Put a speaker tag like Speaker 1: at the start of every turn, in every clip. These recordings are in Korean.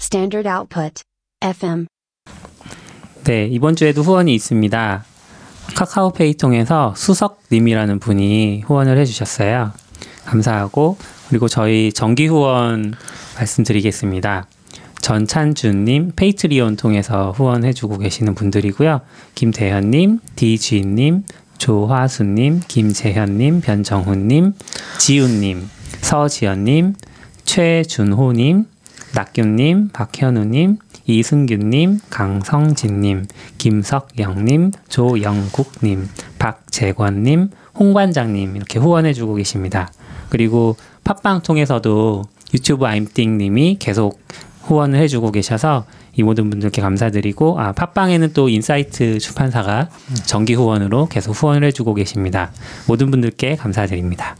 Speaker 1: Standard output. FM.
Speaker 2: 네, 이번 주에도 후원이 있습니다. 카카오페이 통해서 수석님이라는 분이 후원을 해주셨어요. 감사하고, 그리고 저희 정기 후원 말씀드리겠습니다. 전찬준님, 페이트리온 통해서 후원해주고 계시는 분들이고요. 김대현님, 디지님, 조화수님, 김재현님, 변정훈님, 지훈님, 서지현님, 최준호님, 낙균님, 박현우님, 이승규님, 강성진님, 김석영님, 조영국님, 박재권님, 홍관장님 이렇게 후원해주고 계십니다. 그리고 팟빵 통해서도 유튜브 아임띵님이 계속 후원을 해주고 계셔서 이 모든 분들께 감사드리고 아 팟빵에는 또 인사이트 출판사가 정기 후원으로 계속 후원을 해주고 계십니다. 모든 분들께 감사드립니다.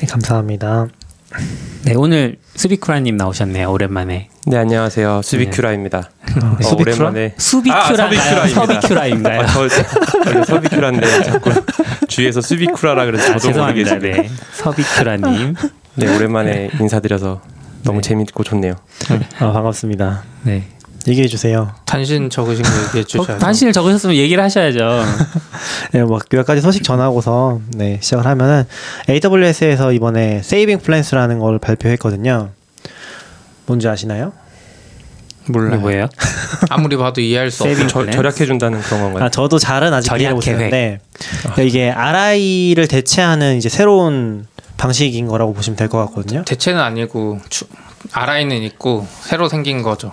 Speaker 3: 네, 감사합니다.
Speaker 2: 네 오늘 스비쿠라님 나오셨네요 오랜만에
Speaker 4: 네 안녕하세요 수비큐라입니다.
Speaker 3: 아,
Speaker 4: 어,
Speaker 3: 수비큐라?
Speaker 4: 오랜만에
Speaker 2: 수비큐라인가요?
Speaker 4: 아,
Speaker 2: 서비큐라인가요?
Speaker 4: 아, 저, 저 서비큐라인데 자꾸 주위에서 수비쿠라라 그래서
Speaker 2: 아,
Speaker 4: 저도 모르게
Speaker 2: 죄송합니다.
Speaker 4: 지금
Speaker 2: 네. 서비큐라님.
Speaker 4: 네 오랜만에 인사드려서 너무 재밌고 좋네요.
Speaker 3: 아, 반갑습니다.
Speaker 2: 네.
Speaker 3: 얘기해 주세요.
Speaker 5: 단신 적으신 거 얘기해 주셔야
Speaker 2: 어, 단신을 적으셨으면 얘기를 하셔야죠.
Speaker 3: 네, 막 몇 가지 소식 전하고서 네, 시작을 하면은 AWS에서 이번에 세이빙 플랜스라는 걸 발표했거든요. 뭔지 아시나요?
Speaker 2: 이게
Speaker 5: 몰라요.
Speaker 2: 뭐예요?
Speaker 5: 아무리 봐도 이해할 수 없어.
Speaker 2: 세이빙
Speaker 4: 저,
Speaker 2: 플랜스?
Speaker 4: 절약해 준다는 그런 건가요?
Speaker 3: 아, 저도 잘은 아직
Speaker 2: 절약
Speaker 3: 이해를
Speaker 2: 네. 계획.
Speaker 3: 못했는데 그러니까 이게 RI를 대체하는 이제 새로운 방식인 거라고 보시면 될 것 같거든요.
Speaker 5: 대체는 아니고 추, 아라이는 있고 새로 생긴 거죠.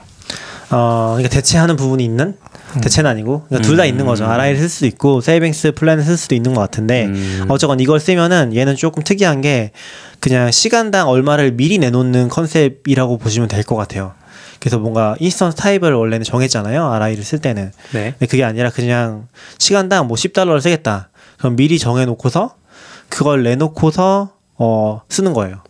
Speaker 3: 어, 그러니까 대체하는 부분이 있는
Speaker 2: 음.
Speaker 3: 대체는 아니고 그러니까 둘 다 있는 거죠. RI를 쓸 수도 있고 세이빙스 플랜을 쓸 수도 있는 것 같은데
Speaker 2: 음.
Speaker 3: 어쨌건 이걸 쓰면은 얘는 조금 특이한 게 그냥 시간당 얼마를 미리 내놓는 컨셉이라고 보시면 될 것 같아요. 그래서 뭔가 인스턴스 타입을 원래는 정했잖아요. RI를 쓸 때는.
Speaker 2: 네.
Speaker 3: 근데 그게 아니라 그냥 시간당 뭐 10달러를 쓰겠다. 그럼 미리 정해놓고서 그걸 내놓고서 어, 쓰는 거예요.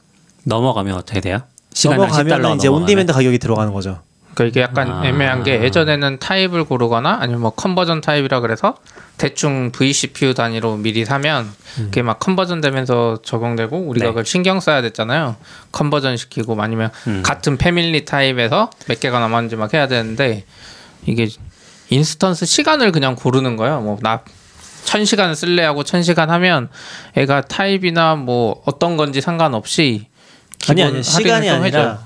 Speaker 2: 넘어가면 어떻게 돼요? 시간당
Speaker 3: 넘어가면
Speaker 2: 10달러
Speaker 3: 이제
Speaker 2: 넘어가면?
Speaker 3: 온디맨드 가격이 들어가는 거죠.
Speaker 5: 그러니까 이게 약간
Speaker 2: 아.
Speaker 5: 애매한 게 예전에는 타입을 고르거나 아니면 뭐 컨버전 타입이라 그래서 대충 vCPU 단위로 미리 사면 그게 막 컨버전 되면서 적용되고
Speaker 2: 음.
Speaker 5: 우리가
Speaker 2: 네.
Speaker 5: 그걸 신경 써야 됐잖아요. 컨버전 시키고 아니면
Speaker 2: 음.
Speaker 5: 같은 패밀리 타입에서 몇 개가 남았는지 막 해야 되는데 이게 인스턴스 시간을 그냥 고르는 거예요. 뭐나 1000시간 쓸래 하고 1000시간 하면 애가 타입이나 뭐 어떤 건지 상관없이
Speaker 3: 아니
Speaker 5: 기본
Speaker 3: 아니 시간이
Speaker 5: 할인을 좀
Speaker 3: 아니라
Speaker 5: 해줘요.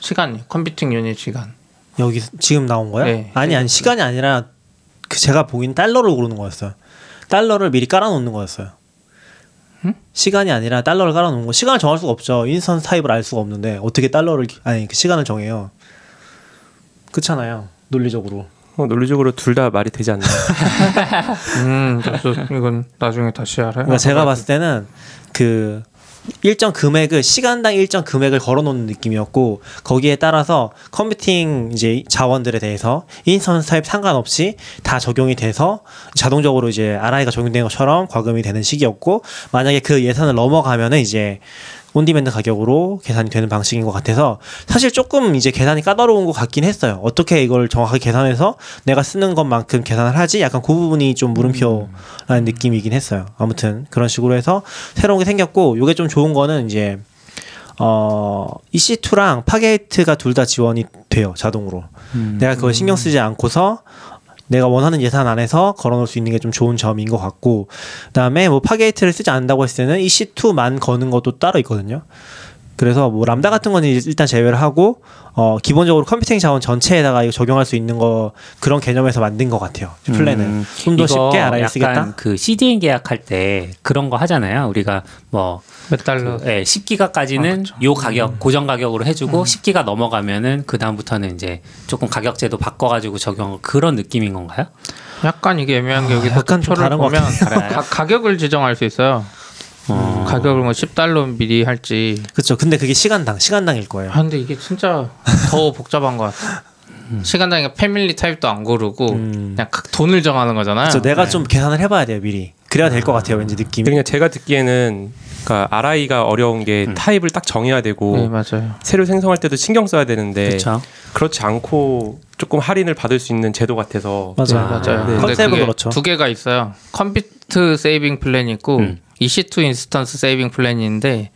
Speaker 5: 시간 컴퓨팅 유닛 시간.
Speaker 3: 여기 지금 나온 거야?
Speaker 5: 네.
Speaker 3: 아니 아니 시간이 아니라 그 제가 보기엔 달러를 고르는 거였어요. 달러를 미리 깔아놓는 거였어요. 시간이 아니라 달러를 깔아놓는 거. 시간을 정할 수가 없죠. 인스턴트 타입을 알 수가 없는데 어떻게 달러를 기- 아니 그 시간을 정해요. 그렇잖아요. 논리적으로.
Speaker 4: 어, 논리적으로 둘 다 말이 되지 않나.
Speaker 5: 음, 그래서 이건 나중에 다시 알아요.
Speaker 3: 그러니까 제가 봤을 때는 그 일정 금액을 시간당 일정 금액을 걸어놓는 느낌이었고 거기에 따라서 컴퓨팅 이제 자원들에 대해서 인스턴스 타입 상관없이 다 적용이 돼서 자동적으로 이제 RI가 적용된 것처럼 과금이 되는 시기였고 만약에 그 예산을 넘어가면은 이제 온디맨드 가격으로 계산이 되는 방식인 것 같아서 사실 조금 이제 계산이 까다로운 것 같긴 했어요. 어떻게 이걸 정확하게 계산해서 내가 쓰는 것만큼 계산을 하지? 약간 그 부분이 좀 물음표라는 느낌이긴 했어요. 아무튼 그런 식으로 해서 새로운 게 생겼고 요게 좀 좋은 거는 이제 어, EC2랑 파게이트가 둘 다 지원이 돼요. 자동으로.
Speaker 2: 음.
Speaker 3: 내가 그걸 신경 쓰지 않고서 내가 원하는 예산 안에서 걸어놓을 수 있는 게 좀 좋은 점인 것 같고 그다음에 뭐 파게이트를 쓰지 않는다고 했을 때는 EC2만 거는 것도 따로 있거든요. 그래서 뭐 람다 같은 건 이제 일단 제외를 하고 어 기본적으로 컴퓨팅 자원 전체에다가 이거 적용할 수 있는 거 그런 개념에서 만든 것 같아요. 플랜을
Speaker 2: 음,
Speaker 3: 좀 더
Speaker 2: 이거
Speaker 3: 쉽게 알아야
Speaker 2: 약간
Speaker 3: 쓰겠다.
Speaker 2: 그 CDN 계약할 때 그런 거 하잖아요. 우리가 뭐
Speaker 5: 몇 달러.
Speaker 2: 그, 예, 10기가까지는 요 가격 고정 가격으로 해주고 10기가 넘어가면은 그 다음부터는 이제 조금 가격제도 바꿔가지고 적용 그런 느낌인 건가요?
Speaker 5: 약간 이게 애매한 게 여기서
Speaker 3: 아, 약간 좀
Speaker 5: 표를
Speaker 3: 다른 것
Speaker 5: 보면
Speaker 2: 같아요.
Speaker 5: 가, 가격을 지정할 수 있어요. 가격을 뭐 10달러 미리 할지.
Speaker 3: 그렇죠. 근데 그게 시간당 시간당일 거예요.
Speaker 5: 아, 근데 이게 진짜 더 복잡한 것 같아. 시간당에 패밀리 타입도 안 고르고 그냥 각 돈을 정하는 거잖아요.
Speaker 3: 음. 그래서 내가
Speaker 5: 네.
Speaker 3: 좀 계산을 해봐야 돼요 미리. 그래야 될 것 같아요 왠지
Speaker 4: 근데
Speaker 3: 느낌이.
Speaker 4: 그냥 제가 듣기에는 그러니까 RI가 어려운 게
Speaker 2: 음.
Speaker 4: 타입을 딱 정해야 되고
Speaker 3: 뭐.
Speaker 5: 네 맞아요.
Speaker 4: 새로 생성할 때도 신경 써야 되는데
Speaker 2: 그렇죠.
Speaker 4: 그렇지 않고 조금 할인을 받을 수 있는 제도 같아서
Speaker 3: 맞아요.
Speaker 5: 네, 맞아요.
Speaker 3: 네.
Speaker 5: 근데
Speaker 3: 컨셉은
Speaker 5: 그게
Speaker 3: 그렇죠.
Speaker 5: 두 개가 있어요. 컴퓨트 세이빙 플랜이 있고
Speaker 2: 음.
Speaker 5: EC2
Speaker 3: 음.
Speaker 5: 인스턴스 세이빙 플랜인데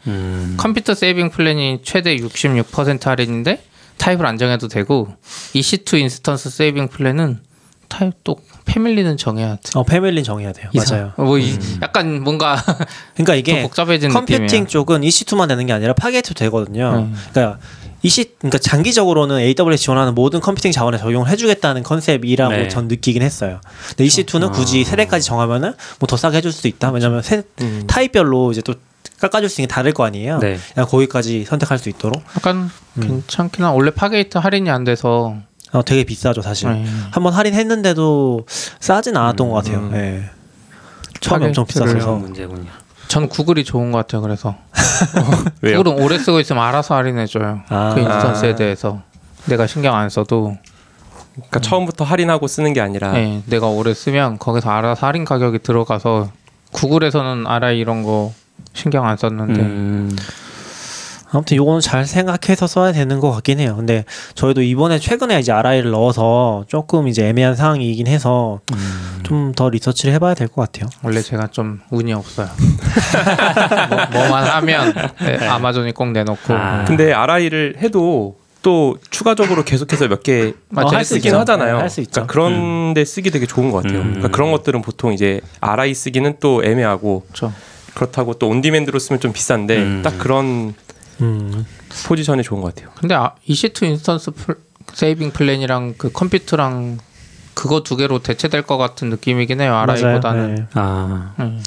Speaker 5: 컴퓨터 세이빙 플랜이 최대 66% 할인인데 타입을 안 정해도 되고 EC2 인스턴스 세이빙 플랜은 타입 또 패밀리는 정해야 돼.
Speaker 3: 어, 패밀리는 정해야 돼요. 맞아요.
Speaker 5: 뭐 이- 약간 뭔가
Speaker 3: 그러니까
Speaker 5: 좀
Speaker 3: 이게
Speaker 5: 복잡해진
Speaker 3: 컴퓨팅
Speaker 5: 느낌이야.
Speaker 3: 쪽은 EC2만 되는 게 아니라 파게도 되거든요.
Speaker 5: 음.
Speaker 3: 그러니까 EC 그러니까 장기적으로는 AWS 지원하는 모든 컴퓨팅 자원에 적용을 해주겠다는 컨셉이라고
Speaker 2: 네.
Speaker 3: 전 느끼긴 했어요.
Speaker 5: 그렇죠.
Speaker 3: 근데 EC2는
Speaker 5: 아.
Speaker 3: 굳이 세대까지 정하면은 뭐 더 싸게 해줄 수도 있다.
Speaker 5: 그렇죠.
Speaker 3: 왜냐면 세,
Speaker 4: 음,
Speaker 3: 타입별로 이제 또 깎아줄 수 있는 게 다를 거 아니에요.
Speaker 2: 네.
Speaker 3: 그냥 거기까지 선택할 수 있도록.
Speaker 5: 약간 괜찮긴 한 원래 파게이트 할인이 안 돼서
Speaker 3: 어, 되게 비싸죠 사실.
Speaker 5: 네.
Speaker 3: 한번 할인했는데도 싸진 않았던 것 같아요. 예. 처음에 엄청
Speaker 5: 타겟을
Speaker 2: 그런
Speaker 3: 비쌌어서.
Speaker 2: 문제군요.
Speaker 5: 전 구글이 좋은 것 같아요. 그래서
Speaker 4: 왜요?
Speaker 5: 구글은 오래 쓰고 있으면 알아서 할인해줘요.
Speaker 3: 아.
Speaker 5: 그 인스턴스에 대해서 내가 신경 안 써도
Speaker 4: 그러니까 처음부터 할인하고 쓰는 게
Speaker 2: 네.
Speaker 4: 아니라
Speaker 5: 예, 내가 오래 쓰면 거기서 알아서 할인 가격이 들어가서 구글에서는 알아 이런 거 신경 안 썼는데
Speaker 2: 음,
Speaker 3: 아무튼 요거는 잘 생각해서 써야 되는 것 같긴 해요. 근데 저희도 이번에 최근에 이제 RI를 넣어서 조금 이제 애매한 상황이긴 해서 좀 더 리서치를 해봐야 될 것 같아요.
Speaker 5: 원래 제가 좀 운이 없어요. 뭐, 뭐만 하면 예, 아마존이 꼭 내놓고
Speaker 2: 아.
Speaker 4: 근데 RI를 해도 또 추가적으로 계속해서 몇개
Speaker 5: 맞아요.
Speaker 3: 어, 할 수
Speaker 4: 쓰긴
Speaker 3: 있죠.
Speaker 4: 하잖아요.
Speaker 3: 네, 할수 있죠.
Speaker 4: 그러니까 그런데 쓰기 되게 좋은 것 같아요.
Speaker 2: 음.
Speaker 4: 그러니까 그런 것들은 보통 이제 RI 쓰기는 또 애매하고
Speaker 5: 그렇죠.
Speaker 4: 그렇다고 또 온디맨드로 쓰면 좀 비싼데
Speaker 2: 음.
Speaker 4: 딱 그런
Speaker 3: 음,
Speaker 4: 포지션이 좋은 것 같아요.
Speaker 5: 근데 아, EC2 인스턴스 플- 세이빙 플랜이랑 그 컴퓨터랑 그거 두 개로 대체될 것 같은 느낌이긴 해요.
Speaker 3: 맞아요.
Speaker 5: RI보다는
Speaker 3: 네.
Speaker 2: 아
Speaker 5: 음.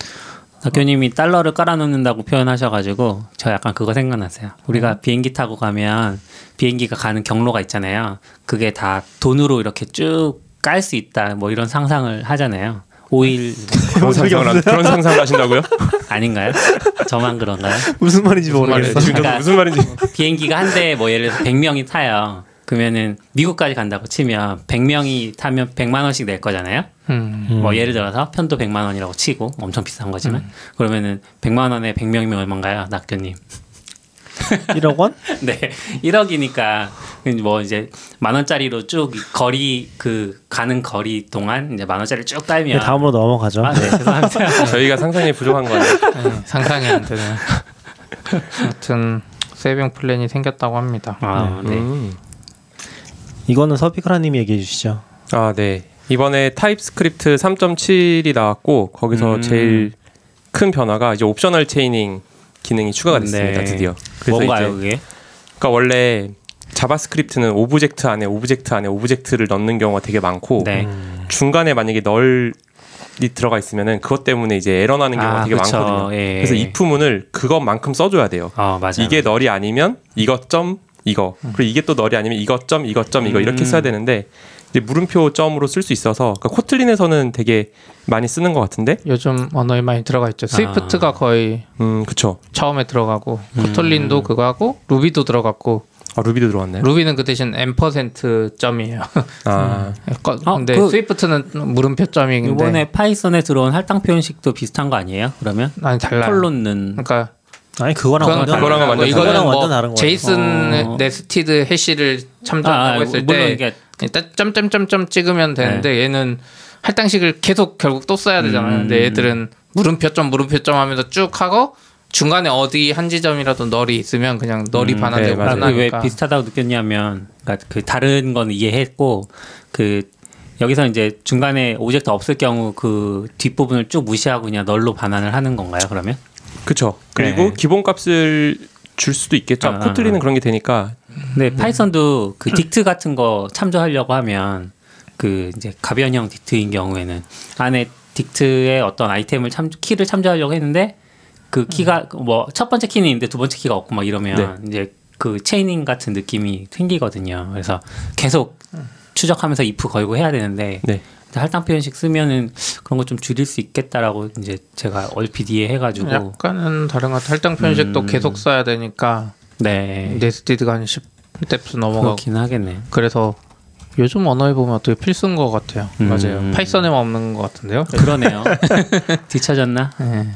Speaker 2: 학교님이 달러를 깔아놓는다고 표현하셔가지고 저 약간 그거 생각났어요. 우리가 비행기 타고 가면 비행기가 가는 경로가 있잖아요. 그게 다 돈으로 이렇게 쭉 깔 수 있다 뭐 이런 상상을 하잖아요. 오일
Speaker 4: 그런 상상을 하- 그런 상상을 하신다고요?
Speaker 2: 아닌가요? 저만 그런가요?
Speaker 3: 무슨 말인지 모르겠어.
Speaker 4: 지금 저도 무슨 말인지
Speaker 2: 비행기가 한 대에 뭐 예를 들어서 100명이 타요. 그러면은 미국까지 간다고 치면 100명이 타면 100만 원씩 낼 거잖아요.
Speaker 5: 음.
Speaker 2: 뭐 예를 들어서 편도 100만 원이라고 치고 엄청 비싼 거지만
Speaker 4: 음.
Speaker 2: 그러면은 100만 원에 100명이면 얼마인가요, 낙교님?
Speaker 3: 1억 원?
Speaker 2: 네, 1억이니까 뭐 이제 만 원짜리로 쭉이 거리 그 가는 거리 동안 이제 만 원짜리 쭉
Speaker 3: 네,
Speaker 2: 따면
Speaker 3: 다음으로 넘어가죠.
Speaker 2: 아, 네, 죄송합니다.
Speaker 4: 저희가 상상이 부족한 거 아니에요?
Speaker 5: 예, 상상이 안 되는. 아무튼 세이빙 플랜이 생겼다고 합니다.
Speaker 2: 아, 네.
Speaker 4: 음.
Speaker 3: 이거는 서피크라님이 얘기해 주시죠.
Speaker 4: 아, 네. 이번에 타입스크립트 3.7이 나왔고 거기서
Speaker 2: 음.
Speaker 4: 제일 큰 변화가 이제 옵셔널 체이닝 기능이 추가가 됐습니다.
Speaker 2: 네.
Speaker 4: 드디어. 그래서
Speaker 2: 뭔가요,
Speaker 4: 이제
Speaker 2: 그게?
Speaker 4: 그러니까 원래 자바스크립트는 오브젝트 안에 오브젝트 안에 오브젝트를 넣는 경우가 되게 많고
Speaker 2: 네.
Speaker 4: 중간에 만약에 널이 들어가 있으면은 그것 때문에 이제 에러 나는 경우가
Speaker 2: 아,
Speaker 4: 되게
Speaker 2: 그쵸.
Speaker 4: 많거든요.
Speaker 2: 예.
Speaker 4: 그래서 이프문을 그것만큼 써줘야 돼요.
Speaker 2: 어, 맞아요.
Speaker 4: 이게 널이 아니면 이것 점 이거 그리고 이게 또 널이 아니면 이것 점 이것 점 이거 이렇게
Speaker 2: 음.
Speaker 4: 써야 되는데 이제 물음표 점으로 쓸 수 있어서 그러니까 코틀린에서는 되게 많이 쓰는 것 같은데
Speaker 5: 요즘 언어에 많이 들어가 있죠. 스위프트가 거의
Speaker 4: 음 그쵸
Speaker 5: 처음에 들어가고 코틀린도 그거 하고 루비도 들어갔고
Speaker 4: 아 루비도 들어왔나요?
Speaker 5: 루비는 그 대신 M 퍼센트 점이에요.
Speaker 4: 아
Speaker 5: 거-
Speaker 2: 어,
Speaker 5: 근데
Speaker 2: 그-
Speaker 5: 스위프트는 물음표 점인데
Speaker 2: 이번에 파이썬에 들어온 할당 표현식도 비슷한 거 아니에요? 그러면
Speaker 5: 아니 달라. 요
Speaker 2: 콜론은
Speaker 5: 그러니까
Speaker 3: 아니 그거랑
Speaker 5: 그건
Speaker 3: 완전
Speaker 4: 그거랑은 완전
Speaker 5: 이거는
Speaker 3: 그거랑
Speaker 5: 뭐
Speaker 3: 완전 다른 거예요.
Speaker 5: 제이슨
Speaker 2: 어.
Speaker 5: 네스티드 해시를
Speaker 2: 아, 아,
Speaker 5: 참조하고 했을
Speaker 2: 물론
Speaker 5: 때
Speaker 2: 이게
Speaker 5: 일단 점점점점 찍으면 되는데 얘는 할당식을 계속 결국 또 써야 되잖아요. 근데 얘들은 물음표점 물음표점 하면서 쭉 하고 중간에 어디 한 지점이라도 널이 있으면 그냥 널이
Speaker 2: 음,
Speaker 4: 네,
Speaker 5: 반환되고
Speaker 4: 맞아요.
Speaker 2: 아, 왜
Speaker 5: 반환하니까
Speaker 2: 비슷하다고 느꼈냐면 그러니까 그 다른 건 이해했고 그 여기서 이제 중간에 오젝트 없을 경우 그 뒷부분을 쭉 무시하고 그냥 널로 반환을 하는 건가요? 그러면?
Speaker 4: 그쵸 그리고
Speaker 2: 네.
Speaker 4: 기본값을 줄 수도 있겠죠
Speaker 2: 아,
Speaker 4: 코틀린은 그런 게 되니까
Speaker 2: 네, 파이썬도 그 딕트 같은 거 참조하려고 하면 그 이제 가변형 딕트인 경우에는 안에 딕트의 어떤 아이템을 참 키를 참조하려고 했는데 그 키가 뭐 첫 번째 키는 있는데 두 번째 키가 없고 막 이러면 이제 그 체이닝 같은 느낌이 생기거든요. 그래서 계속 추적하면서 if 걸고 해야 되는데
Speaker 4: 네
Speaker 2: 할당 표현식 쓰면은 그런 거 좀 줄일 수 있겠다라고 이제 제가 얼핏 이해해가지고
Speaker 5: 약간은 다른 것 같아. 할당 편식도 계속 써야 되니까 음.
Speaker 2: 네
Speaker 5: 네스티드가 한 10뎁스 넘어가고
Speaker 2: 그렇긴 하겠네요.
Speaker 5: 그래서 요즘 언어에 보면 되게 필수인 것 같아요.
Speaker 2: 음.
Speaker 5: 맞아요. 파이썬에만 없는 것 같은데요.
Speaker 2: 그러네요. 뒤쳐졌나?
Speaker 5: 예.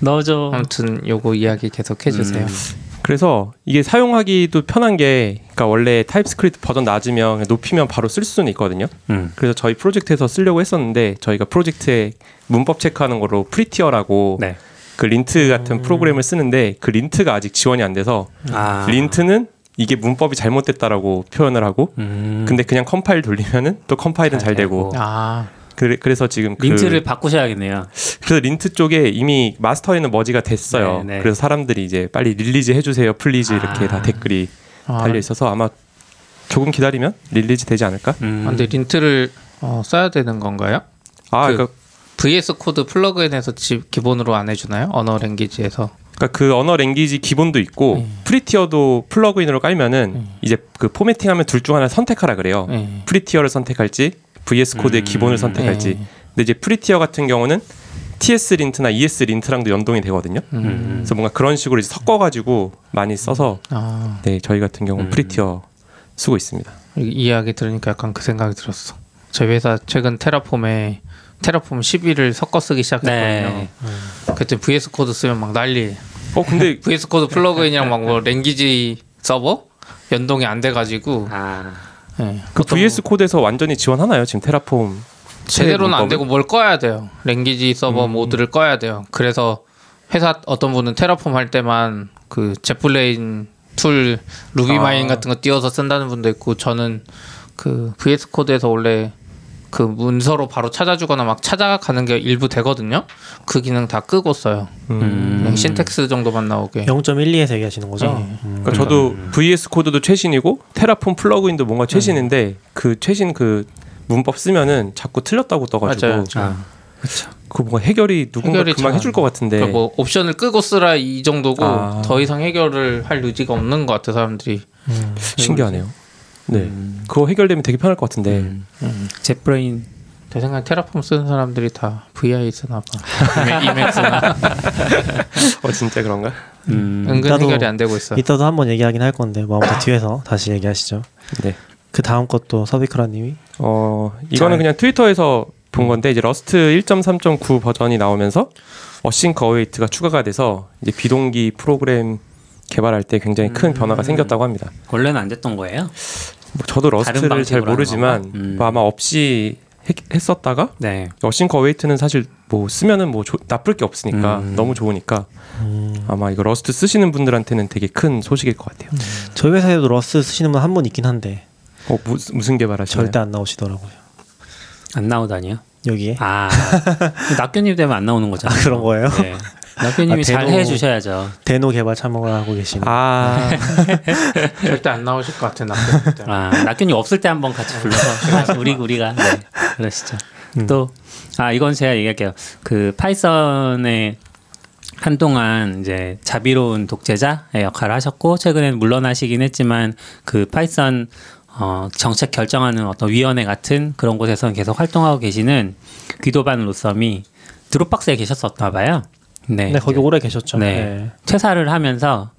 Speaker 2: 넣어줘.
Speaker 5: 아무튼 요거 이야기 계속 해주세요.
Speaker 4: 음, 그래서 이게 사용하기도 편한 게 그러니까 원래 타입스크립트 버전 낮으면 그냥 높이면 바로 쓸 수는 있거든요
Speaker 2: 음.
Speaker 4: 그래서 저희 프로젝트에서 쓰려고 했었는데 저희가 프로젝트에 문법 체크하는 거로 프리티어라고
Speaker 2: 네. 음.
Speaker 4: 그 린트 같은 프로그램을 쓰는데 그 린트가 아직 지원이 안 돼서
Speaker 2: 아.
Speaker 4: 린트는 이게 문법이 잘못됐다라고 표현을 하고
Speaker 2: 음. 네.
Speaker 4: 근데 그냥 컴파일 돌리면은 또 컴파일은
Speaker 2: 잘
Speaker 4: 잘 되고
Speaker 2: 되고.
Speaker 5: 아,
Speaker 4: 그래, 그래서 지금 그-
Speaker 2: 린트를 바꾸셔야겠네요.
Speaker 4: 그래서 린트 쪽에 이미 마스터에는 머지가 됐어요.
Speaker 2: 네, 네.
Speaker 4: 그래서 사람들이 이제 빨리 릴리즈 해주세요, 플리즈 이렇게
Speaker 2: 아.
Speaker 4: 다 댓글이
Speaker 5: 아
Speaker 4: 달려 있어서 아마 조금 기다리면 릴리즈 되지 않을까?
Speaker 2: 음.
Speaker 5: 아, 근데 린트를 어, 써야 되는 건가요?
Speaker 4: 아,
Speaker 5: 그-
Speaker 4: 그러니까
Speaker 5: VS 코드 플러그인에서 지- 기본으로 안 해주나요? 언어 랭귀지에서
Speaker 4: 그러니까 그 언어 랭귀지 기본도 있고
Speaker 5: 네.
Speaker 4: 프리티어도 플러그인으로 깔면은 이제 그 포매팅하면 둘 중 하나 선택하라 그래요.
Speaker 5: 네. 음,
Speaker 4: 프리티어를 선택할지 VS 코드의 기본을 선택할지.
Speaker 5: 네.
Speaker 4: 근데 이제 프리티어 같은 경우는 TS 린트나 ES 린트랑도 연동이 되거든요.
Speaker 5: 음.
Speaker 2: 음.
Speaker 4: 그래서 뭔가 그런 식으로 이제 섞어가지고 많이 써서
Speaker 5: 아,
Speaker 4: 네 저희 같은 경우 는 프리티어 쓰고 있습니다.
Speaker 5: 이 이야기 들으니까 약간 그 생각이 들었어. 저희 회사 최근 테라폼에 테라폼 11을 섞어 쓰기 시작했거든요. 음.
Speaker 2: 네.
Speaker 5: 그때 VS 코드 쓰면 막 난리.
Speaker 4: 어 근데
Speaker 5: VS 코드 플러그인이랑 막 뭐 랭귀지 서버 연동이 안 돼가지고
Speaker 2: 아.
Speaker 5: 예.
Speaker 4: 그
Speaker 5: 보통
Speaker 4: VS 코드에서 완전히 지원하나요? 지금 테라폼
Speaker 5: 제대로는 안
Speaker 4: 문법을? 음.
Speaker 5: 되고 뭘 꺼야 돼요. 랭귀지 서버 모드를 꺼야 돼요. 그래서 회사 어떤 분은 테라폼 할 때만 그 제플레인 툴 루비
Speaker 4: 아.
Speaker 5: 마인 같은 거 띄워서 쓴다는 분도 있고 저는 그 VS 코드에서 원래 그 문서로 바로 찾아주거나 막 찾아가는 게 일부 되거든요. 그 기능 다 끄고 써요.
Speaker 4: 음.
Speaker 2: 음.
Speaker 5: 그냥 신텍스 정도만 나오게.
Speaker 3: 0.12에서 얘기하시는 거죠?
Speaker 5: 네.
Speaker 3: 음.
Speaker 4: 그러니까 저도 VS 코드도 최신이고 테라폼 플러그인도 뭔가 최신인데 그 최신 그 문법 쓰면은 자꾸 틀렸다고 떠가지고
Speaker 5: 맞아요.
Speaker 2: 아.
Speaker 4: 그 뭔가 해결이 누군가
Speaker 5: 해결이
Speaker 4: 금방
Speaker 5: 잘
Speaker 4: 해줄 것 같은데
Speaker 5: 그러니까 뭐 옵션을 끄고 쓰라 이 정도고
Speaker 4: 네. 아.
Speaker 5: 더 이상 해결을 할 의지가 없는 것 같아 사람들이. 음.
Speaker 4: 신기하네요. 네, 그거 해결되면 되게 편할 것
Speaker 2: 네.
Speaker 4: 같은데
Speaker 2: 음. 제프레인
Speaker 5: 제 생각에 테라폼 쓰는 사람들이 다 VI 쓰나 봐. 이맥스나
Speaker 4: 어 진짜 그런가?
Speaker 2: 음.
Speaker 5: 은근
Speaker 3: 나도
Speaker 5: 해결이 안 되고 있어.
Speaker 3: 이따도 한번 얘기하긴 할 건데 뭐 아무튼 뒤에서 다시 얘기하시죠.
Speaker 4: 네,
Speaker 3: 그 다음 것도 서비크라님이
Speaker 4: 어 이거는 그냥 트위터에서 본 건데 이제 러스트 1.3.9 버전이 나오면서 어싱크 어웨이트가 추가가 돼서 이제 비동기 프로그램 개발할 때 굉장히
Speaker 2: 음.
Speaker 4: 큰 변화가 생겼다고 합니다.
Speaker 2: 원래는 안 됐던 거예요?
Speaker 4: 뭐 저도 러스트를 잘
Speaker 2: 방식으로 하는
Speaker 4: 모르지만
Speaker 2: 건가? 음.
Speaker 4: 뭐 아마 없이 했, 었다가
Speaker 2: 네.
Speaker 4: 어싱커 웨이트는 사실 뭐 쓰면은 뭐 조- 나쁠 게 없으니까
Speaker 2: 음.
Speaker 4: 너무 좋으니까 아마 이거 러스트 쓰시는 분들한테는 되게 큰 소식일 것 같아요.
Speaker 2: 음.
Speaker 3: 저희 회사에도 러스 쓰시는 분 한 분 있긴 한데
Speaker 4: 어 무슨, 무슨 개발하시나요?
Speaker 3: 절대 안 나오시더라고요.
Speaker 2: 안 나오다니요?
Speaker 3: 여기에
Speaker 2: 아. 낙교님 되면 안 나오는 거잖아요.
Speaker 3: 아, 그런 거예요?
Speaker 2: 네. 낙교님이
Speaker 3: 아,
Speaker 2: 잘
Speaker 3: 대놓-
Speaker 2: 해주셔야죠.
Speaker 3: 대노 개발 참여를 하고 계신
Speaker 4: 아
Speaker 5: 절대 안 나오실 것 같아 나. 때문에.
Speaker 2: 아, 낙균이 없을 때 한번 같이 불러서 우리 우리가 네, 그러시죠.
Speaker 3: 음.
Speaker 2: 또 아 이건 제가 얘기할게요. 그 파이썬에 한동안 이제 자비로운 독재자의 역할을 하셨고 최근엔 물러나시긴 했지만 그 파이썬 어, 정책 결정하는 어떤 위원회 같은 그런 곳에서는 계속 활동하고 계시는 귀도반 로썸이 드롭박스에 계셨었나 봐요. 네.
Speaker 3: 네, 거기
Speaker 2: 이제
Speaker 3: 오래 계셨죠.
Speaker 2: 네. 퇴사를 하면서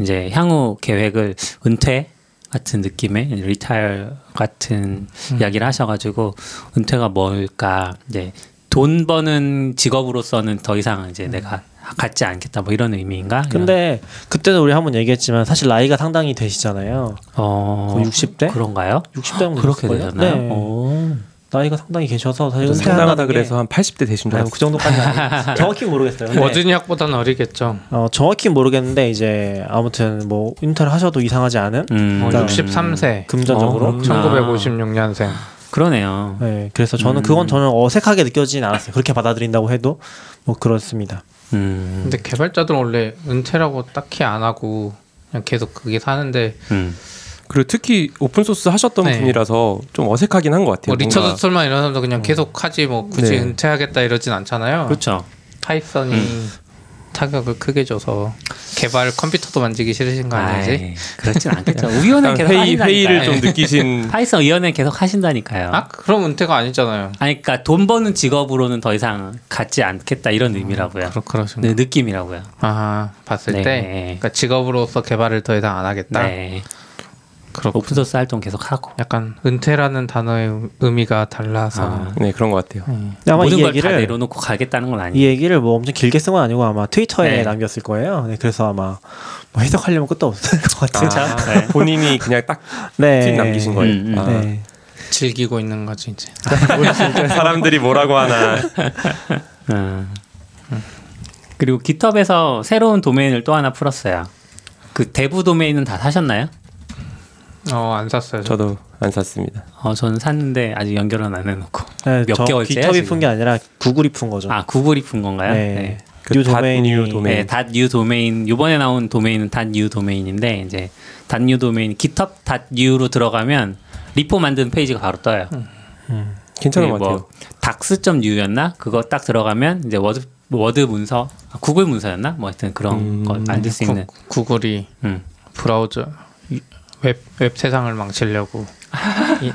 Speaker 2: 이제 향후 계획을 은퇴 같은 느낌의 리타일 같은 이야기를 하셔가지고 은퇴가 뭘까 이제 돈 버는 직업으로서는 더 이상 이제 내가 갖지 않겠다 뭐 이런 의미인가?
Speaker 3: 근데 그때도 우리 한번 얘기했지만 사실 나이가 상당히 되시잖아요.
Speaker 2: 이런- 어
Speaker 3: 거의 60대?
Speaker 2: 그런가요?
Speaker 3: 60대 정도
Speaker 2: 그렇게
Speaker 3: 됐을걸요?
Speaker 2: 되셨나요?
Speaker 3: 네.
Speaker 2: 오.
Speaker 3: 나이가 상당히 계셔서 사실
Speaker 4: 상당하다
Speaker 3: 은퇴한다는 게-
Speaker 4: 그래서 한 80대 되신 줄
Speaker 3: 아유,
Speaker 4: 알고
Speaker 3: 그 정도까지 아니에요. 정확히 모르겠어요. 근데
Speaker 5: 워즈니학보다는 어리겠죠.
Speaker 3: 어, 정확히 모르겠는데 이제 아무튼 뭐 인터를 하셔도 이상하지 않은
Speaker 2: 음.
Speaker 5: 어,
Speaker 3: 그러니까
Speaker 5: 63세.
Speaker 3: 금전적으로.
Speaker 2: 어, 그렇구나.
Speaker 5: 1956년생.
Speaker 2: 그러네요.
Speaker 3: 네, 그래서 저는
Speaker 2: 음.
Speaker 3: 그건 저는 어색하게 느껴지진 않았어요. 그렇게 받아들인다고 해도 뭐 그렇습니다.
Speaker 2: 음.
Speaker 5: 근데 개발자들은 원래 은퇴라고 딱히 안 하고 그냥 계속 그게 사는데
Speaker 2: 음.
Speaker 4: 그리고 특히 오픈 소스 하셨던
Speaker 5: 네.
Speaker 4: 분이라서 좀 어색하긴 한 것 같아요.
Speaker 5: 뭐
Speaker 4: 뭔가.
Speaker 5: 리처드 톨만 이런 사람도 그냥 계속 하지 뭐 굳이
Speaker 4: 네.
Speaker 5: 은퇴하겠다 이러진 않잖아요.
Speaker 2: 그렇죠.
Speaker 5: 파이썬이 타격을 크게 줘서 개발 컴퓨터도 만지기 싫으신 거 아니지?
Speaker 2: 아이, 그렇진 않겠죠. 우연은
Speaker 4: 약간
Speaker 2: 계속
Speaker 4: 회의
Speaker 2: 하신다니까요.
Speaker 4: 회의를 좀 느끼신
Speaker 2: 파이썬 위원회 계속 하신다니까요.
Speaker 5: 아 그럼 은퇴가 아니잖아요.
Speaker 2: 아니 그러니까 돈 버는 직업으로는 더 이상 갖지 않겠다
Speaker 3: 음,
Speaker 2: 이런 의미라고요.
Speaker 5: 그렇 그렇습니다.
Speaker 2: 네, 느낌이라고요.
Speaker 5: 아 봤을
Speaker 2: 네.
Speaker 5: 때 그러니까 직업으로서 개발을 더 이상 안 하겠다.
Speaker 2: 네.
Speaker 5: 그렇고
Speaker 2: 오픈소스 활동 계속 하고.
Speaker 5: 약간 은퇴라는 단어의 의미가 달라서
Speaker 2: 아.
Speaker 4: 네 그런 것 같아요.
Speaker 3: 근데 아마
Speaker 2: 모든
Speaker 3: 이
Speaker 2: 걸 다
Speaker 3: 얘기를
Speaker 2: 내려놓고 가겠다는 건
Speaker 3: 이
Speaker 2: 아니에요.
Speaker 3: 얘기를 뭐 엄청 길게 쓴 건 아니고 아마 트위터에
Speaker 2: 네.
Speaker 3: 남겼을 거예요. 네, 그래서 아마 뭐 해석하려면 끝도 없을 것 같은.
Speaker 2: 아, 네.
Speaker 4: 본인이 그냥 딱
Speaker 3: 네.
Speaker 4: 네. 남기신 거예요.
Speaker 2: 음, 음.
Speaker 4: 아,
Speaker 3: 네.
Speaker 5: 즐기고 있는 거지 이제.
Speaker 4: 사람들이 뭐라고 하나.
Speaker 2: 음. 그리고 깃허브에서 새로운 도메인을 또 하나 풀었어요. 그 대부 도메인은 다 사셨나요?
Speaker 5: 어, 안 샀어요. 저.
Speaker 4: 저도 안 샀습니다.
Speaker 2: 어, 저는 샀는데 아직 연결은 안 해놓고
Speaker 3: 네,
Speaker 2: 아, 몇
Speaker 3: 저
Speaker 2: 개월째
Speaker 3: 기터비
Speaker 2: 지금?
Speaker 3: 푼게 아니라 구글이 푼 거죠.
Speaker 2: 아 구글이 푼 건가요?
Speaker 3: 네.
Speaker 4: 그
Speaker 3: 뉴
Speaker 4: 닷
Speaker 3: 도메인이
Speaker 4: 뉴 도메인.
Speaker 2: 네, 닷뉴 도메인 이번에 나온 도메인은 닷뉴 도메인인데 이제 닷뉴 도메인 GitHub 닷뉴로 들어가면 리포 만드는 페이지가 바로 떠요.
Speaker 4: 괜찮은 것 같아요.
Speaker 2: 닥스.new였나? 그거 딱 들어가면 이제 워드 워드 문서, 아, 구글 문서였나? 뭐 하여튼 그런
Speaker 4: 음.
Speaker 2: 거 만들 수 있는.
Speaker 5: 구글이
Speaker 2: 음.
Speaker 5: 브라우저 이- 웹, 웹 세상을 망치려고 이-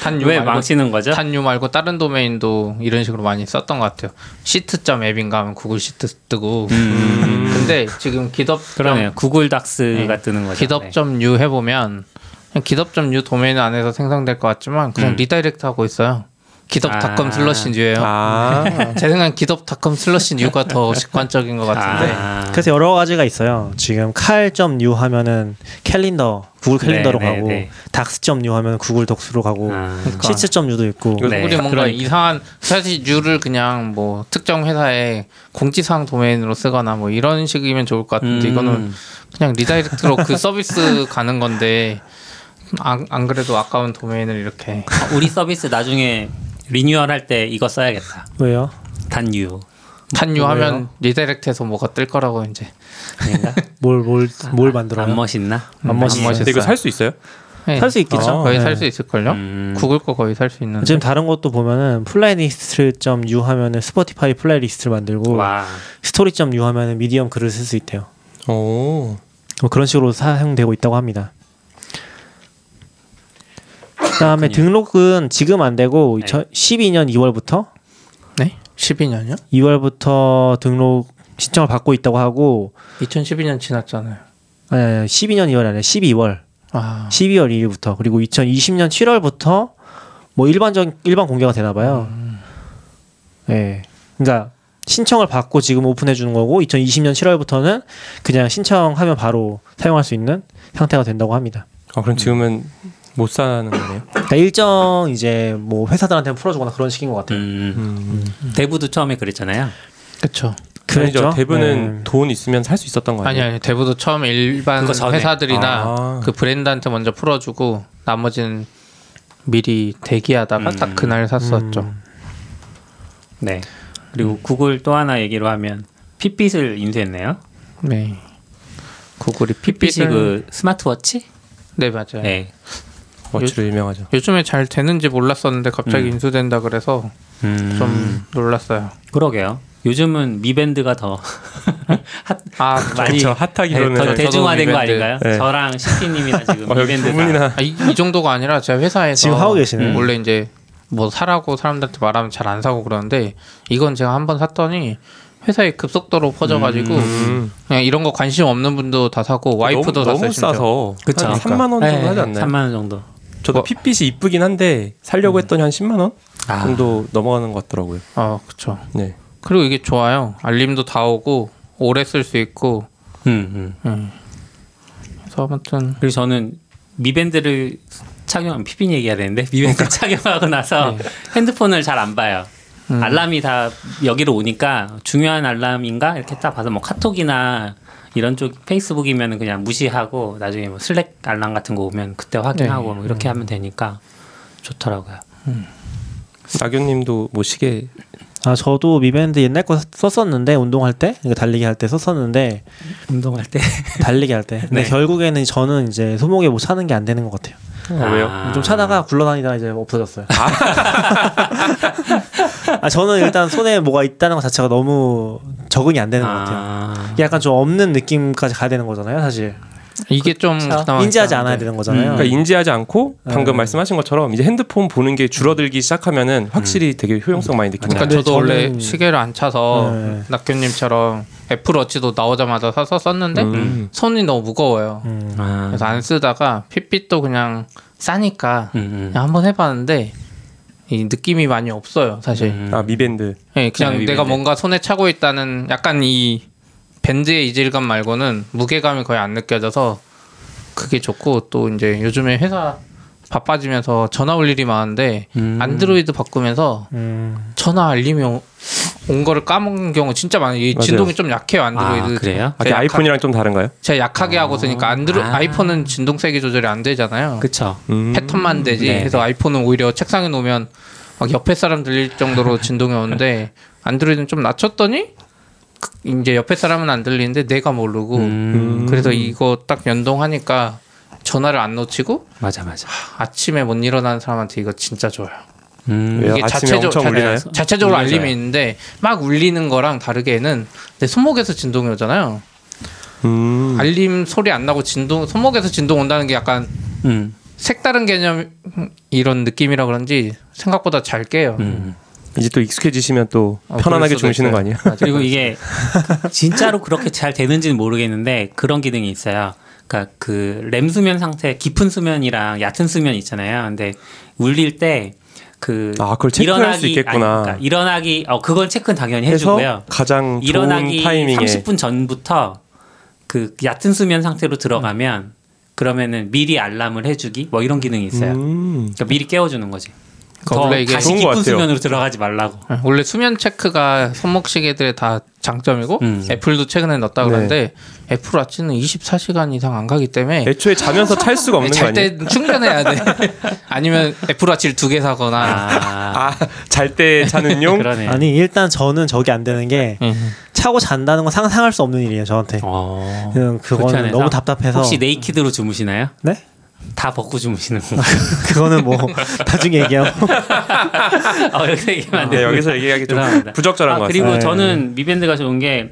Speaker 5: 탄유
Speaker 2: 왜
Speaker 5: 말고-
Speaker 2: 망치는 거죠?
Speaker 5: 탄유 말고 다른 도메인도 이런 식으로 많이 썼던 것 같아요. 시트.앱인가 하면 구글 시트 뜨고. 근데 지금 기덥
Speaker 2: 음. 그러네요. 구글 닥스가 뜨는 거죠. 네.
Speaker 5: 기덥.u 해보면 그냥 기덥.u 도메인 안에서 생성될 것 같지만 그냥
Speaker 2: 음.
Speaker 5: 리다이렉트 하고 있어요. 기덥.com
Speaker 2: 아.
Speaker 5: 슬러시 뉴예요.
Speaker 4: 아,
Speaker 5: 어, 제 생각엔 기덥.com 슬러시 뉴가 더 직관적인 것 같은데
Speaker 2: 아,
Speaker 3: 네. 그래서 여러 가지가 있어요. 지금 칼.new 하면은 캘린더 구글 캘린더로
Speaker 2: 네, 네,
Speaker 3: 가고
Speaker 2: 네.
Speaker 3: 닥스.new 하면 구글 덕수로 가고
Speaker 2: 아.
Speaker 3: 시츠.new도 있고
Speaker 4: 이거
Speaker 2: 네,
Speaker 5: 우리 뭔가
Speaker 2: 그러니까.
Speaker 5: 이상한 사실 유를 그냥 뭐 특정 회사의 공지사항 도메인으로 쓰거나 뭐 이런 식이면 좋을 것 같은데
Speaker 2: 음.
Speaker 5: 이거는 그냥 리다이렉트로 그 서비스 가는 건데 안, 안 그래도 아까운 도메인을 이렇게
Speaker 2: 아, 우리 서비스 나중에 리뉴얼 할 때 이거 써야겠다.
Speaker 3: 왜요?
Speaker 2: 단유.
Speaker 5: 탄유하면 리다이렉트에서 뭐가 뜰 거라고 이제
Speaker 3: 뭘 뭘 뭘 만들어요? 음.
Speaker 2: 안 멋있나?
Speaker 3: 안 멋있어요.
Speaker 4: 근데 이거 살 수 있어요?
Speaker 3: 살수 있겠죠?
Speaker 5: 거의
Speaker 3: 네.
Speaker 5: 살 수 있을걸요
Speaker 2: 음.
Speaker 5: 구글 거 거의 살 수 있는
Speaker 3: 음. 지금 다른 것도 보면은 플레이리스트.u 하면은 스포티파이 플레이리스트를 만들고
Speaker 2: 와.
Speaker 3: 스토리.u 하면은 미디엄 글을 쓸 수 있대요.
Speaker 4: 오,
Speaker 3: 뭐 그런 식으로 사용되고 있다고 합니다. 그다음에 등록은 지금 안 되고
Speaker 2: 네.
Speaker 3: 12년 2월부터
Speaker 5: 네 12년이요
Speaker 3: 2월부터 등록 신청을 받고 있다고 하고
Speaker 5: 2012년 지났잖아요
Speaker 3: 아니, 아니 12년 2월이 아니라 12월
Speaker 5: 아
Speaker 3: 12월 2일부터 그리고 2020년 7월부터 뭐 일반적 일반 공개가 되나 봐요. 예. 그러니까 신청을 받고 지금 오픈해 주는 거고 2020년 7월부터는 그냥 신청하면 바로 사용할 수 있는 상태가 된다고 합니다.
Speaker 4: 아, 그럼 지금은 못 사는 거네요.
Speaker 3: 그러니까 일정 이제 뭐 회사들한테 풀어주거나 그런 식인 것 같아요.
Speaker 2: 음.
Speaker 4: 음.
Speaker 2: 대부도 처음에 그랬잖아요.
Speaker 5: 그쵸
Speaker 4: 아니죠. 대부는
Speaker 3: 네.
Speaker 4: 돈 있으면 살 수 있었던 거
Speaker 5: 아니
Speaker 4: 아니에요?
Speaker 5: 아니 대부도 처음 일반
Speaker 2: 그거 전에.
Speaker 5: 회사들이나
Speaker 4: 아.
Speaker 5: 그 브랜드한테 먼저 풀어주고 나머지는 미리 대기하다가
Speaker 2: 음.
Speaker 5: 딱 그날 샀었죠.
Speaker 2: 네. 그리고
Speaker 4: 음.
Speaker 2: 구글 또 하나 얘기로 하면 핏빛을 인수했네요.
Speaker 5: 네. 구글이
Speaker 2: 핏빛이
Speaker 5: 핏빛을
Speaker 2: 그 스마트워치?
Speaker 5: 네 맞아요.
Speaker 2: 네.
Speaker 4: 워치로 유명하죠.
Speaker 5: 요즘에 잘 되는지 몰랐었는데 갑자기
Speaker 2: 음.
Speaker 5: 인수된다 그래서
Speaker 2: 음.
Speaker 5: 좀 놀랐어요.
Speaker 2: 그러게요. 요즘은 미밴드가 더 핫,
Speaker 5: 아
Speaker 2: 많이
Speaker 4: 그쵸, 핫하기로는.
Speaker 2: 더
Speaker 4: 저도
Speaker 2: 대중화된 거
Speaker 5: 미밴드.
Speaker 2: 아닌가요?
Speaker 4: 네.
Speaker 2: 저랑 시티님이나 지금
Speaker 4: 어, 여기
Speaker 2: 미밴드
Speaker 4: 두
Speaker 2: 다
Speaker 4: 분이나
Speaker 5: 아, 이, 이 정도가 아니라 제가 회사에서
Speaker 3: 지금 하고 계시네.
Speaker 5: 음, 원래 이제 뭐 사라고 사람들한테 말하면 잘 안 사고 그러는데 이건 제가 한 번 샀더니 회사에 급속도로 퍼져가지고
Speaker 4: 음.
Speaker 5: 그냥 이런 거 관심 없는 분도 다 사고 와이프도
Speaker 4: 너무,
Speaker 5: 다
Speaker 4: 너무
Speaker 5: 사시죠.
Speaker 4: 싸서
Speaker 2: 그쵸.
Speaker 4: 한 3만 원 정도
Speaker 2: 네,
Speaker 4: 하지 않나요?
Speaker 2: 3만 원 정도.
Speaker 4: 저도
Speaker 5: 뭐-
Speaker 4: 핏빛이 이쁘긴 한데 살려고 했더니 한 10만 원
Speaker 2: 어. 음. 아.
Speaker 4: 정도 넘어가는 것 같더라고요.
Speaker 5: 어, 그렇죠.
Speaker 4: 네.
Speaker 5: 그리고 이게 좋아요. 알림도 다 오고 오래 쓸 수 있고.
Speaker 2: 음, 음.
Speaker 5: 그래서 아무튼
Speaker 2: 그리고 저는 미밴드를 착용 피빈 얘기해야 되는데 미밴드 착용하고 나서 핸드폰을 잘 안 봐요. 알람이 다 여기로 오니까 중요한 알람인가 이렇게 딱 봐서 뭐 카톡이나 이런 쪽 페이스북이면 그냥 무시하고 나중에 뭐 슬랙 알람 같은 거 오면 그때 확인하고 뭐 이렇게 하면 되니까 좋더라고요.
Speaker 4: 사교님도 뭐 시계
Speaker 3: 아 저도 미밴드 옛날 거 썼었는데 운동할 때, 그러니까 달리기 할 때 썼었는데
Speaker 2: 운동할 때
Speaker 3: 달리기 할 때.
Speaker 4: 네.
Speaker 3: 근데 결국에는 저는 이제 소목에 뭐 차는 게 안 되는 것 같아요.
Speaker 4: 왜요?
Speaker 3: 좀 차다가 굴러다니다가 이제 없어졌어요. 아 저는 일단 손에 뭐가 있다는 것 자체가 너무 적응이 안 되는 것 같아요.
Speaker 2: 아,
Speaker 3: 약간 좀 없는 느낌까지 가야 되는 거잖아요, 사실.
Speaker 5: 이게 좀 그나마
Speaker 3: 인지하지
Speaker 5: 있었는데.
Speaker 3: 않아야 되는 거잖아요.
Speaker 4: 그러니까 인지하지 않고
Speaker 2: 아.
Speaker 4: 방금 말씀하신 것처럼 이제 핸드폰 보는 게 줄어들기 시작하면은
Speaker 2: 음.
Speaker 4: 확실히 되게 효용성 많이 느끼는 것
Speaker 5: 그러니까
Speaker 4: 같아요.
Speaker 5: 저도
Speaker 3: 근데 저는-
Speaker 5: 원래 시계를 안 차서
Speaker 3: 네.
Speaker 5: 낙교님처럼 애플워치도 나오자마자 사서 썼는데
Speaker 4: 음.
Speaker 5: 손이 너무 무거워요.
Speaker 2: 아,
Speaker 5: 그래서 안 쓰다가 핏빛도 그냥 싸니까
Speaker 2: 음, 음.
Speaker 5: 그냥 한번 해봤는데 이 느낌이 많이 없어요
Speaker 2: 음.
Speaker 5: 사실.
Speaker 4: 아 미밴드
Speaker 5: 예, 그냥
Speaker 2: 네,
Speaker 5: 내가
Speaker 2: 미밴드.
Speaker 5: 뭔가 손에 차고 있다는 약간 이 밴드의 이질감 말고는 무게감이 거의 안 느껴져서 그게 좋고 또 이제 요즘에 회사
Speaker 2: 음.
Speaker 5: 바빠지면서 전화 올 일이 많은데 안드로이드 바꾸면서
Speaker 3: 음,
Speaker 5: 전화 알림이 오- 온 거를 까먹는 경우 진짜 많아요. 이
Speaker 4: 맞아요.
Speaker 5: 진동이 좀 약해요 안드로이드.
Speaker 2: 아, 그래요?
Speaker 4: 아, 그
Speaker 5: 제가 약하-
Speaker 4: 아이폰이랑 좀 다른가요?
Speaker 5: 제가 약하게 하고 쓰니까 안드로
Speaker 2: 아.
Speaker 5: 아이폰은 진동 세기 조절이 안 되잖아요.
Speaker 2: 그쵸.
Speaker 4: 음.
Speaker 5: 패턴만 되지.
Speaker 2: 네.
Speaker 5: 그래서 아이폰은 오히려 책상에 놓으면 막 옆에 사람 들릴 정도로 진동이 오는데 안드로이드는 좀 낮췄더니 그- 이제 옆에 사람은 안 들리는데 내가 모르고
Speaker 2: 음,
Speaker 5: 그래서 이거 딱 연동하니까 전화를 안 놓치고
Speaker 2: 맞아 맞아.
Speaker 5: 아침에 못 일어나는 사람한테 이거 진짜 좋아요.
Speaker 2: 음,
Speaker 4: 왜요? 아침에 엄청 울리나요?
Speaker 5: 자체적으로
Speaker 2: 울려져요.
Speaker 5: 알림이 있는데 막 울리는 거랑 다르게는 내 손목에서 진동이 오잖아요.
Speaker 4: 음.
Speaker 5: 알림 소리 안 나고 진동 손목에서 진동 온다는 게 약간
Speaker 2: 음,
Speaker 5: 색다른 개념 이런 느낌이라 그런지 생각보다 잘 깨요.
Speaker 2: 음.
Speaker 4: 이제 또 익숙해지시면 또
Speaker 5: 어,
Speaker 4: 편안하게
Speaker 5: 그럴 수도
Speaker 4: 주무시는
Speaker 5: 있어요.
Speaker 4: 거 아니에요?
Speaker 2: 그리고 이게 진짜로 그렇게 잘 되는지는 모르겠는데 그런 기능이 있어요. 그러니까 그 렘 수면 상태, 깊은 수면이랑 얕은 수면 있잖아요. 근데 울릴 때 그
Speaker 4: 아, 그걸 체크할 수 있겠구나.
Speaker 2: 아니, 그러니까 일어나기 어 그건 체크는 당연히
Speaker 4: 해서
Speaker 2: 해주고요.
Speaker 4: 가장 좋은
Speaker 2: 일어나기
Speaker 4: 타이밍에
Speaker 2: 30분 전부터 그 얕은 수면 상태로 들어가면 그러면은 미리 알람을 해주기 뭐 이런 기능이 있어요.
Speaker 4: 음.
Speaker 2: 그러니까 미리 깨워주는 거지. 더
Speaker 5: 원래 이게
Speaker 2: 다시
Speaker 4: 좋은 것
Speaker 2: 깊은
Speaker 4: 같아요.
Speaker 2: 수면으로 들어가지 말라고.
Speaker 5: 예, 원래 수면 체크가 손목 시계들의 다 장점이고
Speaker 2: 음.
Speaker 5: 애플도 최근에 넣었다
Speaker 4: 네.
Speaker 5: 그러는데 애플 아치는 24시간 이상 안 가기 때문에
Speaker 4: 애초에 자면서 찰 수가 없는 거
Speaker 5: 잘
Speaker 4: 아니에요?
Speaker 5: 때 충전해야 돼. 아니면 애플 아치를 두 개 사거나
Speaker 2: 아,
Speaker 4: 아, 잘 때 자는 용?
Speaker 2: 그러네.
Speaker 3: 아니 일단 저는 저게 안 되는 게
Speaker 5: 음.
Speaker 3: 차고 잔다는 건 상상할 수 없는 일이에요 저한테.
Speaker 2: 어.
Speaker 3: 그냥 그거는
Speaker 2: 불편해서?
Speaker 3: 너무 답답해서.
Speaker 2: 혹시 네이키드로 주무시나요?
Speaker 3: 네?
Speaker 2: 다 벗고 주무시는 거.
Speaker 3: 그거는 뭐 나중에 얘기하고.
Speaker 2: 어, 여기서 얘기하면 안
Speaker 4: 네,
Speaker 2: 돼요.
Speaker 4: 여기서 얘기하기 좀
Speaker 2: 죄송합니다.
Speaker 4: 부적절한
Speaker 2: 아,
Speaker 4: 것 같아요.
Speaker 2: 그리고
Speaker 3: 네.
Speaker 2: 저는 미밴드가 좋은 게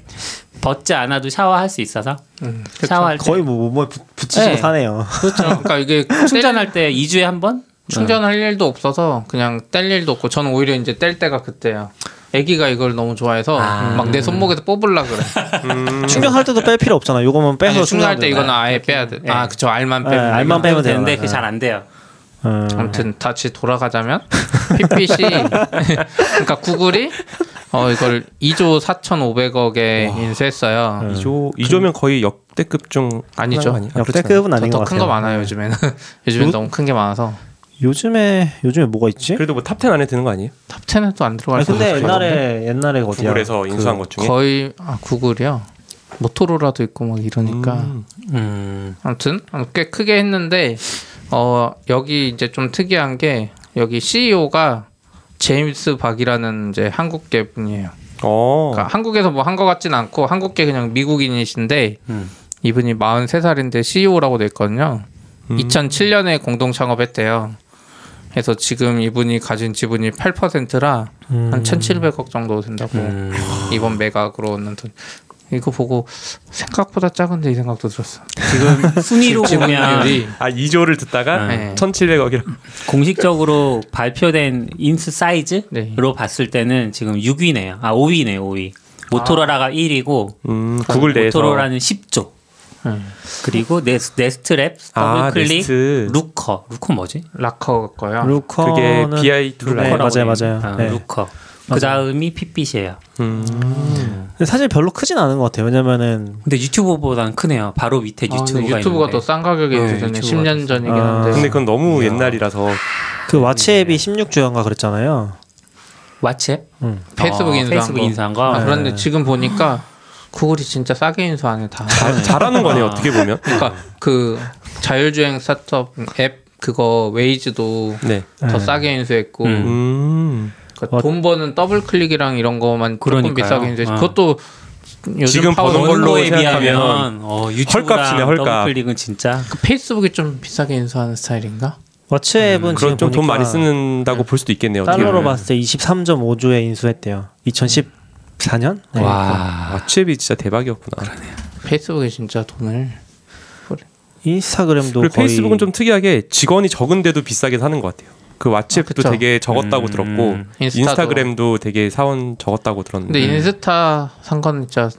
Speaker 2: 벗지 않아도 샤워할 수 있어서 샤워할 때
Speaker 3: 거의 뭐 몸에 부- 붙이시고
Speaker 2: 네.
Speaker 3: 사네요.
Speaker 5: 그러니까 이게
Speaker 2: 충전할 때 2주에 한 번?
Speaker 5: 충전할 일도 없어서 그냥 뗄 일도 없고 저는 오히려 이제 뗄 때가 그때야. 아기가 이걸 너무 좋아해서
Speaker 2: 아.
Speaker 5: 막 내 손목에서 뽑으려 그래.
Speaker 3: 충전할 때도 뺄 필요 없잖아. 요거만 빼서
Speaker 5: 아니, 충전할 때
Speaker 3: 충전하면
Speaker 5: 이거는 아예 빼야 돼. 아 그쵸 알만
Speaker 3: 네,
Speaker 5: 빼면 되나?
Speaker 3: 알만 빼면 돼요.
Speaker 2: 되는데 그게 잘 안 돼요.
Speaker 3: 음.
Speaker 5: 아무튼 다시 돌아가자면 PPC 그러니까 구글이 어 이걸 2조 4,500억에 인수했어요.
Speaker 4: 아, 이조이조면 거의 역대급 중
Speaker 5: 음. 아니죠.
Speaker 4: 하나가 아니- 아, 그렇잖아요.
Speaker 3: 역대급은 아닌 것
Speaker 5: 더
Speaker 3: 같아요. 네.
Speaker 5: 큰거 많아요 요즘에는 요즘엔
Speaker 3: 요-
Speaker 5: 너무 큰 게 많아서
Speaker 3: 요즘에 요즘에 뭐가 있지?
Speaker 4: 그래도 뭐 탑 10 안에 드는 거 아니에요?
Speaker 5: 탑10에 또안 들어갈
Speaker 3: 아니,
Speaker 5: 것
Speaker 3: 근데
Speaker 5: 같아요.
Speaker 4: 네.
Speaker 3: 옛날에 옛날에 어디야?
Speaker 4: 구글에서
Speaker 3: 그-
Speaker 4: 인수한 것 중에
Speaker 5: 거의 아 구글이요 모토로라도 있고 막 이러니까
Speaker 4: 음.
Speaker 2: 음.
Speaker 5: 아무튼 꽤 크게 했는데 어 여기 이제 좀 특이한 게 여기 CEO가 제임스 박이라는 이제 한국계 분이에요.
Speaker 4: 어.
Speaker 5: 그러니까 한국에서 뭐 한 것 같진 않고 한국계 그냥 미국인이신데
Speaker 2: 음.
Speaker 5: 이분이 43살인데 CEO라고 돼 있거든요.
Speaker 2: 음.
Speaker 5: 2007년에 공동 창업했대요. 그래서 지금 이분이 가진 지분이 8%라
Speaker 2: 음.
Speaker 5: 한 1,700억 정도 된다고 이번 매각으로 얻는 돈. 이거 보고 생각보다 작은데 이 생각도 들었어.
Speaker 2: 지금 순위로 보면
Speaker 5: 지분율이
Speaker 4: 아 2조를 듣다가
Speaker 5: 네.
Speaker 4: 1,700억이라고.
Speaker 2: 공식적으로 발표된 인스 사이즈로
Speaker 5: 네.
Speaker 2: 봤을 때는 지금 6위네요. 아 5위네요. 5위. 모토로라가 1위고
Speaker 4: 음, 구글 내에서
Speaker 2: 아, 모토로라는 10조. 예.
Speaker 5: 음.
Speaker 2: 그리고 네스, 네스트랩,
Speaker 4: 아,
Speaker 2: 더블클릭,
Speaker 4: 네스트.
Speaker 2: 루커. 루커 뭐지?
Speaker 5: 락커 거요.
Speaker 4: 그게
Speaker 3: 루커는
Speaker 4: BI 툴
Speaker 3: 네,
Speaker 4: 라인.
Speaker 3: 맞아요,
Speaker 2: 루커라고 해요.
Speaker 3: 맞아요.
Speaker 2: 아,
Speaker 3: 네.
Speaker 2: 루커. 그 다음이 핏빛이에요.
Speaker 3: 근데 사실 별로 크진 않은 것 같아요. 왜냐면은
Speaker 2: 근데 유튜브보다는 크네요. 바로 밑에
Speaker 5: 아, 근데
Speaker 2: 유튜브가
Speaker 5: 유튜브가
Speaker 2: 있는데.
Speaker 5: 더 싼 가격에
Speaker 2: 네,
Speaker 5: 되네.
Speaker 2: 유튜브가
Speaker 5: 10년 전이긴
Speaker 3: 아.
Speaker 5: 한데.
Speaker 4: 근데 그건 너무 옛날이라서 음.
Speaker 3: 그 와치
Speaker 4: 네.
Speaker 3: 앱이 16주였가 그랬잖아요.
Speaker 2: 왓츠앱? 어,
Speaker 3: 음.
Speaker 5: 페이스북 인수한
Speaker 2: 아, 페이스북
Speaker 5: 거.
Speaker 2: 인수한 거.
Speaker 5: 아, 그런데 지금 보니까 구글이 진짜 싸게 인수하네 다.
Speaker 4: 자- 잘하는 거네요. 어떻게 보면.
Speaker 5: 그러니까 그 자율주행 스타트업 앱 그거 웨이즈도
Speaker 4: 네.
Speaker 5: 더 싸게 인수했고
Speaker 2: 음.
Speaker 4: 음.
Speaker 5: 그러니까 돈 버는 더블 클릭이랑 이런 거만 조금
Speaker 2: 그러니까요.
Speaker 5: 비싸게 인수했고
Speaker 2: 아.
Speaker 5: 그것도 요즘
Speaker 4: 지금
Speaker 5: 파워
Speaker 4: 버는
Speaker 5: 넘버로
Speaker 4: 걸로
Speaker 2: 원로에
Speaker 4: 생각하면
Speaker 2: 비하면 어,
Speaker 4: 헐값이네,
Speaker 2: 유튜브랑
Speaker 4: 헐값.
Speaker 2: 더블클릭은 진짜
Speaker 5: 그 페이스북이 좀 비싸게 인수하는 스타일인가?
Speaker 3: 와치 앱은 지금
Speaker 4: 음, 그런 좀 돈
Speaker 3: 보니까
Speaker 4: 많이 쓰는다고 볼 수도 있겠네요. 어떻게
Speaker 3: 달러로
Speaker 4: 보면.
Speaker 3: 봤을 때 23.5조에 인수했대요. 2014년? 네.
Speaker 2: 와
Speaker 4: 아치앱이 진짜 대박이었구나.
Speaker 5: 페이스북이 진짜 돈을
Speaker 3: 인스타그램도
Speaker 4: 그리고
Speaker 3: 거의
Speaker 4: 페이스북은 좀 특이하게 직원이 적은데도 비싸게 사는 것 같아요. 그 왓츠앱도
Speaker 5: 그쵸.
Speaker 4: 되게 적었다고
Speaker 2: 음.
Speaker 4: 들었고
Speaker 5: 인스타도.
Speaker 4: 인스타그램도 되게 사원 적었다고 들었는데
Speaker 5: 근데 인스타 산 건 진짜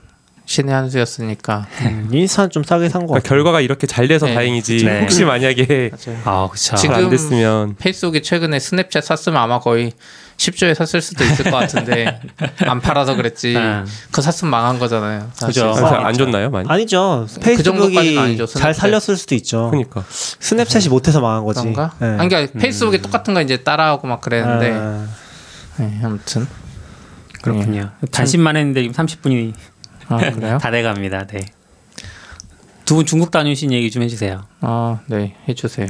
Speaker 5: 신의 한 수였으니까
Speaker 3: 음, 인스타는 좀 싸게 산 것
Speaker 4: 그러니까
Speaker 3: 같아요.
Speaker 4: 결과가 이렇게 잘 돼서
Speaker 5: 네.
Speaker 4: 다행이지
Speaker 2: 네.
Speaker 4: 혹시 만약에
Speaker 5: 맞아요.
Speaker 2: 아, 그쵸.
Speaker 5: 지금-
Speaker 4: 잘 안 됐으면
Speaker 5: 페이스북이 최근에 스냅챗 샀으면 아마 거의 10조에 샀을 수도 있을 것 같은데 안 팔아서 그랬지
Speaker 2: 네.
Speaker 5: 그거 샀으면 망한 거잖아요 사실.
Speaker 2: 그죠.
Speaker 4: 아,
Speaker 2: 어,
Speaker 4: 잘안 좋나요 많이?
Speaker 3: 아니죠.
Speaker 5: 그 정도까지는
Speaker 3: 페이스북이
Speaker 5: 아니죠, 스냅챗.
Speaker 3: 잘 살렸을 수도 있죠.
Speaker 4: 그러니까
Speaker 3: 스냅챗이 못해서 망한 거지. 아,
Speaker 5: 그런가?
Speaker 2: 네.
Speaker 3: 예.
Speaker 2: 음.
Speaker 5: 아니, 그러니까 페이스북이 똑같은 거 이제 따라하고 막 그랬는데
Speaker 3: 아,
Speaker 5: 네, 아무튼
Speaker 2: 그렇군요. 단신만 했는데 지금 30분이
Speaker 5: 아 그래요?
Speaker 2: 다 돼갑니다. 네. 두 분 중국 다녀오신 얘기 좀 해주세요.
Speaker 5: 아 네 해주세요.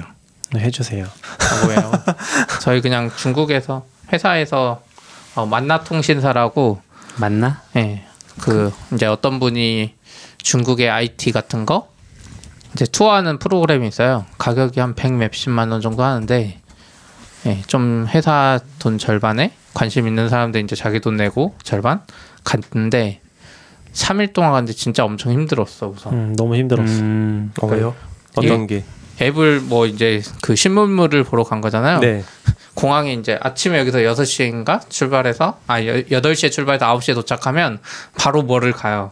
Speaker 3: 네, 해주세요.
Speaker 5: 아, 뭐예요? 저희 그냥 중국에서 회사에서 어, 만나통신사라고
Speaker 2: 맞나?
Speaker 5: 예. 그 이제 어떤 분이 중국의 IT 같은 거 이제 투어하는 프로그램이 있어요. 가격이 한 100몇십만 원 정도 하는데 예, 좀 회사 돈 절반에 관심 있는 사람들 이제 자기 돈 내고 절반 갔는데 3일 동안 갔는데 진짜 엄청 힘들었어 우선.
Speaker 3: 음, 너무 힘들었어.
Speaker 2: 음,
Speaker 4: 어, 왜요? 어떤 게?
Speaker 5: 앱을 뭐 이제 그 신문물을 보러 간 거잖아요.
Speaker 4: 네.
Speaker 5: 공항에 이제 아침에 여기서 6시인가 출발해서 아 여- 8시에 출발해서 9시에 도착하면 바로 뭐를 가요.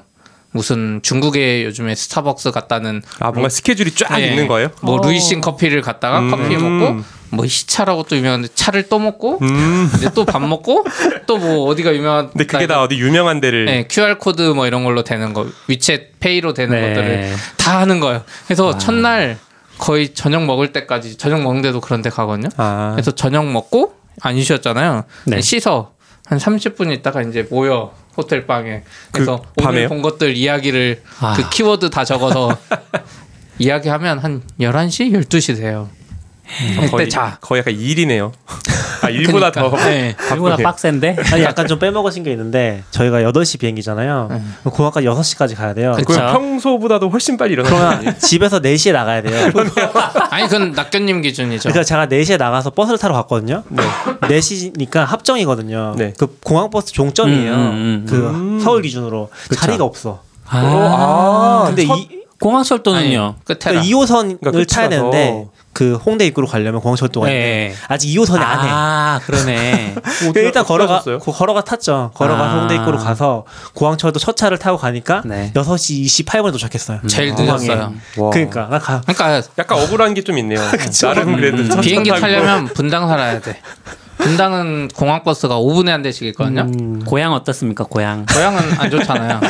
Speaker 5: 무슨 중국에 요즘에 스타벅스 갔다는
Speaker 4: 아 뭔가 스케줄이 쫙
Speaker 5: 예.
Speaker 4: 있는 거예요?
Speaker 5: 뭐
Speaker 2: 어.
Speaker 5: 루이싱 커피를 갔다가
Speaker 4: 음.
Speaker 5: 커피 먹고 뭐 희차라고 또 유명한데 차를 또 먹고
Speaker 4: 음.
Speaker 5: 이제 또 밥 먹고 또 뭐 어디가 유명한
Speaker 4: 근데 그게 다 어디 유명한 데를
Speaker 5: 네, QR 코드 뭐 이런 걸로 되는 거 위챗 페이로 되는
Speaker 2: 네.
Speaker 5: 것들을 다 하는 거예요. 그래서
Speaker 4: 아.
Speaker 5: 첫날 거의 저녁 먹을 때까지 저녁 먹는데도 그런 데 가거든요.
Speaker 4: 아
Speaker 5: 그래서 저녁 먹고 안 쉬었잖아요.
Speaker 2: 네.
Speaker 5: 씻어 한 30분 있다가 이제 모여 호텔 방에. 그래서
Speaker 4: 그 밤에요?
Speaker 5: 오늘 본 것들 이야기를
Speaker 2: 아.
Speaker 5: 그 키워드 다 적어서 이야기하면 한 11시 12시 돼요. 그때
Speaker 4: 음, 거의
Speaker 5: 네, 자.
Speaker 4: 거의 약간 일이네요. 아 일보다 더
Speaker 5: 네.
Speaker 2: 일보다
Speaker 4: 바쁘게.
Speaker 2: 빡센데.
Speaker 3: 아니 약간 좀 빼먹으신 게 있는데 저희가 8시 비행기잖아요. 그럼 공항까지 6시까지 가야 돼요.
Speaker 2: 그-
Speaker 4: 그럼
Speaker 2: 그쵸.
Speaker 4: 평소보다도 훨씬 빨리 일어나요.
Speaker 3: 그러면 집에서 4시에 나가야 돼요.
Speaker 5: 아니 그건 낙견님 기준이죠.
Speaker 3: 그러니까 제가 4시에 나가서 버스를 타러 갔거든요. 4시니까 합정이거든요.
Speaker 4: 네.
Speaker 3: 그 공항 버스 종점이에요.
Speaker 2: 음, 음, 음.
Speaker 3: 그
Speaker 4: 음.
Speaker 3: 서울 기준으로
Speaker 2: 그쵸.
Speaker 3: 자리가 없어.
Speaker 2: 아,
Speaker 4: 아,
Speaker 3: 근데
Speaker 2: 첫-
Speaker 3: 이
Speaker 2: 공항철도는요.
Speaker 5: 끝에라.
Speaker 3: 그러니까 2호선을
Speaker 4: 그러니까
Speaker 3: 타야
Speaker 4: 끝이라서.
Speaker 3: 되는데 그 홍대 입구로 가려면 공항철도가 있는데
Speaker 2: 네.
Speaker 3: 아직 2호선이 안 해.
Speaker 2: 아 그러네.
Speaker 3: 그러니까 일단
Speaker 4: 어떻게
Speaker 3: 걸어가
Speaker 4: 하셨어요?
Speaker 3: 고- 걸어가 탔죠. 걸어가서
Speaker 2: 아.
Speaker 3: 홍대 입구로 가서 공항철도 첫 차를 타고 가니까
Speaker 2: 네.
Speaker 3: 6시 28분에 도착했어요.
Speaker 5: 제일
Speaker 3: 공항에.
Speaker 5: 늦었어요.
Speaker 4: 와.
Speaker 3: 그러니까 나 가.
Speaker 5: 그러니까
Speaker 4: 약간 억울한 게 좀 있네요. 나름 그래도 천천히
Speaker 5: 비행기
Speaker 4: 음. 타고.
Speaker 5: 타려면 분당 살아야 돼. 분당은 공항 버스가 5분에 한 대씩 있거든요.
Speaker 4: 음.
Speaker 2: 음. 고향 어떻습니까? 고향.
Speaker 5: 고향은 안 좋잖아요.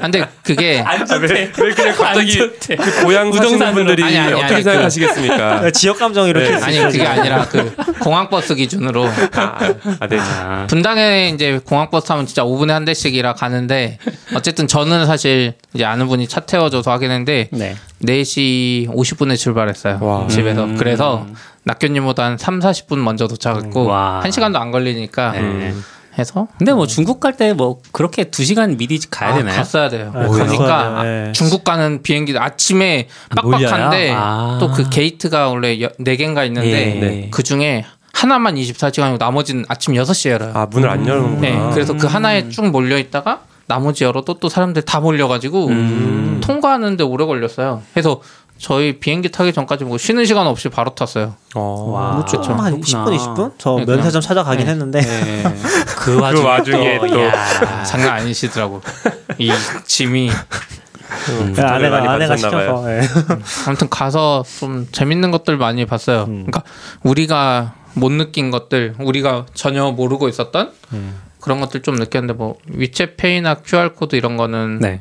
Speaker 5: 근데 그게
Speaker 4: 아, 왜, 왜 그냥 갑자기
Speaker 2: 안 좋대.
Speaker 4: 그 고향 사시는
Speaker 2: 부동산으로.
Speaker 4: 분들이
Speaker 5: 아니, 아니,
Speaker 4: 어떻게
Speaker 5: 아니,
Speaker 4: 생각하시겠습니까?
Speaker 3: 지역 감정이 이렇게
Speaker 4: 네.
Speaker 3: 있을
Speaker 5: 아니
Speaker 3: 수
Speaker 5: 그게
Speaker 3: 있어요.
Speaker 5: 아니라 그 공항 버스 기준으로
Speaker 4: 아, 아, 네.
Speaker 2: 아,
Speaker 5: 분당에 이제 공항 버스 타면 진짜 5분에 한 대씩이라 가는데 어쨌든 저는 사실 이제 아는 분이 차 태워줘서 하긴 했는데
Speaker 2: 네.
Speaker 5: 4시 50분에 출발했어요
Speaker 4: 와.
Speaker 5: 집에서 그래서 낙교님보다 한 3, 40분 먼저 도착했고
Speaker 2: 와.
Speaker 5: 한시간도안 걸리니까
Speaker 2: 네.
Speaker 5: 해서
Speaker 2: 근데 뭐 중국 갈 때 뭐 그렇게 두 시간 미리 가야
Speaker 5: 아,
Speaker 2: 되나요?
Speaker 5: 갔어야 돼요
Speaker 3: 아,
Speaker 5: 그러니까
Speaker 3: 갔어야 돼요. 네.
Speaker 5: 중국 가는 비행기 아침에
Speaker 2: 몰려요?
Speaker 5: 빡빡한데
Speaker 2: 아.
Speaker 5: 또 그 게이트가 원래 4개인가 있는데
Speaker 2: 예.
Speaker 4: 네.
Speaker 5: 그 중에 하나만 24시간이고 나머지는 아침 6시에 열어요
Speaker 4: 아 문을 안 열는구나.
Speaker 5: 네, 그래서 그 하나에 쭉 몰려 있다가 나머지 열어도 또 사람들 다 몰려가지고 통과하는데 오래 걸렸어요. 그래서 저희 비행기 타기 전까지 뭐 쉬는 시간 없이 바로 탔어요.
Speaker 4: 어.
Speaker 2: 와.
Speaker 3: 뭐 조금
Speaker 2: 그렇구나.
Speaker 3: 한 20분 20분 저
Speaker 5: 아, 네, 그냥-
Speaker 3: 면세점 찾아가긴
Speaker 5: 네.
Speaker 3: 했는데
Speaker 2: 네. 그 와중에,
Speaker 4: 와중에
Speaker 2: 또,
Speaker 4: 또.
Speaker 2: 야.
Speaker 5: 장난 아니시더라고. 이 짐이
Speaker 3: 네, 아내가
Speaker 4: 많이
Speaker 3: 아내가
Speaker 4: 받으셨나 봐요.
Speaker 3: 시켜서 예.
Speaker 5: 아무튼 가서 좀 재밌는 것들 많이 봤어요.
Speaker 2: 음.
Speaker 5: 그러니까 우리가 못 느낀 것들, 우리가 전혀 모르고 있었던
Speaker 2: 음.
Speaker 5: 그런 것들 좀 느꼈는데 뭐 위챗페이나 QR 코드 이런 거는
Speaker 2: 네.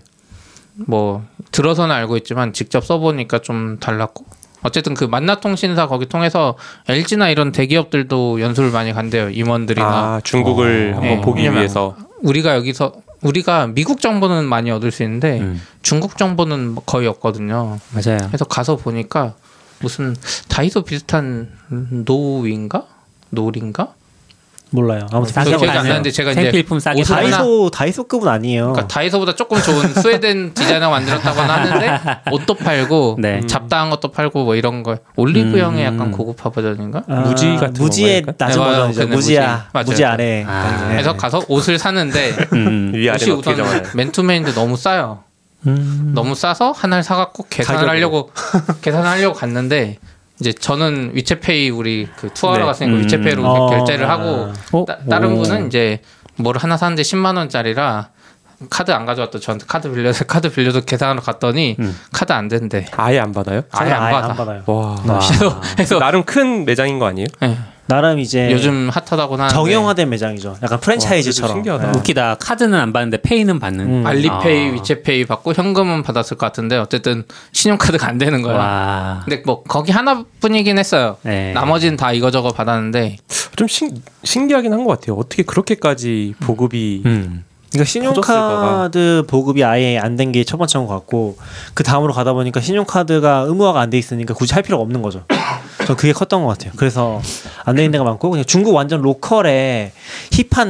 Speaker 5: 뭐 들어서는 알고 있지만 직접 써보니까 좀 달랐고 어쨌든 그 만나통신사 거기 통해서 LG나 이런 대기업들도 연수를 많이 간대요 임원들이나
Speaker 4: 아 중국을
Speaker 2: 어.
Speaker 4: 한번
Speaker 5: 네,
Speaker 4: 보기
Speaker 5: 왜냐면-
Speaker 4: 위해서
Speaker 5: 우리가 여기서 우리가 미국 정보는 많이 얻을 수 있는데
Speaker 2: 음.
Speaker 5: 중국 정보는 거의 없거든요
Speaker 2: 맞아요.
Speaker 5: 그래서 가서 보니까 무슨 다이소 비슷한 노인가 노린가
Speaker 3: 몰라요. 아무튼
Speaker 5: 저
Speaker 2: 싸게
Speaker 5: 기억이 안
Speaker 2: 파네요.
Speaker 5: 나는데 제가 이제
Speaker 2: 생필품 싸게
Speaker 5: 옷을
Speaker 2: 파는
Speaker 5: 하나-
Speaker 3: 다이소 다이소급은 아니에요.
Speaker 5: 그러니까 다이소보다 조금 좋은 스웨덴 디자이너가 만들었다고는 하는데 옷도 팔고
Speaker 2: 네.
Speaker 5: 잡다한 것도 팔고 뭐 이런 거 올리브영의
Speaker 2: 음.
Speaker 5: 약간 고급화 버전인가?
Speaker 3: 아,
Speaker 4: 무지 같은
Speaker 3: 무지의
Speaker 4: 건가요?
Speaker 3: 낮은
Speaker 5: 네, 맞아요.
Speaker 3: 버전이죠.
Speaker 5: 그냥
Speaker 3: 무지야
Speaker 5: 무지.
Speaker 3: 무지,
Speaker 5: 맞아요.
Speaker 3: 아래.
Speaker 2: 아.
Speaker 3: 네.
Speaker 5: 그래서 가서 옷을 사는데
Speaker 2: 음.
Speaker 4: 위
Speaker 5: 옷이
Speaker 4: 아래 어떻게
Speaker 5: 우선
Speaker 4: 정하나요?
Speaker 5: 맨투맨인데 너무 싸요.
Speaker 2: 음.
Speaker 5: 너무 싸서 하나를 사갖고 계산을 하려고
Speaker 3: 가격으로.
Speaker 5: 계산을 하려고 갔는데 이제 저는 위챗페이 우리 그 투어하러
Speaker 4: 네.
Speaker 5: 갔으니까
Speaker 2: 음.
Speaker 5: 위챗페이로
Speaker 3: 어.
Speaker 5: 결제를 하고
Speaker 2: 어?
Speaker 5: 따- 다른
Speaker 2: 오.
Speaker 5: 분은 이제 뭘 하나 사는데 10만 원짜리라 카드 안 가져왔다 저한테 카드 빌려서 카드 빌려서 계산하러 갔더니 카드 안 된대.
Speaker 4: 아예 안 받아요? 네.
Speaker 5: 아예 안 받아.
Speaker 3: 받아요.
Speaker 4: 와.
Speaker 2: 와.
Speaker 5: 그래서
Speaker 4: 나름 큰 매장인 거 아니에요?
Speaker 5: 예.
Speaker 3: 나름 이제
Speaker 5: 요즘 핫하다고 하는데
Speaker 3: 네. 정형화된 매장이죠. 약간 프랜차이즈처럼. 네.
Speaker 4: 그래도 신기하다.
Speaker 2: 웃기다. 카드는 안 받는데 페이는 받는.
Speaker 3: 음.
Speaker 5: 알리페이,
Speaker 2: 아.
Speaker 5: 위챗페이 받고 현금은 받았을 것 같은데 어쨌든 신용카드가 안 되는 거야.
Speaker 2: 와.
Speaker 5: 근데 뭐 거기 하나뿐이긴 했어요.
Speaker 2: 네.
Speaker 5: 나머지는 다 이거저거 받았는데
Speaker 4: 좀 신, 신기하긴 한 것 같아요. 어떻게 그렇게까지 보급이
Speaker 2: 음.
Speaker 3: 그러니까
Speaker 4: 커졌을
Speaker 3: 신용카드 보급이 아예 안 된 게 첫 번째인 것 같고 그 다음으로 가다 보니까 신용카드가 의무화가 안 돼 있으니까 굳이 할 필요가 없는 거죠. 전 그게 컸던 것 같아요. 그래서 안 돼 있는 데가 많고 그냥 중국 완전 로컬의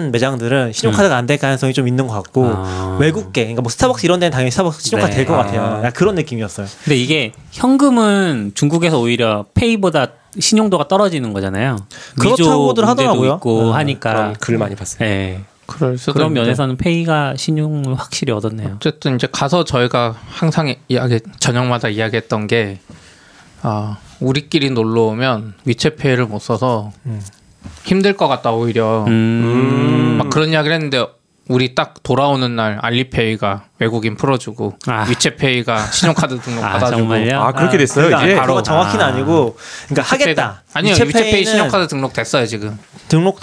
Speaker 3: 힙한 매장들은
Speaker 5: 음.
Speaker 3: 신용카드가 안 될 가능성이 좀 있는 것 같고
Speaker 2: 아.
Speaker 3: 외국계 그러니까 뭐 스타벅스 이런 데는 당연히 스타벅스 신용카드
Speaker 2: 네.
Speaker 3: 될 것
Speaker 4: 아.
Speaker 3: 같아요. 약간 그런 느낌이었어요.
Speaker 2: 근데 이게 현금은 중국에서 오히려 페이보다 신용도가 떨어지는 거잖아요. 미조
Speaker 3: 그렇다고들
Speaker 2: 문제도
Speaker 3: 하더라고요.
Speaker 2: 있고
Speaker 3: 네,
Speaker 2: 하니까.
Speaker 4: 그런 글 많이 봤어요.
Speaker 2: 예.
Speaker 5: 그럴 수도
Speaker 2: 그런
Speaker 5: 있는데.
Speaker 2: 면에서는 페이가 신용을 확실히 얻었네요.
Speaker 5: 어쨌든 이제 가서 저희가 항상 이야기 저녁마다 이야기했던 게 아, 우리끼리 놀러 오면 위챗페이를 못 써서 힘들 것 같다 오히려
Speaker 2: 음.
Speaker 5: 막 그런 이야기를 했는데 우리 딱 돌아오는 날 알리페이가 외국인 풀어주고
Speaker 2: 아.
Speaker 5: 위챗페이가 신용카드 등록
Speaker 2: 아,
Speaker 5: 받아주고
Speaker 2: 정말요?
Speaker 4: 아 그렇게 됐어요
Speaker 3: 그러니까
Speaker 4: 이제.
Speaker 3: 그거 정확히는
Speaker 2: 아.
Speaker 3: 아니고 그러니까 하겠다.
Speaker 5: 아니요 위챗페이는 신용카드 등록 됐어요 지금
Speaker 3: 등록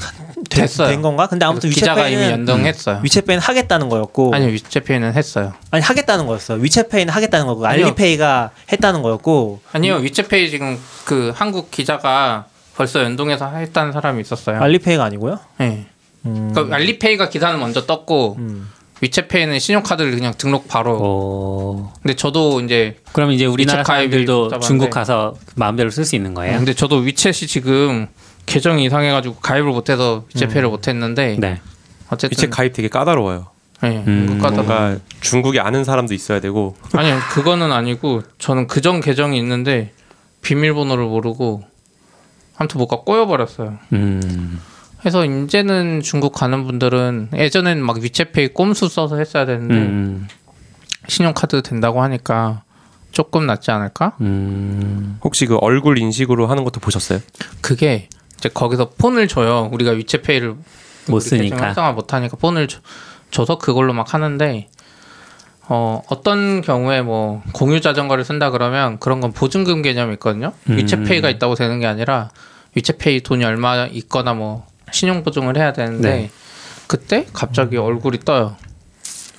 Speaker 3: 된,
Speaker 5: 됐어요.
Speaker 3: 된 건가? 근데 아무튼
Speaker 5: 기자가 이미
Speaker 3: 위챗페이는
Speaker 5: 연동했어요
Speaker 3: 위챗페이는 하겠다는 거였고
Speaker 5: 아니요 위챗페이는 했어요
Speaker 3: 아니 하겠다는 거였어. 위챗페이는 하겠다는 거고
Speaker 5: 아니요.
Speaker 3: 알리페이가 했다는 거였고
Speaker 5: 아니요 위챗페이 지금 그 한국 기자가 벌써 연동해서 했다는 사람이 있었어요
Speaker 3: 알리페이가 아니고요.
Speaker 5: 네.
Speaker 3: 음.
Speaker 5: 그러니까 알리페이가 기사는 먼저 떴고
Speaker 3: 음.
Speaker 5: 위챗페이는 신용카드를 그냥 등록 바로.
Speaker 2: 어.
Speaker 5: 근데 저도 그렇죠. 이제
Speaker 2: 그럼 이제 우리나라
Speaker 5: 위챗 가입이
Speaker 2: 사람들도
Speaker 5: 복잡한데.
Speaker 2: 중국 가서 마음대로 쓸 수 있는 아, 거예요.
Speaker 5: 근데 저도 위챗이 지금 계정이 이상해가지고 가입을 못해서 위챗페이를 못했는데
Speaker 2: 네.
Speaker 5: 어쨌든
Speaker 4: 음. 위챗 가입 되게 까다로워요.
Speaker 5: 네,
Speaker 2: 음.
Speaker 5: 못 갔다
Speaker 4: 뭔가 중국에 아는 사람도 있어야 되고
Speaker 5: 놔. 아니요 그거는 아니고 저는 그전 계정이 있는데 비밀번호를 모르고 아무튼 뭐가 꼬여버렸어요.
Speaker 2: 음.
Speaker 5: 그래서 이제는 중국 가는 분들은 예전엔 막 위챗페이 꼼수 써서 했어야 되는데
Speaker 2: 음.
Speaker 5: 신용카드 된다고 하니까 조금 낫지 않을까?
Speaker 2: 음.
Speaker 4: 혹시 그 얼굴 인식으로 하는 것도 보셨어요?
Speaker 5: 그게 이제 거기서 폰을 줘요. 우리가 위챗페이를
Speaker 2: 못
Speaker 5: 우리 계정에
Speaker 2: 쓰니까.
Speaker 5: 활성화 못 하니까 폰을 줘, 줘서 그걸로 막 하는데 어, 어떤 경우에 뭐 공유 자전거를 쓴다 그러면 그런 건 보증금 개념이 있거든요.
Speaker 2: 음.
Speaker 5: 위챗페이가 있다고 되는 게 아니라 위챗페이 돈이 얼마 있거나 뭐 신용 보증을 해야 되는데
Speaker 2: 네.
Speaker 5: 그때 갑자기 얼굴이 떠요.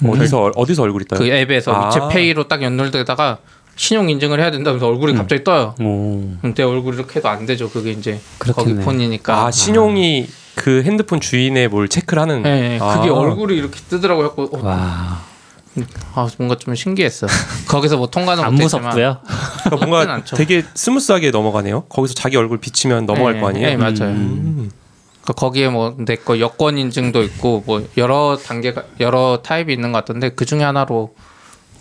Speaker 5: 음.
Speaker 4: 어디서 얼- 어디서 얼굴이 떠요?
Speaker 5: 그 앱에서
Speaker 4: 아.
Speaker 5: 위챗페이로 딱 연결되다가 신용 인증을 해야 된다면서
Speaker 2: 음.
Speaker 5: 얼굴이 갑자기 떠요.
Speaker 2: 오.
Speaker 5: 근데 얼굴 이렇게 해도 안 되죠. 그게 이제
Speaker 2: 그렇겠네.
Speaker 5: 거기 폰이니까.
Speaker 4: 아 신용이 그 핸드폰 주인의 뭘 체크를 하는.
Speaker 5: 예, 예.
Speaker 4: 아.
Speaker 5: 그게 얼굴이 이렇게 뜨더라고요. 갖고 어,
Speaker 2: 와.
Speaker 5: 아, 뭔가 좀 신기했어. 거기서 뭐 통과는
Speaker 2: 안
Speaker 5: 못했지만.
Speaker 2: 무섭고요.
Speaker 4: 그러니까
Speaker 5: 나쁘진
Speaker 4: 뭔가
Speaker 5: 않죠.
Speaker 4: 되게 스무스하게 넘어가네요. 거기서 자기 얼굴 비치면 넘어갈
Speaker 5: 예,
Speaker 4: 거 아니에요?
Speaker 5: 예, 맞아요.
Speaker 4: 음.
Speaker 5: 그 거기에 뭐 내 거 여권 인증도 있고 뭐 여러 단계가 여러 타입이 있는 것 같던데 그 중에 하나로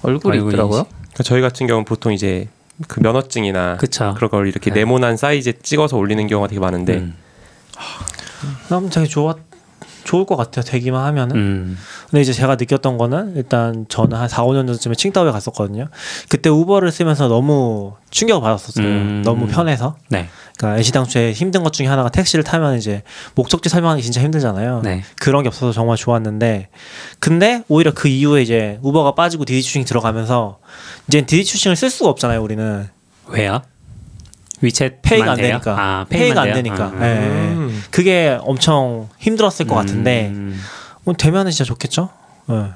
Speaker 5: 얼굴이
Speaker 2: 얼굴이
Speaker 5: 있더라고요.
Speaker 4: 그러니까 저희 같은 경우는 보통 이제 그 면허증이나
Speaker 2: 그쵸.
Speaker 4: 그런 걸 이렇게
Speaker 2: 네.
Speaker 4: 네모난 사이즈에 찍어서 올리는 경우가 되게 많은데
Speaker 3: 네.
Speaker 2: 음.
Speaker 3: 난 되게 좋았 좋을 것 같아요. 되기만 하면은.
Speaker 2: 음.
Speaker 3: 근데 이제 제가 느꼈던 거는 일단 저는 한 4, 5년 전쯤에 칭다오에 갔었거든요. 그때 우버를 쓰면서 너무 충격을 받았었어요.
Speaker 2: 음.
Speaker 3: 너무 편해서.
Speaker 2: 네.
Speaker 3: 그러니까 애시당초에 힘든 것 중에 하나가 택시를 타면 이제 목적지 설명하기 진짜 힘들잖아요.
Speaker 2: 네.
Speaker 3: 그런 게 없어서 정말 좋았는데 근데 오히려 그 이후에 이제 우버가 빠지고 디디 추싱 들어가면서 이제 디디 추싱을 쓸 수가 없잖아요 우리는
Speaker 2: 왜요? 위챗
Speaker 3: 페이가 안 되니까
Speaker 2: 아,
Speaker 3: 페이가
Speaker 2: 페이만
Speaker 3: 안
Speaker 2: 돼요?
Speaker 3: 되니까
Speaker 2: 아,
Speaker 3: 예, 예.
Speaker 4: 음.
Speaker 3: 그게 엄청 힘들었을 것 같은데
Speaker 2: 음.
Speaker 3: 뭐 되면은 진짜 좋겠죠 예.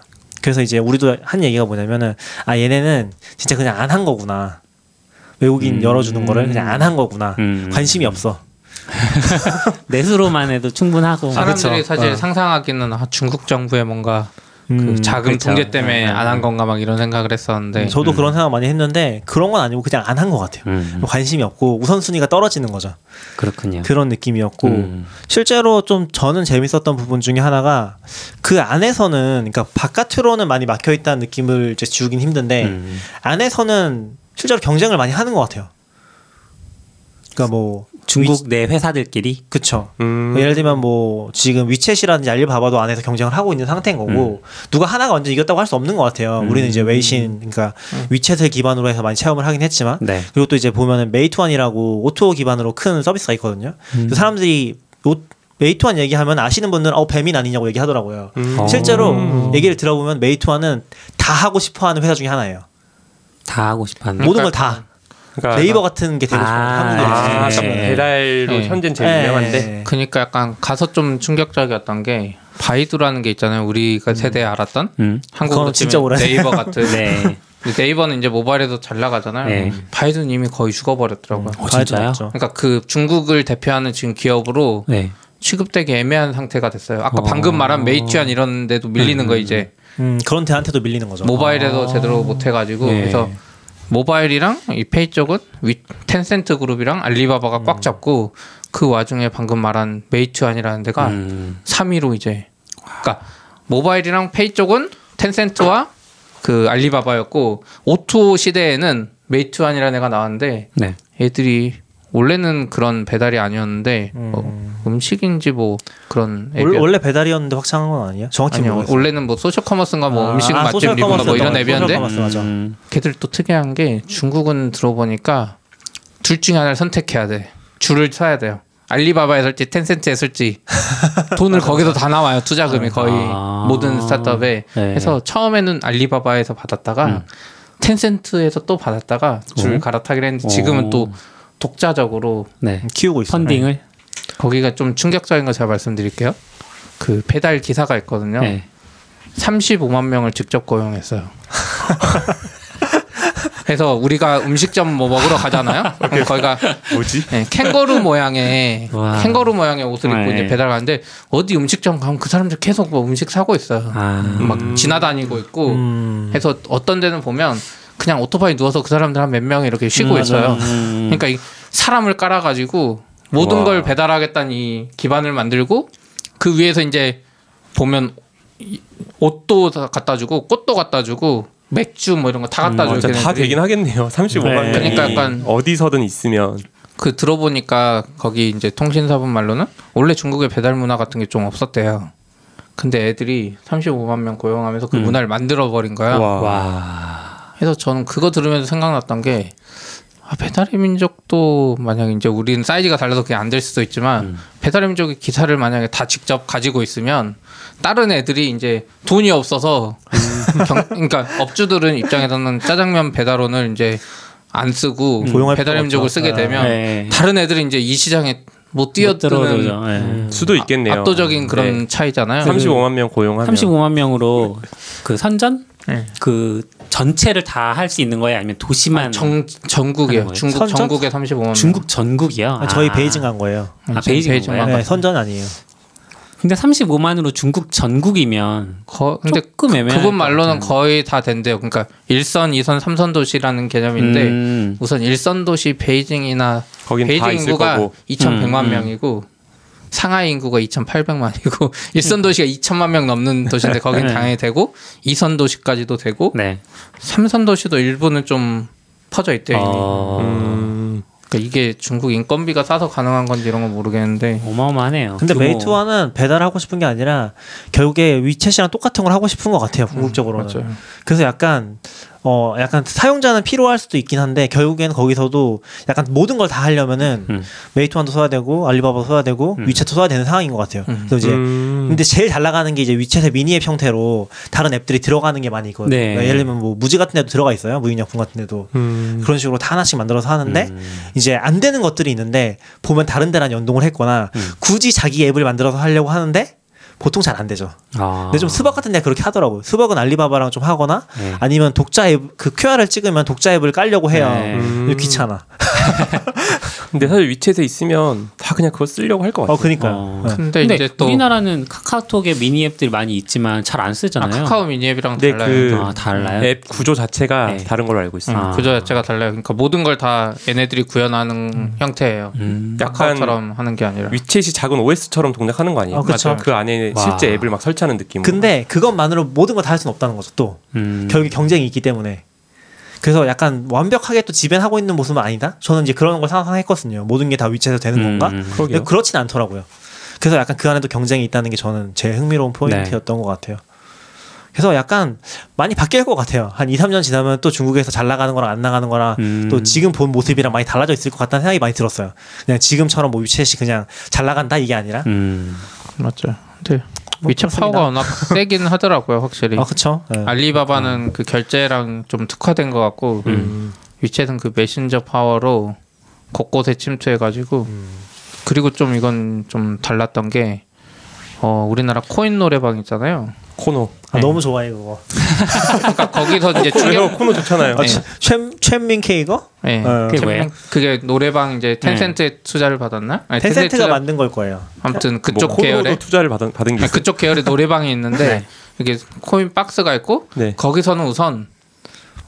Speaker 3: 그래서 이제 우리도 한 얘기가 뭐냐면은 아 얘네는 진짜 그냥 안 한 거구나 외국인
Speaker 2: 음.
Speaker 3: 열어주는 거를 그냥 안 한 거구나
Speaker 2: 음.
Speaker 3: 관심이 없어
Speaker 2: 내수로만 해도 충분하고
Speaker 3: 아,
Speaker 5: 사람들이
Speaker 2: 그쵸?
Speaker 5: 사실
Speaker 2: 어.
Speaker 5: 상상하기는 아, 중국 정부의 뭔가
Speaker 3: 음.
Speaker 5: 그 자금
Speaker 2: 그쵸.
Speaker 5: 통제 때문에
Speaker 2: 음,
Speaker 5: 안 한
Speaker 2: 음.
Speaker 5: 건가 막 이런 생각을 했었는데
Speaker 3: 저도
Speaker 2: 음.
Speaker 3: 그런 생각 많이 했는데 그런 건 아니고 그냥 안 한 것 같아요
Speaker 2: 음,
Speaker 3: 관심이 없고 우선순위가 떨어지는 거죠
Speaker 2: 그렇군요.
Speaker 3: 그런 느낌이었고
Speaker 2: 음.
Speaker 3: 실제로 좀 저는 재밌었던 부분 중에 하나가 그 안에서는 그러니까 바깥으로는 많이 막혀 있다는 느낌을 이제 지우긴 힘든데
Speaker 2: 음.
Speaker 3: 안에서는 실제로 경쟁을 많이 하는 것 같아요. 그러니까 뭐
Speaker 2: 중국 내 회사들끼리
Speaker 3: 그쵸.
Speaker 4: 음.
Speaker 3: 예를 들면 뭐 지금 위챗이라든지 알리바바도 안에서 경쟁을 하고 있는 상태인 거고
Speaker 5: 음.
Speaker 3: 누가 하나가 완전 이겼다고 할 수 없는 것 같아요. 우리는 이제 웨이신 그러니까
Speaker 5: 음.
Speaker 3: 위챗을 기반으로 해서 많이 체험을 하긴 했지만
Speaker 2: 네.
Speaker 3: 그리고 또 이제 보면은 메이투안이라고 오토 기반으로 큰 서비스가 있거든요.
Speaker 5: 음.
Speaker 3: 그래서 사람들이 오- 메이투안 얘기하면 아시는 분들은 어 배민 아니냐고 얘기하더라고요.
Speaker 4: 음.
Speaker 3: 실제로
Speaker 2: 음.
Speaker 3: 얘기를 들어보면 메이투안은 다 하고 싶어하는 회사 중에 하나예요.
Speaker 2: 다 하고 싶어 하는
Speaker 5: 뭐?
Speaker 3: 모든
Speaker 5: 그러니까
Speaker 3: 걸 다.
Speaker 4: 그러니까
Speaker 3: 네이버 같은 게 되고 싶어요.
Speaker 2: 아,
Speaker 3: 한국에
Speaker 4: 아,
Speaker 2: 네.
Speaker 4: 잠깐 배달로
Speaker 5: 네.
Speaker 4: 현재는 제일 유명한데
Speaker 5: 그러니까 약간 가서 좀 충격적이었던 게 바이두라는 게 있잖아요. 우리가 세대에 알았던
Speaker 2: 음.
Speaker 5: 한국으로
Speaker 3: 그건 진짜
Speaker 5: 치면
Speaker 3: 오래된-
Speaker 5: 네이버 같은.
Speaker 2: 네.
Speaker 5: 근데 네이버는 이제 모바일에도 잘 나가잖아요.
Speaker 2: 네.
Speaker 5: 바이두는 이미 거의 죽어버렸더라고요.
Speaker 2: 어, 진짜요?
Speaker 5: 그러니까 그 중국을 대표하는 지금 기업으로
Speaker 2: 네.
Speaker 5: 취급되기 애매한 상태가 됐어요. 아까
Speaker 2: 어.
Speaker 5: 방금 말한 메이치안 이런 데도 밀리는 거 이제
Speaker 3: 음, 그런 데한테도 밀리는
Speaker 5: 뭐
Speaker 3: 거죠.
Speaker 5: 모바일에도 제대로 못 해가지고
Speaker 2: 아. 네.
Speaker 5: 그래서 모바일이랑 이 페이 쪽은 위, 텐센트 그룹이랑 알리바바가
Speaker 2: 음.
Speaker 5: 꽉 잡고 그 와중에 방금 말한 메이치안이라는
Speaker 3: 아.
Speaker 5: 데가
Speaker 2: 음.
Speaker 5: 3위로 이제 그러니까 모바일이랑 페이 쪽은 텐센트와 그 알리바바였고 오토 시대에는 메이트완이라는 애가 나왔는데
Speaker 2: 네.
Speaker 5: 애들이 원래는 그런 배달이 아니었는데 음. 식인지뭐 그런
Speaker 3: 원-
Speaker 5: 앱이
Speaker 3: 원래 배달이었는데 확장한 건 아니에요? 정확히
Speaker 5: 아니요
Speaker 3: 모르겠어요.
Speaker 5: 원래는 뭐 소셜 커머스인가 뭐
Speaker 3: 아,
Speaker 5: 음식
Speaker 3: 아,
Speaker 5: 맛집
Speaker 3: 소셜
Speaker 5: 리뷰나 뭐
Speaker 3: 커머스였던
Speaker 5: 이런
Speaker 3: 거예요. 소셜
Speaker 5: 앱이었는데
Speaker 3: 커머스. 맞아, 맞아.
Speaker 2: 음.
Speaker 5: 걔들 또 특이한 게 중국은 들어보니까 둘 중에 하나를 선택해야 돼 줄을 서야 돼요 알리바바에 설지 텐센트에 설지 돈을 거기서 다 나와요 투자금이 거의
Speaker 2: 아.
Speaker 5: 모든
Speaker 2: 네.
Speaker 5: 스타트업에 그래서 처음에는 알리바바에서 받았다가
Speaker 2: 음.
Speaker 5: 텐센트에서 또 받았다가 줄
Speaker 2: 오.
Speaker 5: 갈아타기로 했는데 지금은
Speaker 2: 오.
Speaker 5: 또 독자적으로
Speaker 2: 네.
Speaker 3: 음, 키우고 있어요.
Speaker 2: 펀딩을
Speaker 5: 거기가 좀 충격적인 거 제가 말씀드릴게요 그 배달 기사가 있거든요
Speaker 2: 네.
Speaker 5: 35만 명을 직접 고용했어요. 그래서 우리가 음식점 뭐 먹으러 가잖아요. 그럼 거기가
Speaker 4: 뭐지?
Speaker 5: 네, 캥거루 모양의
Speaker 2: 와.
Speaker 5: 캥거루 모양의 옷을 입고
Speaker 2: 네.
Speaker 5: 이제 배달 가는데 어디 음식점 가면 그 사람들 계속 뭐 음식 사고 있어요.
Speaker 2: 아.
Speaker 5: 막 지나다니고 있고
Speaker 3: 음,
Speaker 5: 해서 어떤 데는 보면 그냥 오토바이 누워서 그 사람들 한 몇 명이 이렇게 쉬고
Speaker 3: 음,
Speaker 5: 있어요.
Speaker 2: 음.
Speaker 5: 그러니까 이 사람을 깔아가지고 모든
Speaker 4: 와.
Speaker 5: 걸 배달하겠다는 이 기반을 만들고 그 위에서 이제 보면 이- 옷도 다 갖다 주고 꽃도 갖다 주고 맥주 뭐 이런 거 다 갖다 주고
Speaker 4: 진짜 음, 다
Speaker 5: 걔네들이.
Speaker 4: 되긴 하겠네요. 35만
Speaker 3: 네.
Speaker 4: 명이
Speaker 5: 그러니까 약간-
Speaker 4: 어디서든 있으면
Speaker 5: 그 들어보니까 거기 이제 통신사분 말로는 원래 중국의 배달 문화 같은 게 좀 없었대요. 근데 애들이 35만 명 고용하면서 그 문화를 만들어 버린 거야.
Speaker 4: 음. 와.
Speaker 2: 와.
Speaker 5: 그래서 저는 그거 들으면서 생각났던 게 아, 배달의 민족도 만약에 이제 우리는 사이즈가 달라서 그게 안 될 수도 있지만
Speaker 2: 음.
Speaker 5: 배달의 민족의 기사를 만약에 다 직접 가지고 있으면 다른 애들이 이제 돈이 없어서
Speaker 2: 음.
Speaker 5: 경- 그러니까 업주들은 입장에서는 짜장면 배달원을 이제 안 쓰고
Speaker 2: 음.
Speaker 3: 고용할
Speaker 5: 배달의
Speaker 3: 필요가
Speaker 5: 민족을
Speaker 3: 없죠.
Speaker 5: 쓰게 되면
Speaker 2: 네.
Speaker 5: 다른 애들이 이제 이 시장에 못 뛰어드는
Speaker 2: 들어오죠. 네.
Speaker 4: 수도 있겠네요.
Speaker 5: 음. 압도적인 그런 네. 차이잖아요.
Speaker 4: 35만 명 고용하면
Speaker 2: 35만 명으로 그 선전
Speaker 5: 네.
Speaker 2: 그 전체를 다 할 수 있는 거예요? 아니면 도시만
Speaker 5: 정 전국이에요.
Speaker 2: 하는 거예요?
Speaker 5: 중국
Speaker 3: 선전?
Speaker 5: 전국에 35만 명.
Speaker 2: 네. 중국 전국이요?
Speaker 3: 아, 저희
Speaker 2: 아.
Speaker 3: 베이징 간 거예요.
Speaker 2: 아, 베이징
Speaker 5: 베이징
Speaker 2: 거예요?
Speaker 5: 간
Speaker 3: 네, 선전 아니에요.
Speaker 2: 근데 35만으로 중국 전국이면
Speaker 5: 거, 근데
Speaker 2: 조금
Speaker 4: 그러니까.
Speaker 2: 애매해.
Speaker 5: 그분 말로는 거의 다 된대요. 그러니까 일선, 이선, 삼선 도시라는 개념인데
Speaker 2: 음.
Speaker 5: 우선 일선 도시 베이징이나
Speaker 4: 거긴 다
Speaker 5: 베이징
Speaker 4: 있을
Speaker 5: 인구가
Speaker 4: 거고
Speaker 5: 2,100만
Speaker 2: 음, 음.
Speaker 5: 명이고 상하이 인구가 2,800만이고 일선 도시가
Speaker 4: 그러니까.
Speaker 5: 2천만 명 넘는 도시인데 거긴
Speaker 2: 네.
Speaker 5: 당연히 되고 이선 도시까지도 되고
Speaker 2: 네.
Speaker 5: 삼선 도시도 일부는 좀 퍼져 있대요. 이미.
Speaker 2: 어,
Speaker 4: 음,
Speaker 5: 그러니까 이게 중국 인건비가 싸서 가능한 건지 이런 건 모르겠는데
Speaker 2: 어마어마하네요.
Speaker 3: 근데
Speaker 2: 규모.
Speaker 3: 메이투와는 배달하고 싶은 게 아니라 결국에 위챗이랑 똑같은 걸 하고 싶은 것 같아요. 궁극적으로는.
Speaker 5: 음, 맞아요.
Speaker 3: 그래서 약간 어 약간 사용자는 피로할 수도 있긴 한데 결국에는 거기서도 약간 모든 걸 다 하려면은
Speaker 2: 음.
Speaker 3: 메이투완도 써야 되고 알리바바도 써야 되고 위챗도 써야 되는 상황인 것 같아요. 그래서 이제
Speaker 4: 음.
Speaker 3: 근데 제일 잘 나가는 게 이제 위챗의 미니앱 형태로 다른 앱들이 들어가는 게 많이 있거든요.
Speaker 2: 네.
Speaker 3: 그러니까 예를 들면 뭐 무지 같은 데도 들어가 있어요. 무인약품 같은 데도
Speaker 4: 음.
Speaker 3: 그런 식으로 다 하나씩 만들어서 하는데
Speaker 2: 음.
Speaker 3: 이제 안 되는 것들이 있는데 보면 다른 데랑 연동을 했거나
Speaker 2: 음.
Speaker 3: 굳이 자기 앱을 만들어서 하려고 하는데 보통 잘 안 되죠.
Speaker 2: 아.
Speaker 3: 근데 좀 스벅 같은 데 그렇게 하더라고요. 스벅은 알리바바랑 좀 하거나
Speaker 2: 네.
Speaker 3: 아니면 독자 앱 그 QR을 찍으면 독자 앱을 깔려고 해요.
Speaker 2: 네. 음.
Speaker 3: 이거 귀찮아.
Speaker 4: 근데 사실 위챗에 있으면 다 그냥 그거 쓰려고 할 것
Speaker 3: 어
Speaker 4: 같아요.
Speaker 3: 그니까요.
Speaker 2: 어.
Speaker 3: 네.
Speaker 5: 근데,
Speaker 2: 근데,
Speaker 5: 이제 또
Speaker 2: 우리나라는 카카오톡에 미니 앱들이 많이 있지만 잘 안
Speaker 5: 아,
Speaker 2: 쓰잖아요.
Speaker 5: 카카오 미니앱이랑
Speaker 4: 근데
Speaker 5: 달라요.
Speaker 4: 그
Speaker 2: 아, 달라요?
Speaker 4: 앱 구조 자체가
Speaker 2: 네.
Speaker 4: 다른 걸로 알고 있어요.
Speaker 2: 아.
Speaker 5: 구조 자체가 달라요. 그러니까 모든 걸 다 얘네들이 구현하는 형태예요.
Speaker 2: 음.
Speaker 5: 약화처럼 하는 게 아니라.
Speaker 4: 위챗이 작은 OS처럼 동작하는 거 아니에요?
Speaker 3: 어, 그쵸.
Speaker 4: 맞아요. 그 안에
Speaker 2: 와.
Speaker 4: 실제 앱을 막 설치하는 느낌으로.
Speaker 3: 근데 그것만으로 모든 걸 다 할 수는 없다는 거죠. 또
Speaker 2: 음.
Speaker 3: 결국 경쟁이 있기 때문에 그래서 약간 완벽하게 또 지배하고 있는 모습은 아니다. 저는 이제 그런 걸 상상했거든요. 모든 게 다 위챗에서 되는
Speaker 2: 음.
Speaker 3: 건가? 근데
Speaker 4: 그러게요.
Speaker 3: 그렇진 않더라고요. 그래서 약간 그 안에도 경쟁이 있다는 게 저는 제 흥미로운
Speaker 2: 네.
Speaker 3: 포인트였던 것 같아요. 그래서 약간 많이 바뀔 것 같아요. 한 2, 3년 지나면 또 중국에서 잘 나가는 거랑 안 나가는 거랑
Speaker 2: 음.
Speaker 3: 또 지금 본 모습이랑 많이 달라져 있을 것 같다는 생각이 많이 들었어요. 그냥 지금처럼 뭐 위챗이 그냥 잘 나간다 이게 아니라.
Speaker 2: 음.
Speaker 5: 맞죠. 근데
Speaker 3: 뭐
Speaker 5: 위챗
Speaker 3: 그렇습니다. 네.
Speaker 5: 파워가 워낙 세긴
Speaker 2: 음.
Speaker 5: 하더라고요, 확실히.
Speaker 3: 아, 그쵸. 예.
Speaker 4: 음.
Speaker 3: 음.
Speaker 5: 알리바바는 그 결제랑 좀 특화된 것 같고 위챗은 그 메신저 파워로 곳곳에 침투해가지고
Speaker 4: 음.
Speaker 5: 그리고 좀 이건 좀 달랐던 게 어, 우리나라 코인 노래방 있잖아요.
Speaker 4: 코노.
Speaker 3: 아, 너무 좋아해 그거.
Speaker 5: 그러니까 거기서 이제
Speaker 4: 그래서
Speaker 5: 추격
Speaker 4: 코노 좋잖아요.
Speaker 3: 아, 최- 최민민 케이거?
Speaker 5: 예.
Speaker 3: 어.
Speaker 2: 그게 뭐예요?
Speaker 5: 그게 노래방
Speaker 4: 네.
Speaker 5: 이제 텐센트에 투자를 받았나? 아니, 텐센트에
Speaker 3: 텐센트가
Speaker 5: 투자-
Speaker 3: 만든 걸 거예요.
Speaker 5: 아무튼
Speaker 4: 뭐
Speaker 5: 그쪽
Speaker 4: 코노도
Speaker 5: 계열의
Speaker 4: 투자를 받은 받은 게
Speaker 5: 아,
Speaker 4: 있어요.
Speaker 5: 그쪽 계열의 노래방이 있는데 이게 코인 박스가 있고
Speaker 4: 네.
Speaker 5: 거기서는 우선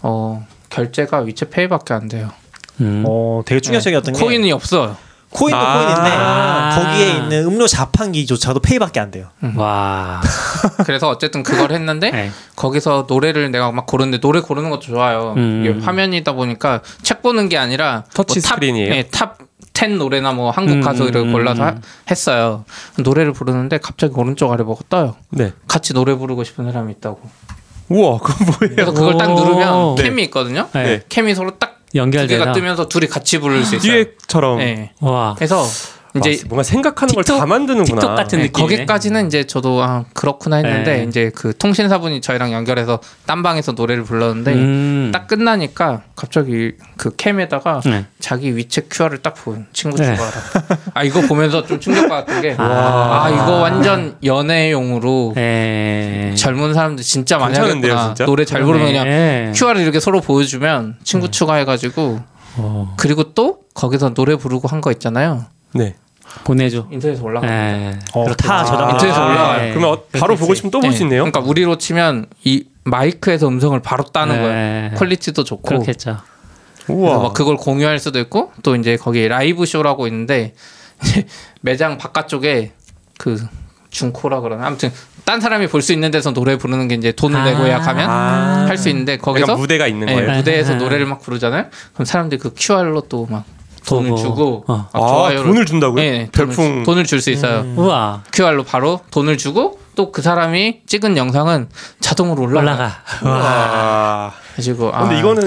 Speaker 5: 어, 결제가 위챗 페이밖에 안 돼요.
Speaker 2: 음.
Speaker 3: 어, 되게 충격적이었던 게
Speaker 5: 코인이 없어요.
Speaker 3: 코인도
Speaker 4: 아.
Speaker 3: 코인인데
Speaker 2: 아.
Speaker 3: 거기에 있는 음료 자판기조차도 페이밖에 안 돼요.
Speaker 2: 와.
Speaker 5: 그래서 어쨌든 그걸 했는데
Speaker 2: 네.
Speaker 5: 거기서 노래를 내가 막 고르는데 노래 고르는 것도 좋아요.
Speaker 2: 음.
Speaker 5: 이게 화면이다 보니까 책 보는 게 아니라 뭐
Speaker 4: 터치 스크린이에요?
Speaker 5: 탑 10 노래나 뭐 한국
Speaker 2: 음,
Speaker 5: 가수 이런
Speaker 2: 음,
Speaker 5: 골라서
Speaker 2: 음.
Speaker 5: 하- 했어요. 노래를 부르는데 갑자기 오른쪽 아래 뭐가 떠요.
Speaker 4: 네.
Speaker 5: 같이 노래 부르고 싶은 사람이 있다고.
Speaker 4: 우와, 그건 뭐예요?
Speaker 5: 그래서 그걸 딱
Speaker 2: 오.
Speaker 5: 누르면
Speaker 2: 네.
Speaker 5: 캠이 있거든요.
Speaker 2: 네.
Speaker 4: 네.
Speaker 5: 캠이 서로 딱 두 개가
Speaker 2: 연결되나?
Speaker 5: 뜨면서 둘이 같이 부를 수 있어요.
Speaker 4: 뒤에처럼
Speaker 5: 네.
Speaker 2: 와.
Speaker 5: 그래서
Speaker 4: 이제
Speaker 5: 이제
Speaker 4: 뭔가 생각하는 걸 다
Speaker 2: 틱톡-
Speaker 4: 만드는구나.
Speaker 2: 틱톡 같은
Speaker 5: 네,
Speaker 2: 느낌이네.
Speaker 5: 거기까지는 이제 저도 아 그렇구나 했는데
Speaker 2: 네.
Speaker 5: 이제 그 통신사분이 저희랑 연결해서 딴 방에서 노래를 불렀는데
Speaker 2: 음.
Speaker 5: 네. 딱 끝나니까 갑자기 그 캠에다가
Speaker 2: 네.
Speaker 5: 자기 위치 QR을 딱 보는 친구
Speaker 2: 네.
Speaker 5: 추가하라. 아 이거 보면서 좀 충격받았던 게 아
Speaker 2: 와.
Speaker 5: 이거 완전 연애용으로
Speaker 2: 에.
Speaker 5: 젊은 사람들 진짜 많이
Speaker 4: 괜찮은데요,
Speaker 5: 하겠구나.
Speaker 4: 진짜?
Speaker 5: 노래 잘 부르면 그냥
Speaker 2: 네.
Speaker 5: QR을 이렇게 서로 보여주면 친구 추가해가지고
Speaker 2: 어.
Speaker 5: 그리고 또 거기서 노래 부르고 한 거 있잖아요.
Speaker 4: 네.
Speaker 2: 보내줘.
Speaker 5: 인터넷에 올라가.
Speaker 2: 예.
Speaker 3: 어, 다 네. 저장.
Speaker 5: 밑에서 아, 올라와요.
Speaker 2: 예.
Speaker 4: 그러면 어- 바로 보고 싶으면 또 볼 수
Speaker 5: 네.
Speaker 4: 있네요.
Speaker 5: 그러니까 우리로 치면 이 마이크에서 음성을 바로 따는
Speaker 2: 예.
Speaker 5: 거예요. 퀄리티도 좋고
Speaker 2: 그렇겠죠.
Speaker 5: 그래서
Speaker 4: 우와.
Speaker 5: 막 그걸 공유할 수도 있고 또 이제 거기 라이브 쇼라고 있는데 이제 매장 바깥쪽에 그 중코라 그러나 아무튼 딴 사람이 볼 수 있는 데서 노래 부르는 게 이제 돈을
Speaker 2: 아.
Speaker 5: 내고 예약하면
Speaker 4: 아.
Speaker 5: 할 수 있는데
Speaker 4: 약간
Speaker 5: 거기서
Speaker 4: 무대가 있는
Speaker 5: 예,
Speaker 4: 거예요.
Speaker 5: 무대에서
Speaker 2: 아.
Speaker 5: 노래를 막 부르잖아요. 그럼 사람들이 그 QR로 또 막 돈을
Speaker 2: 보고.
Speaker 5: 주고
Speaker 2: 어. 네.
Speaker 5: 막
Speaker 4: 아,
Speaker 5: 좋아요를-
Speaker 4: 돈을 준다고요?
Speaker 5: 예, 예, 돈을
Speaker 4: 별풍.
Speaker 5: 주- 돈을 줄 수 있어요.
Speaker 2: 우와.
Speaker 5: QR로 바로 돈을 주고 또 그 사람이 찍은 영상은 자동으로 올라가.
Speaker 2: 올라가.
Speaker 4: 와.
Speaker 5: 가지고 아.
Speaker 4: 근데 이거는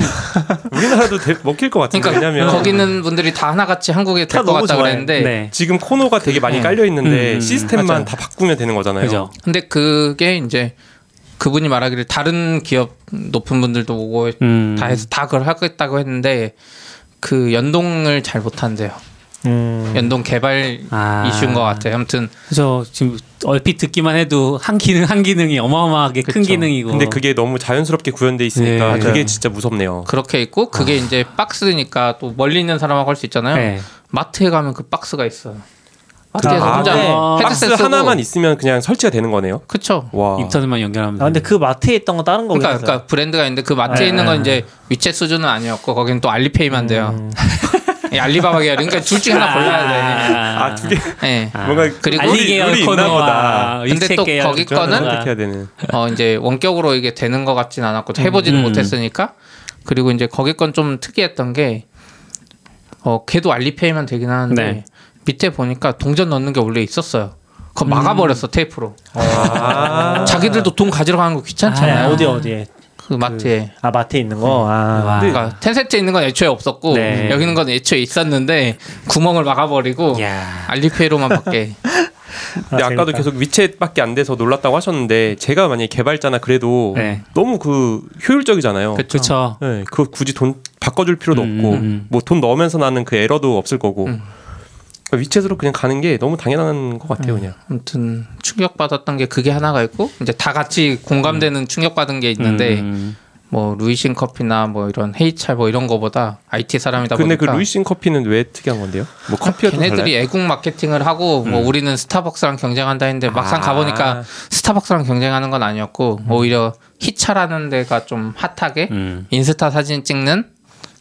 Speaker 4: 우리나라도 대- 먹힐 것 같은데
Speaker 5: 그러니까
Speaker 4: 왜냐면
Speaker 5: 거기 있는 분들이 다 하나같이 한국에 될
Speaker 3: 다
Speaker 5: 것
Speaker 3: 너무
Speaker 5: 같다
Speaker 3: 좋아해.
Speaker 5: 그랬는데
Speaker 2: 네.
Speaker 4: 지금 코너가 되게 많이 깔려 있는데
Speaker 2: 음, 음,
Speaker 4: 시스템만
Speaker 2: 맞아요.
Speaker 4: 다 바꾸면 되는 거잖아요.
Speaker 2: 그죠.
Speaker 5: 근데 그게 이제 그분이 말하기를 다른 기업 높은 분들도 오고
Speaker 2: 음.
Speaker 5: 다 해서 다 그걸 하겠다고 했는데 그 연동을 잘 못한대요.
Speaker 3: 음.
Speaker 5: 연동 개발
Speaker 2: 아.
Speaker 5: 이슈인 것 같아요. 아무튼
Speaker 2: 그래서 지금 얼핏 듣기만 해도 한 기능 한 기능이 어마어마하게 큰
Speaker 5: 그쵸.
Speaker 2: 기능이고.
Speaker 4: 근데 그게 너무 자연스럽게 구현돼 있으니까
Speaker 2: 네,
Speaker 4: 그게
Speaker 2: 맞아요.
Speaker 4: 진짜 무섭네요.
Speaker 5: 그렇게 있고 그게 이제 박스니까 또 멀리 있는 사람하고 할 수 있잖아요.
Speaker 2: 네.
Speaker 5: 마트에 가면 그 박스가 있어요. 마트에서
Speaker 4: 아,
Speaker 5: 혼자
Speaker 3: 네.
Speaker 5: 헤드셋
Speaker 4: 박스
Speaker 5: 쓰고
Speaker 4: 하나만 있으면 그냥 설치가 되는 거네요.
Speaker 5: 그쵸.
Speaker 4: 와.
Speaker 2: 인터넷만 연결하면.
Speaker 3: 아 근데 그 마트에 있던 건 다른 거긴
Speaker 5: 그러니까,
Speaker 3: 했어요.
Speaker 5: 그러니까 브랜드가 있는데 그 마트에
Speaker 3: 네.
Speaker 5: 있는 건 이제 위챗 수준은 아니었고 거기는 또 알리페이만 돼요. 이 알리바바 계열. 그러니까 둘 중에 하나 골라야 돼.
Speaker 4: 아, 두 개.
Speaker 5: 네.
Speaker 4: 뭔가
Speaker 5: 그리고
Speaker 2: 알리
Speaker 4: 룰이
Speaker 2: 계열
Speaker 4: 있나 보다.
Speaker 2: 코너와
Speaker 5: 근데
Speaker 2: 위챗
Speaker 5: 또
Speaker 2: 계열
Speaker 5: 거기
Speaker 2: 코너와.
Speaker 5: 거는
Speaker 4: 선택해야 되는.
Speaker 5: 어 이제 원격으로 이게 되는 것 같진 않았고 해보지는
Speaker 2: 음.
Speaker 5: 못했으니까 그리고 이제 거기 건 좀 특이했던 게 어, 걔도 알리페이만 되긴 하는데
Speaker 2: 네.
Speaker 5: 밑에 보니까 동전 넣는 게 원래 있었어요. 그거 막아버렸어 테이프로.
Speaker 4: 아.
Speaker 5: 자기들도 돈 가지러 가는 거
Speaker 3: 아,
Speaker 5: 귀찮잖아요.
Speaker 2: 네.
Speaker 3: 어디 어디에?
Speaker 5: 그 마트에.
Speaker 3: 아 마트에 있는 거. 아.
Speaker 2: 와.
Speaker 4: 네.
Speaker 5: 그러니까 텐센트에 있는 건 애초에 없었고
Speaker 2: 네.
Speaker 5: 여기 있는 건 애초에 있었는데 구멍을 막아버리고
Speaker 2: 야.
Speaker 5: 알리페이로만 밖에
Speaker 4: 근데 아까도
Speaker 3: 재밌다.
Speaker 4: 계속 위챗밖에 안 돼서 놀랐다고 하셨는데 제가 만약에 개발자나 그래도
Speaker 2: 네.
Speaker 4: 너무 그 효율적이잖아요. 그,
Speaker 2: 그렇죠.
Speaker 4: 네, 그 굳이 돈 바꿔줄 필요도
Speaker 2: 음,
Speaker 4: 없고
Speaker 2: 음, 음.
Speaker 4: 뭐 돈 넣으면서 나는 그 에러도 없을 거고
Speaker 5: 음.
Speaker 4: 그러니까 위챗으로 그냥 가는 게 너무 당연한 것 같아요
Speaker 2: 음.
Speaker 4: 그냥.
Speaker 5: 아무튼 충격받았던 게 그게 하나가 있고 이제 다 같이
Speaker 4: 음.
Speaker 5: 공감되는 충격받은 게 있는데
Speaker 2: 음.
Speaker 5: 뭐 루이신 커피나 뭐 이런 헤이찰 뭐 이런 거보다 IT 사람이다
Speaker 4: 근데 그
Speaker 5: 보니까
Speaker 4: 루이신 커피는 왜 특이한 건데요? 뭐 커피가 좀 달라요? 음.
Speaker 5: 걔네들이 애국 마케팅을 하고 뭐 우리는 스타벅스랑 경쟁한다 했는데 막상
Speaker 4: 아.
Speaker 5: 가보니까 스타벅스랑 경쟁하는 건 아니었고 뭐
Speaker 4: 음.
Speaker 5: 오히려 히차라는 데가 좀 핫하게
Speaker 2: 음.
Speaker 5: 인스타 사진 찍는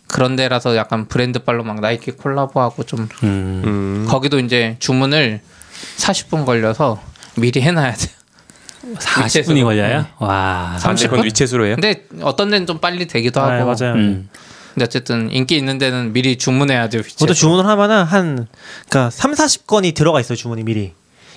Speaker 5: 그런 데라서 약간 브랜드빨로 막 나이키 콜라보하고 좀
Speaker 2: 음.
Speaker 4: 음.
Speaker 5: 거기도 이제 주문을 40분 걸려서 미리 해놔야 돼.
Speaker 2: 40분이 걸려요? 네. 와.
Speaker 4: 아, 근데 그건 위챗으로 해요?
Speaker 5: 근데 어떤 데는 좀 빨리 되기도
Speaker 3: 아,
Speaker 5: 하고.
Speaker 3: 맞아요.
Speaker 2: 음.
Speaker 5: 근데 어쨌든 인기 있는 데는 미리 주문해야 돼요. 위챗.
Speaker 3: 보통 주문을 하면은 한 그러니까 3, 40건이 들어가 있어요, 주문이 미리.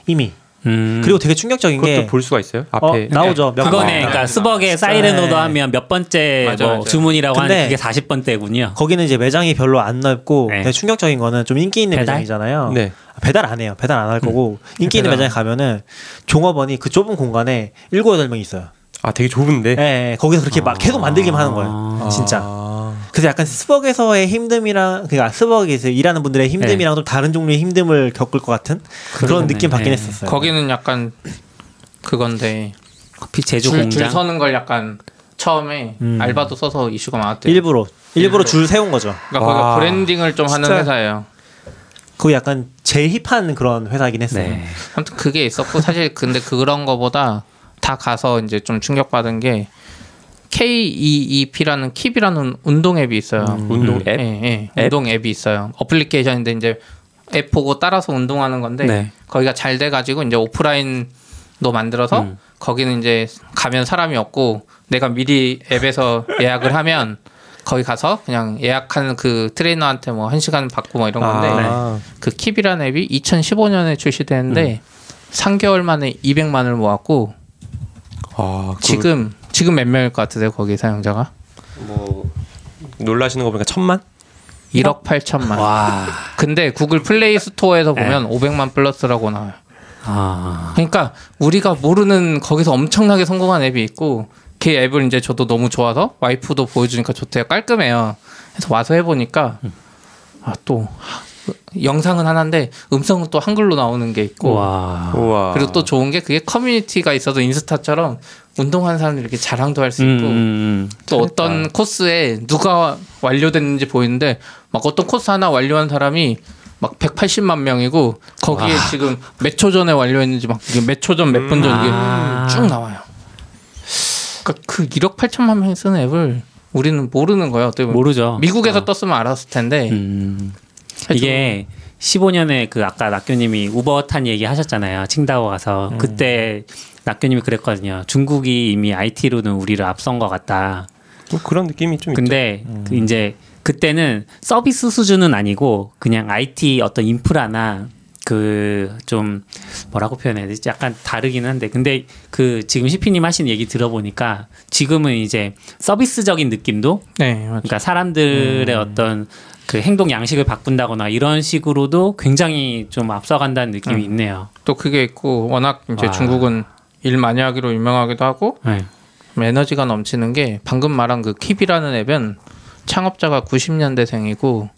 Speaker 3: 이미.
Speaker 2: 음. 네.
Speaker 3: 그리고 되게 충격적인
Speaker 4: 그것도
Speaker 3: 게
Speaker 4: 볼 수가 있어요?
Speaker 3: 어,
Speaker 4: 앞에
Speaker 3: 나오죠. 몇 번.
Speaker 2: 그거네. 그러니까 스벅의 사이렌오도 하면 몇 번째
Speaker 5: 맞아,
Speaker 2: 뭐
Speaker 5: 맞아.
Speaker 2: 주문이라고 하는 그게
Speaker 3: 근데
Speaker 2: 40번째군요.
Speaker 3: 거기는 이제 매장이 별로 안 넓고
Speaker 2: 네.
Speaker 3: 되게 충격적인 거는 좀 인기 있는
Speaker 2: 배달?
Speaker 3: 매장이잖아요.
Speaker 4: 네.
Speaker 3: 배달 안 해요. 배달 안 할 거고 인기 있는
Speaker 5: 배달.
Speaker 3: 매장에 가면은 종업원이 그 좁은 공간에 일곱 여덟 명 있어요.
Speaker 4: 아 되게 좁은데.
Speaker 5: 네,
Speaker 3: 예, 예, 거기서 그렇게 막 계속 만들기만 하는 거예요. 진짜.
Speaker 4: 아.
Speaker 3: 그래서 약간 스벅에서의 힘듦이랑 그러니까 스벅에서 일하는 분들의 힘듦이랑 좀 다른 종류의 힘듦을 겪을 것 같은 그런
Speaker 2: 그러네.
Speaker 3: 느낌 받긴
Speaker 2: 네.
Speaker 3: 했었어요.
Speaker 5: 거기는 약간 그건데
Speaker 2: 커피 제조
Speaker 5: 줄, 줄
Speaker 2: 공장
Speaker 5: 서는 걸 약간 처음에 알바도 써서 이슈가 많았대요.
Speaker 3: 일부러 일부러
Speaker 5: 일부러.
Speaker 3: 줄 세운 거죠.
Speaker 5: 그러니까 거기가
Speaker 4: 와.
Speaker 5: 브랜딩을 좀 하는
Speaker 3: 진짜.
Speaker 5: 회사예요.
Speaker 3: 그게 약간 제일 힙한 그런 회사긴 했어요.
Speaker 2: 네.
Speaker 5: 아무튼 그게 있었고 사실 근데 그런 거보다 다 가서 이제 좀 충격받은 게 KEEP라는 킵이라는 운동 앱이 있어요.
Speaker 4: 음. 운동
Speaker 5: 예,
Speaker 4: 앱?
Speaker 5: 예.
Speaker 4: 앱?
Speaker 5: 운동 앱이 있어요. 어플리케이션인데 이제 앱 보고 따라서 운동하는 건데
Speaker 2: 네.
Speaker 5: 거기가 잘 돼가지고 이제 오프라인도 만들어서
Speaker 4: 음.
Speaker 5: 거기는 이제 가면 사람이 없고 내가 미리 앱에서 예약을 하면 거기 가서 그냥 예약하는 그 트레이너한테 뭐 한 시간 받고 뭐 이런 건데
Speaker 4: 아,
Speaker 5: 그 킵이라는 앱이 2015년에 출시됐는데
Speaker 2: 음.
Speaker 5: 3개월 만에 200만을 모았고
Speaker 4: 아, 그
Speaker 5: 지금 지금 몇 명일 것 같으세요 거기 사용자가?
Speaker 4: 놀라시는 거 보니까 천만?
Speaker 5: 1억 8천만.
Speaker 2: 와. 네.
Speaker 5: 근데 구글 플레이 스토어에서 보면 500만 플러스라고 나와요.
Speaker 2: 아.
Speaker 5: 그러니까 우리가 모르는 거기서 엄청나게 성공한 앱이 있고 그 앱을 이제 저도 너무 좋아서 와이프도 보여주니까 좋대요. 깔끔해요. 그래서 와서 해보니까
Speaker 2: 음.
Speaker 5: 아 또 영상은 하나인데 음성은 또 한글로 나오는 게 있고
Speaker 2: 와.
Speaker 4: 우와.
Speaker 5: 그리고 또 좋은 게 그게 커뮤니티가 있어서 인스타처럼 운동하는 사람들이 이렇게 자랑도 할 수
Speaker 2: 음,
Speaker 5: 있고
Speaker 2: 음, 음.
Speaker 5: 또 어떤 코스에 누가 완료됐는지 보이는데 막 어떤 코스 하나 완료한 사람이 막 180만 명이고 거기에 지금 몇 초 전에 완료했는지 막 몇 초 전 몇 분 전 이게
Speaker 2: 아.
Speaker 5: 쭉 나와요. 그러니까 그 1억 8천만 명이 쓰는 앱을 우리는 모르는 거예요. 어떻게 보면.
Speaker 2: 모르죠. 아.
Speaker 5: 미국에서 떴으면 알았을 텐데
Speaker 2: 음. 이게 15년에 그 아까 낙교님이 우버 탄 얘기 하셨잖아요. 칭다오 가서 그때 낙교님이 그랬거든요. 중국이 이미 IT로는 우리를 앞선 것 같다.
Speaker 4: 뭐 그런 느낌이 좀 있죠.
Speaker 2: 근데 그 이제 그때는 서비스 수준은 아니고 그냥 IT 어떤 인프라나 그 좀 뭐라고 표현해야 되지 약간 다르긴 한데 근데 그 지금 시피님 하신 얘기 들어보니까 지금은 이제 서비스적인 느낌도
Speaker 5: 네 맞아요.
Speaker 2: 그러니까 사람들의
Speaker 3: 음.
Speaker 2: 어떤 그 행동 양식을 바꾼다거나 이런 식으로도 굉장히 좀 앞서간다는
Speaker 3: 음.
Speaker 2: 느낌이 있네요.
Speaker 5: 또 그게 있고 워낙 이제
Speaker 2: 와.
Speaker 5: 중국은 일 많이 하기로 유명하기도 하고
Speaker 2: 네.
Speaker 5: 에너지가 넘치는 게 방금 말한 그 킵이라는 앱은 창업자가 90년대생이고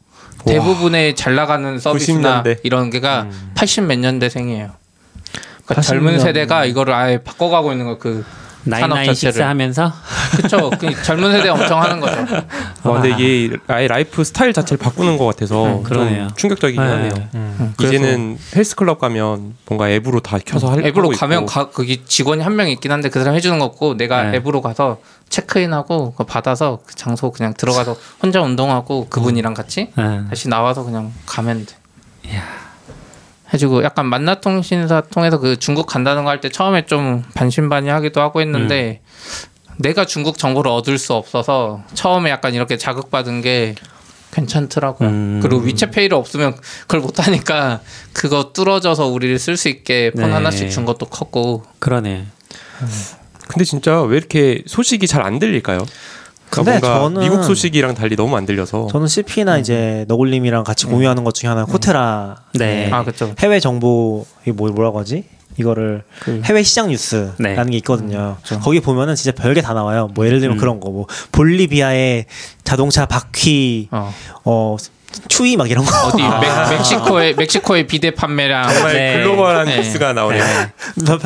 Speaker 5: 대부분의 잘 나가는 서비스나
Speaker 4: 90년대. 음.
Speaker 5: 이런 게가 80 몇 년대생이에요. 그러니까
Speaker 3: 80
Speaker 5: 젊은
Speaker 3: 년.
Speaker 5: 세대가 이거를 아예 바꿔가고 있는 거그 산업
Speaker 2: 996
Speaker 5: 자체를
Speaker 2: 하면서
Speaker 5: 그쵸 그 젊은 세대 엄청 하는 거죠.
Speaker 4: 와, 아, 근데 이게 아예 라이프 스타일 자체를 바꾸는 것 같아서
Speaker 2: 음, 그러네요.
Speaker 4: 좀 충격적이긴
Speaker 2: 네.
Speaker 4: 하네요.
Speaker 3: 음.
Speaker 4: 이제는 헬스클럽 가면 뭔가 앱으로 다 켜서 할
Speaker 5: 앱으로
Speaker 4: 하고 있고.
Speaker 5: 가면 가, 거기 직원이 한 명 있긴 한데 그 사람 해주는 거 없고 내가
Speaker 2: 네.
Speaker 5: 앱으로 가서 체크인하고 그거 받아서 그 장소 그냥 들어가서 혼자 운동하고 그분이랑 같이
Speaker 2: 네.
Speaker 5: 다시 나와서 그냥 가면 돼. 해주고 약간 만나통신사 통해서 그 중국 간다는 거 할 때 처음에 좀 반신반의하기도 하고 했는데 내가 중국 정보를 얻을 수 없어서 처음에 약간 이렇게 자극받은 게 괜찮더라고요.
Speaker 2: 음.
Speaker 5: 그리고 위챗페이를 없으면 그걸 못 하니까 그거 뚫어져서 우리를 쓸 수 있게 폰
Speaker 2: 네.
Speaker 5: 하나씩 준 것도 컸고
Speaker 2: 그러네.
Speaker 4: 근데 진짜 왜 이렇게 소식이 잘 안 들릴까요?
Speaker 3: 근데
Speaker 4: 그러니까 뭔가
Speaker 3: 저는-
Speaker 4: 미국 소식이랑 달리 너무 안 들려서
Speaker 3: 저는 CP나 이제 너굴님이랑 같이 공유하는 것 중에 하나 가 코테라
Speaker 2: 네.
Speaker 5: 아 그렇죠.
Speaker 3: 해외 정보 이게 뭐 뭐라고 하지? 이거를
Speaker 5: 그
Speaker 3: 해외 시장 뉴스라는
Speaker 2: 네.
Speaker 3: 게
Speaker 5: 음,
Speaker 3: 있거든요.
Speaker 5: 그렇죠.
Speaker 3: 거기 보면은 진짜 별게 다 나와요. 뭐 예를 들면 그런 거 뭐 볼리비아의 자동차 바퀴
Speaker 5: 어.
Speaker 3: 어 추위 막 이런 거. 아,
Speaker 5: 어디 멕, 시코의 멕시코의 비대 판매량
Speaker 4: 정말
Speaker 2: 네.
Speaker 4: 글로벌한
Speaker 5: 네.
Speaker 4: 뉴스가 나오네요.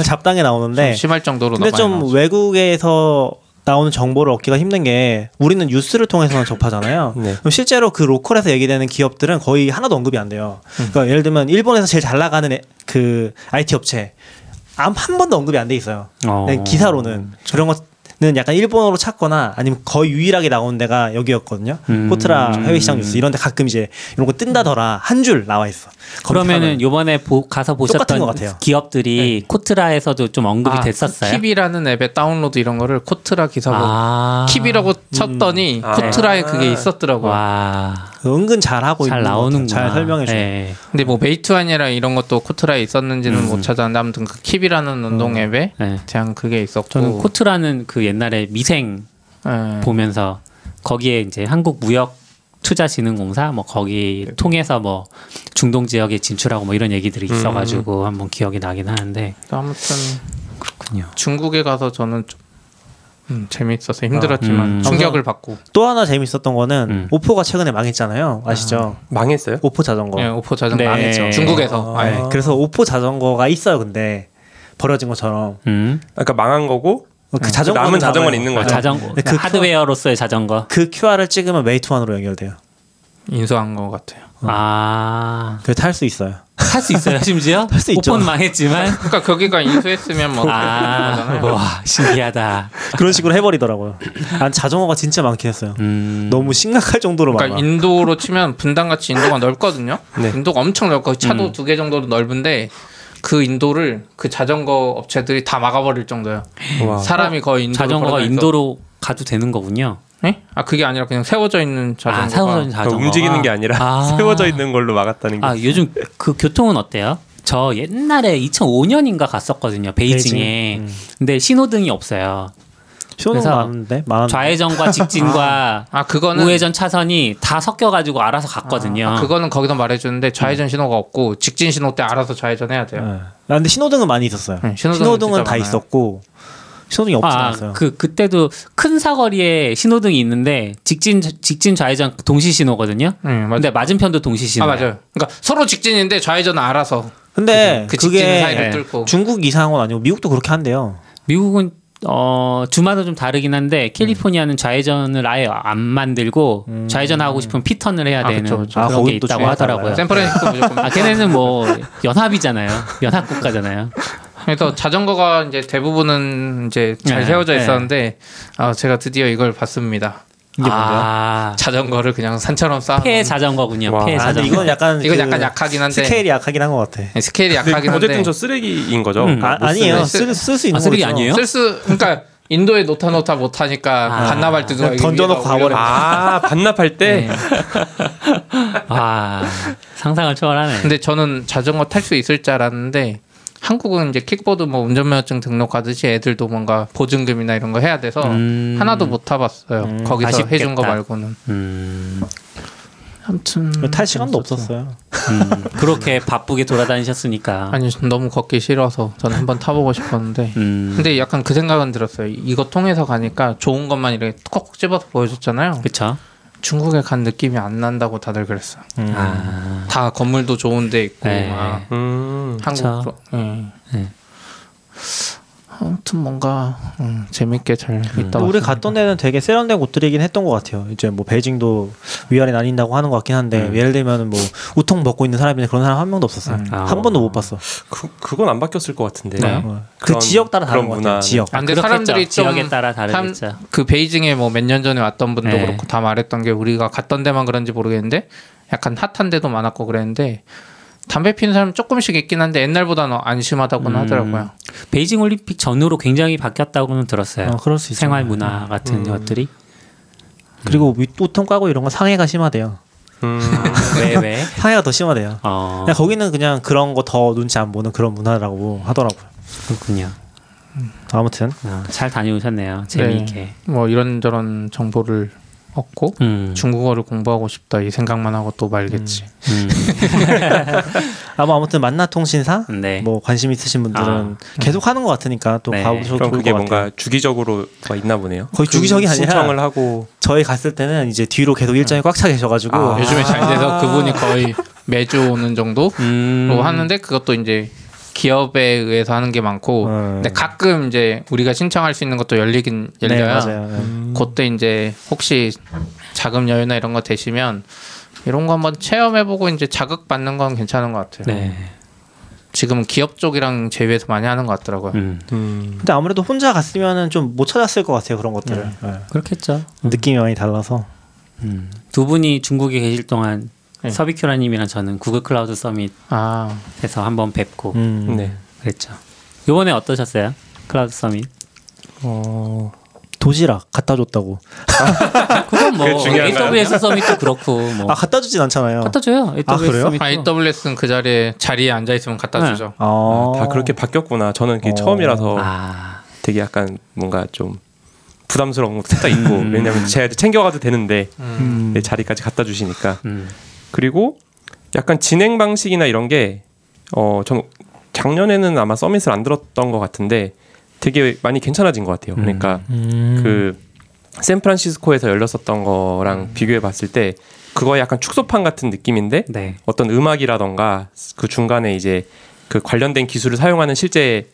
Speaker 3: 잡당에 나오는데
Speaker 5: 심할 정도로
Speaker 3: 네. 근데
Speaker 5: 너무 많이
Speaker 3: 좀
Speaker 5: 나왔어요.
Speaker 3: 외국에서 나오는 정보를 얻기가 힘든 게 우리는 뉴스를 통해서만 접하잖아요.
Speaker 4: 네.
Speaker 3: 그럼 실제로 그 로컬에서 얘기되는 기업들은 거의 하나도 언급이 안 돼요.
Speaker 5: 음.
Speaker 3: 그러니까 예를 들면 일본에서 제일 잘 나가는 애- 그 IT 업체 아무 한 번도 언급이 안 돼 있어요.
Speaker 2: 어.
Speaker 3: 그냥 네, 기사로는 그런 것는 약간 일본어로 찾거나 아니면 거의 유일하게 나온 데가 여기였거든요.
Speaker 2: 음.
Speaker 3: 포트라 해외시장 뉴스 이런데 가끔 이제 이런 거 뜬다더라 한 줄 나와 있어.
Speaker 2: 그러면은 요번에 보- 가서
Speaker 3: 똑같은 것
Speaker 2: 보셨던
Speaker 3: 같아요. 네.
Speaker 2: 기업들이 코트라에서도 좀 언급이
Speaker 5: 아,
Speaker 2: 됐었어요.
Speaker 5: 킵이라는 앱에 다운로드 이런 거를 코트라 기사고
Speaker 2: 아. 음.
Speaker 5: 킵이라고 쳤더니
Speaker 4: 아.
Speaker 5: 코트라에 그게 있었더라고요.
Speaker 2: 네. 와.
Speaker 3: 그 검색하면은 은근 잘 하고
Speaker 2: 잘
Speaker 3: 있는 것 같아요.
Speaker 2: 나오는구나.
Speaker 3: 뭐 잘 설명해 줘요.
Speaker 2: 네.
Speaker 5: 근데 뭐 메이트완이랑 이런 것도 코트라에 있었는지는
Speaker 2: 음.
Speaker 5: 못 찾았는데 아무튼 그 킵이라는 운동 앱에
Speaker 2: 네.
Speaker 5: 그냥 그게 있었고
Speaker 2: 어. 저는 코트라는 그 옛날에 미생
Speaker 5: 예.
Speaker 2: 보면서 거기에 이제 한국 무역 투자진흥공사 뭐 거기 통해서 뭐 중동 지역에 진출하고 뭐 이런 얘기들이 있어가지고 한번 기억이 나긴 하는데
Speaker 5: 아무튼
Speaker 2: 그렇군요.
Speaker 5: 중국에 가서 저는 좀 음, 재미있어서 힘들었지만
Speaker 2: 음.
Speaker 5: 충격을 받고
Speaker 3: 또 하나 재밌었던 거는
Speaker 2: 음.
Speaker 3: 오포가 최근에 망했잖아요. 아시죠?
Speaker 4: 망했어요?
Speaker 3: 오포 자전거.
Speaker 5: 예, 오포 자전거
Speaker 2: 네.
Speaker 5: 망했죠. 중국에서
Speaker 3: 아,
Speaker 5: 아예.
Speaker 3: 네. 그래서 오포 자전거가 있어요. 근데 버려진 것처럼
Speaker 2: 음.
Speaker 4: 그러니까 망한 거고
Speaker 2: 네.
Speaker 3: 그 자전거
Speaker 4: 남은 자전거는 있는 거죠.
Speaker 2: 자전거. 그러니까
Speaker 3: 네, 그
Speaker 2: 하드웨어로서의 자전거.
Speaker 3: 그 QR을 찍으면 메이트원으로 연결돼요.
Speaker 5: 인수한 것 같아요.
Speaker 2: 아.
Speaker 3: 그 탈 수 있어요.
Speaker 2: 할 수 있어요, 심지어?
Speaker 3: 할수 있죠.
Speaker 2: 오픈 망했지만.
Speaker 5: 그러니까 거기가 인수했으면 뭐
Speaker 2: 아, 와, 신기하다.
Speaker 3: 그런 식으로 해버리더라고요. 난 자전거가 진짜 많긴 했어요.
Speaker 2: 음.
Speaker 3: 너무 심각할 정도로 많아.
Speaker 5: 그러니까 인도로 치면 분당같이 인도가 넓거든요.
Speaker 4: 네.
Speaker 5: 인도가 엄청 넓고 차도
Speaker 2: 음.
Speaker 5: 두 개 정도로 넓은데 그 인도를 그 자전거 업체들이 다 막아버릴 정도예요.
Speaker 4: 와.
Speaker 5: 사람이 거의 인도로
Speaker 2: 자전거가
Speaker 5: 걸어다니서-
Speaker 2: 인도로 가도 되는 거군요.
Speaker 5: 예? 아 그게 아니라 그냥 세워져 있는 자전거가
Speaker 2: 아, 세워져 있는
Speaker 4: 그러니까
Speaker 2: 자전거.
Speaker 4: 움직이는 게 아니라 세워져 있는 걸로 막았다는 게
Speaker 2: 아, 요즘 그 교통은 어때요? 저 옛날에 2005년인가 갔었거든요, 베이징에. 근데 신호등이 없어요.
Speaker 3: 쇼는
Speaker 2: 그래서
Speaker 3: 많은데 많은데.
Speaker 2: 좌회전과 직진과
Speaker 5: 아 그거는
Speaker 2: 우회전 차선이 다 섞여가지고 알아서 갔거든요. 음.
Speaker 5: 아, 그거는 거기서 말해주는데 좌회전 신호가 없고 직진 신호 때 알아서 좌회전해야
Speaker 3: 예.
Speaker 5: 돼요.
Speaker 3: 아, 근데 신호등은 많이 있었어요.
Speaker 5: 네, 신호등은
Speaker 3: 신호등은,
Speaker 5: 진짜
Speaker 3: 다
Speaker 5: 많아요. 아,
Speaker 3: 있었고 신호등이 없진 않았어요.
Speaker 2: 그 그때도 큰 사거리에 신호등이 있는데 직진 직진 좌회전 동시 신호거든요.
Speaker 5: 응 음, 맞.
Speaker 2: 근데 맞은편도 동시
Speaker 5: 아
Speaker 2: 신호.
Speaker 5: 맞아요. 그러니까 서로 직진인데 좌회전은 알아서.
Speaker 3: 근데
Speaker 5: 그죠. 그
Speaker 3: 그
Speaker 5: 직진
Speaker 3: 게
Speaker 5: 사이를 뚫고.
Speaker 3: 중국 이상한 건 아니고 미국도 그렇게 한대요.
Speaker 2: 미국은 어 주마다 좀 다르긴 한데 캘리포니아는 좌회전을 아예 안 만들고 좌회전 하고 싶으면 피턴을 해야
Speaker 5: 아,
Speaker 2: 되는
Speaker 5: 그쵸, 그쵸.
Speaker 3: 아,
Speaker 2: 그런 게
Speaker 3: 거긴 또
Speaker 2: 있다고
Speaker 3: 중요하다
Speaker 2: 하더라고요.
Speaker 3: 봐요.
Speaker 5: 샌프란시스코 무조건.
Speaker 2: 아 걔네는 뭐 연합이잖아요. 연합 국가잖아요.
Speaker 5: 그래서 자전거가 이제 대부분은 이제 잘
Speaker 2: 네,
Speaker 5: 세워져
Speaker 2: 네.
Speaker 5: 있었는데 아, 제가 드디어 이걸 봤습니다.
Speaker 3: 이게
Speaker 2: 아
Speaker 5: 자전거를 그냥 산처럼 쌓아.
Speaker 2: 폐 자전거군요.
Speaker 4: 와.
Speaker 2: 폐
Speaker 3: 아, 근데
Speaker 2: 자전거.
Speaker 3: 이건 약간
Speaker 5: 이건
Speaker 3: 그
Speaker 5: 약간 약하긴 한데 스케일이,
Speaker 3: 스케일이 약하긴 한 것 같아.
Speaker 5: 약하긴 한데
Speaker 4: 네, 어쨌든 저 쓰레기인 거죠.
Speaker 2: 음.
Speaker 3: 아,
Speaker 4: 못
Speaker 3: 아니에요.
Speaker 5: 쓰네.
Speaker 3: 쓸 수 있는
Speaker 2: 아, 쓰레기
Speaker 3: 거죠.
Speaker 2: 아니에요?
Speaker 5: 쓸수 그러니까 인도에 놓다 놓다 못 하니까
Speaker 2: 아.
Speaker 5: 반납할 때 누가
Speaker 3: 그냥 던져놓고
Speaker 5: 위에다 올려놓고.
Speaker 3: 가버려.
Speaker 4: 아 반납할 때
Speaker 5: 네.
Speaker 2: 아 상상을 초월하네.
Speaker 5: 근데 저는 자전거 탈 수 있을 줄 알았는데 한국은 이제 킥보드 뭐 운전면허증 등록하듯이 애들도 뭔가 보증금이나 이런 거 해야 돼서
Speaker 2: 음.
Speaker 5: 하나도 못 타봐서요. 거기서 해준 거
Speaker 2: 아쉽겠다.
Speaker 5: 말고는.
Speaker 2: 음,
Speaker 5: 아무튼
Speaker 3: 음, 탈 시간도 없었어요.
Speaker 2: 음, 그렇게 바쁘게 돌아다니셨으니까.
Speaker 5: 아니 전 너무 걷기 싫어서 저는 한번 타보고 싶었는데
Speaker 2: 음.
Speaker 5: 근데 약간 그 생각은 들었어요. 이거 통해서 가니까 좋은 것만 이렇게 콕콕 집어서 보여줬잖아요.
Speaker 2: 그쵸.
Speaker 5: 중국에 간 느낌이 안 난다고 다들 그랬어.
Speaker 2: 아,
Speaker 5: 다 건물도 좋은데 있고
Speaker 2: 네.
Speaker 5: 막
Speaker 4: 음.
Speaker 5: 한국으로. 예.
Speaker 2: 네.
Speaker 5: 아무튼 뭔가 음, 재밌게 잘
Speaker 3: 근데
Speaker 5: 있다.
Speaker 3: 우리
Speaker 5: 왔습니다.
Speaker 3: 갔던 데는 되게 세련된 곳들이긴 했던 것 같아요. 이제 뭐 베이징도 위아래 나뉜다고 하는 것 같긴 한데
Speaker 5: 음.
Speaker 3: 예를 들면 뭐 우통 먹고 있는 사람이 그런 사람 한 명도 없었어요.
Speaker 2: 아.
Speaker 3: 한 번도 못 봤어.
Speaker 4: 그 그건 안 바뀌었을 것 같은데.
Speaker 5: 네.
Speaker 3: 어. 그
Speaker 4: 그런-
Speaker 3: 지역 따라 다른
Speaker 4: 그런
Speaker 3: 것 같아요.
Speaker 4: 문화는.
Speaker 3: 지역.
Speaker 5: 아, 근데
Speaker 2: 그렇겠죠.
Speaker 5: 사람들이 좀
Speaker 2: 지역에 따라
Speaker 5: 참-
Speaker 2: 다르겠죠.
Speaker 5: 그 베이징에 뭐 몇 년 전에 왔던 분도
Speaker 2: 네.
Speaker 5: 그렇고 다 말했던 게 우리가 갔던 데만 그런지 모르겠는데 약간 핫한 데도 많았고 그랬는데 담배 피는 사람 조금씩 있긴 한데 옛날보다는 안심하다고는
Speaker 2: 음.
Speaker 5: 하더라고요.
Speaker 2: 베이징 올림픽 전후로 굉장히 바뀌었다고는 들었어요.
Speaker 3: 어, 그럴 수 있어요.
Speaker 2: 네.
Speaker 3: 음.
Speaker 2: 생활 문화 같은 것들이.
Speaker 3: 그리고 윗- 우통 까고 이런 건 상해가 심하대요.
Speaker 4: 음.
Speaker 2: 왜 왜?
Speaker 3: 상해가 더 심하대요.
Speaker 2: 어,
Speaker 3: 그냥 거기는 그냥 그런 거 더 눈치 안 보는 그런 문화라고 하더라고요.
Speaker 2: 그렇군요.
Speaker 3: 아무튼
Speaker 2: 어, 잘 다녀오셨네요. 재미있게.
Speaker 5: 뭐 이런저런 정보를 얻고
Speaker 3: 네.
Speaker 2: 음,
Speaker 5: 중국어를 공부하고 싶다 이 생각만 하고 또 말겠지.
Speaker 3: 음. 아마 아무튼 만나 통신사
Speaker 2: 음, 네.
Speaker 3: 뭐 관심 있으신 분들은
Speaker 2: 아.
Speaker 3: 계속 하는 것 같으니까 또
Speaker 2: 네.
Speaker 3: 가보셔도 좋을
Speaker 4: 그럼
Speaker 3: 것
Speaker 4: 그게
Speaker 3: 같아요.
Speaker 4: 뭔가 주기적으로 가 있나 보네요. 그
Speaker 3: 거의 주기적이 아니라
Speaker 4: 신청을 하고
Speaker 3: 저희 갔을 때는 이제 뒤로 계속 일정이 꽉 차 계셔가지고
Speaker 4: 아.
Speaker 5: 요즘에 잘 돼서 그분이 거의 매주 오는 정도로
Speaker 2: 음,
Speaker 5: 하는데 그것도 이제 기업에 의해서 하는 게 많고
Speaker 3: 음.
Speaker 5: 근데 네, 가끔 이제 우리가 신청할 수 있는 것도 열리긴 열려요.
Speaker 3: 네 맞아요. 네.
Speaker 4: 음.
Speaker 5: 그때 이제 혹시 자금 여유나 이런 거 되시면 이런 거 한번 체험해보고 이제 자극 받는 건 괜찮은 것 같아요.
Speaker 2: 네.
Speaker 5: 지금 기업 쪽이랑 제외해서 많이 하는 것 같더라고요.
Speaker 2: 음,
Speaker 3: 근데 아무래도 혼자 갔으면은 좀 못 찾았을 것 같아요 그런 것들을 네.
Speaker 2: 그렇겠죠.
Speaker 3: 느낌이 많이 달라서
Speaker 2: 음. 두 분이 중국에 계실 동안
Speaker 5: 네.
Speaker 2: 서비큐라님이랑 저는 구글 클라우드 서밋에서
Speaker 5: 아
Speaker 2: 한번 뵙고
Speaker 3: 음.
Speaker 4: 네.
Speaker 2: 그랬죠. 이번에 어떠셨어요? 클라우드 서밋?
Speaker 4: 어.
Speaker 3: 도시락 갖다 줬다고
Speaker 2: 그건 뭐
Speaker 4: 그게 중요한 거
Speaker 2: AWS 서밋도 그렇고 뭐
Speaker 3: 아 갖다 주진 않잖아요.
Speaker 2: 갖다 줘요. AWS
Speaker 3: 아, 그래요?
Speaker 2: 서밋도.
Speaker 5: 아, AWS는 그 자리에 자리에 앉아 있으면 갖다
Speaker 2: 네.
Speaker 5: 주죠.
Speaker 3: 아,
Speaker 4: 다 그렇게 바뀌었구나. 저는 그게
Speaker 3: 어.
Speaker 4: 처음이라서
Speaker 2: 아,
Speaker 4: 되게 약간 뭔가 좀 부담스러운 것도 살짝 있고
Speaker 3: 음.
Speaker 4: 왜냐면 제가 이제 챙겨가도 되는데
Speaker 5: 음.
Speaker 3: 네,
Speaker 4: 내 자리까지 갖다 주시니까
Speaker 2: 음.
Speaker 4: 그리고 약간 진행 방식이나 이런 게 어, 전 작년에는 아마 서밋을 안 들었던 것 같은데 되게 많이 괜찮아진 것 같아요. 그러니까 그 샌프란시스코에서 열렸었던 거랑 비교해 봤을 때 그거 약간 축소판 같은 느낌인데
Speaker 2: 네.
Speaker 4: 어떤 음악이라던가 그 중간에 이제 그 관련된 기술을 사용하는 실제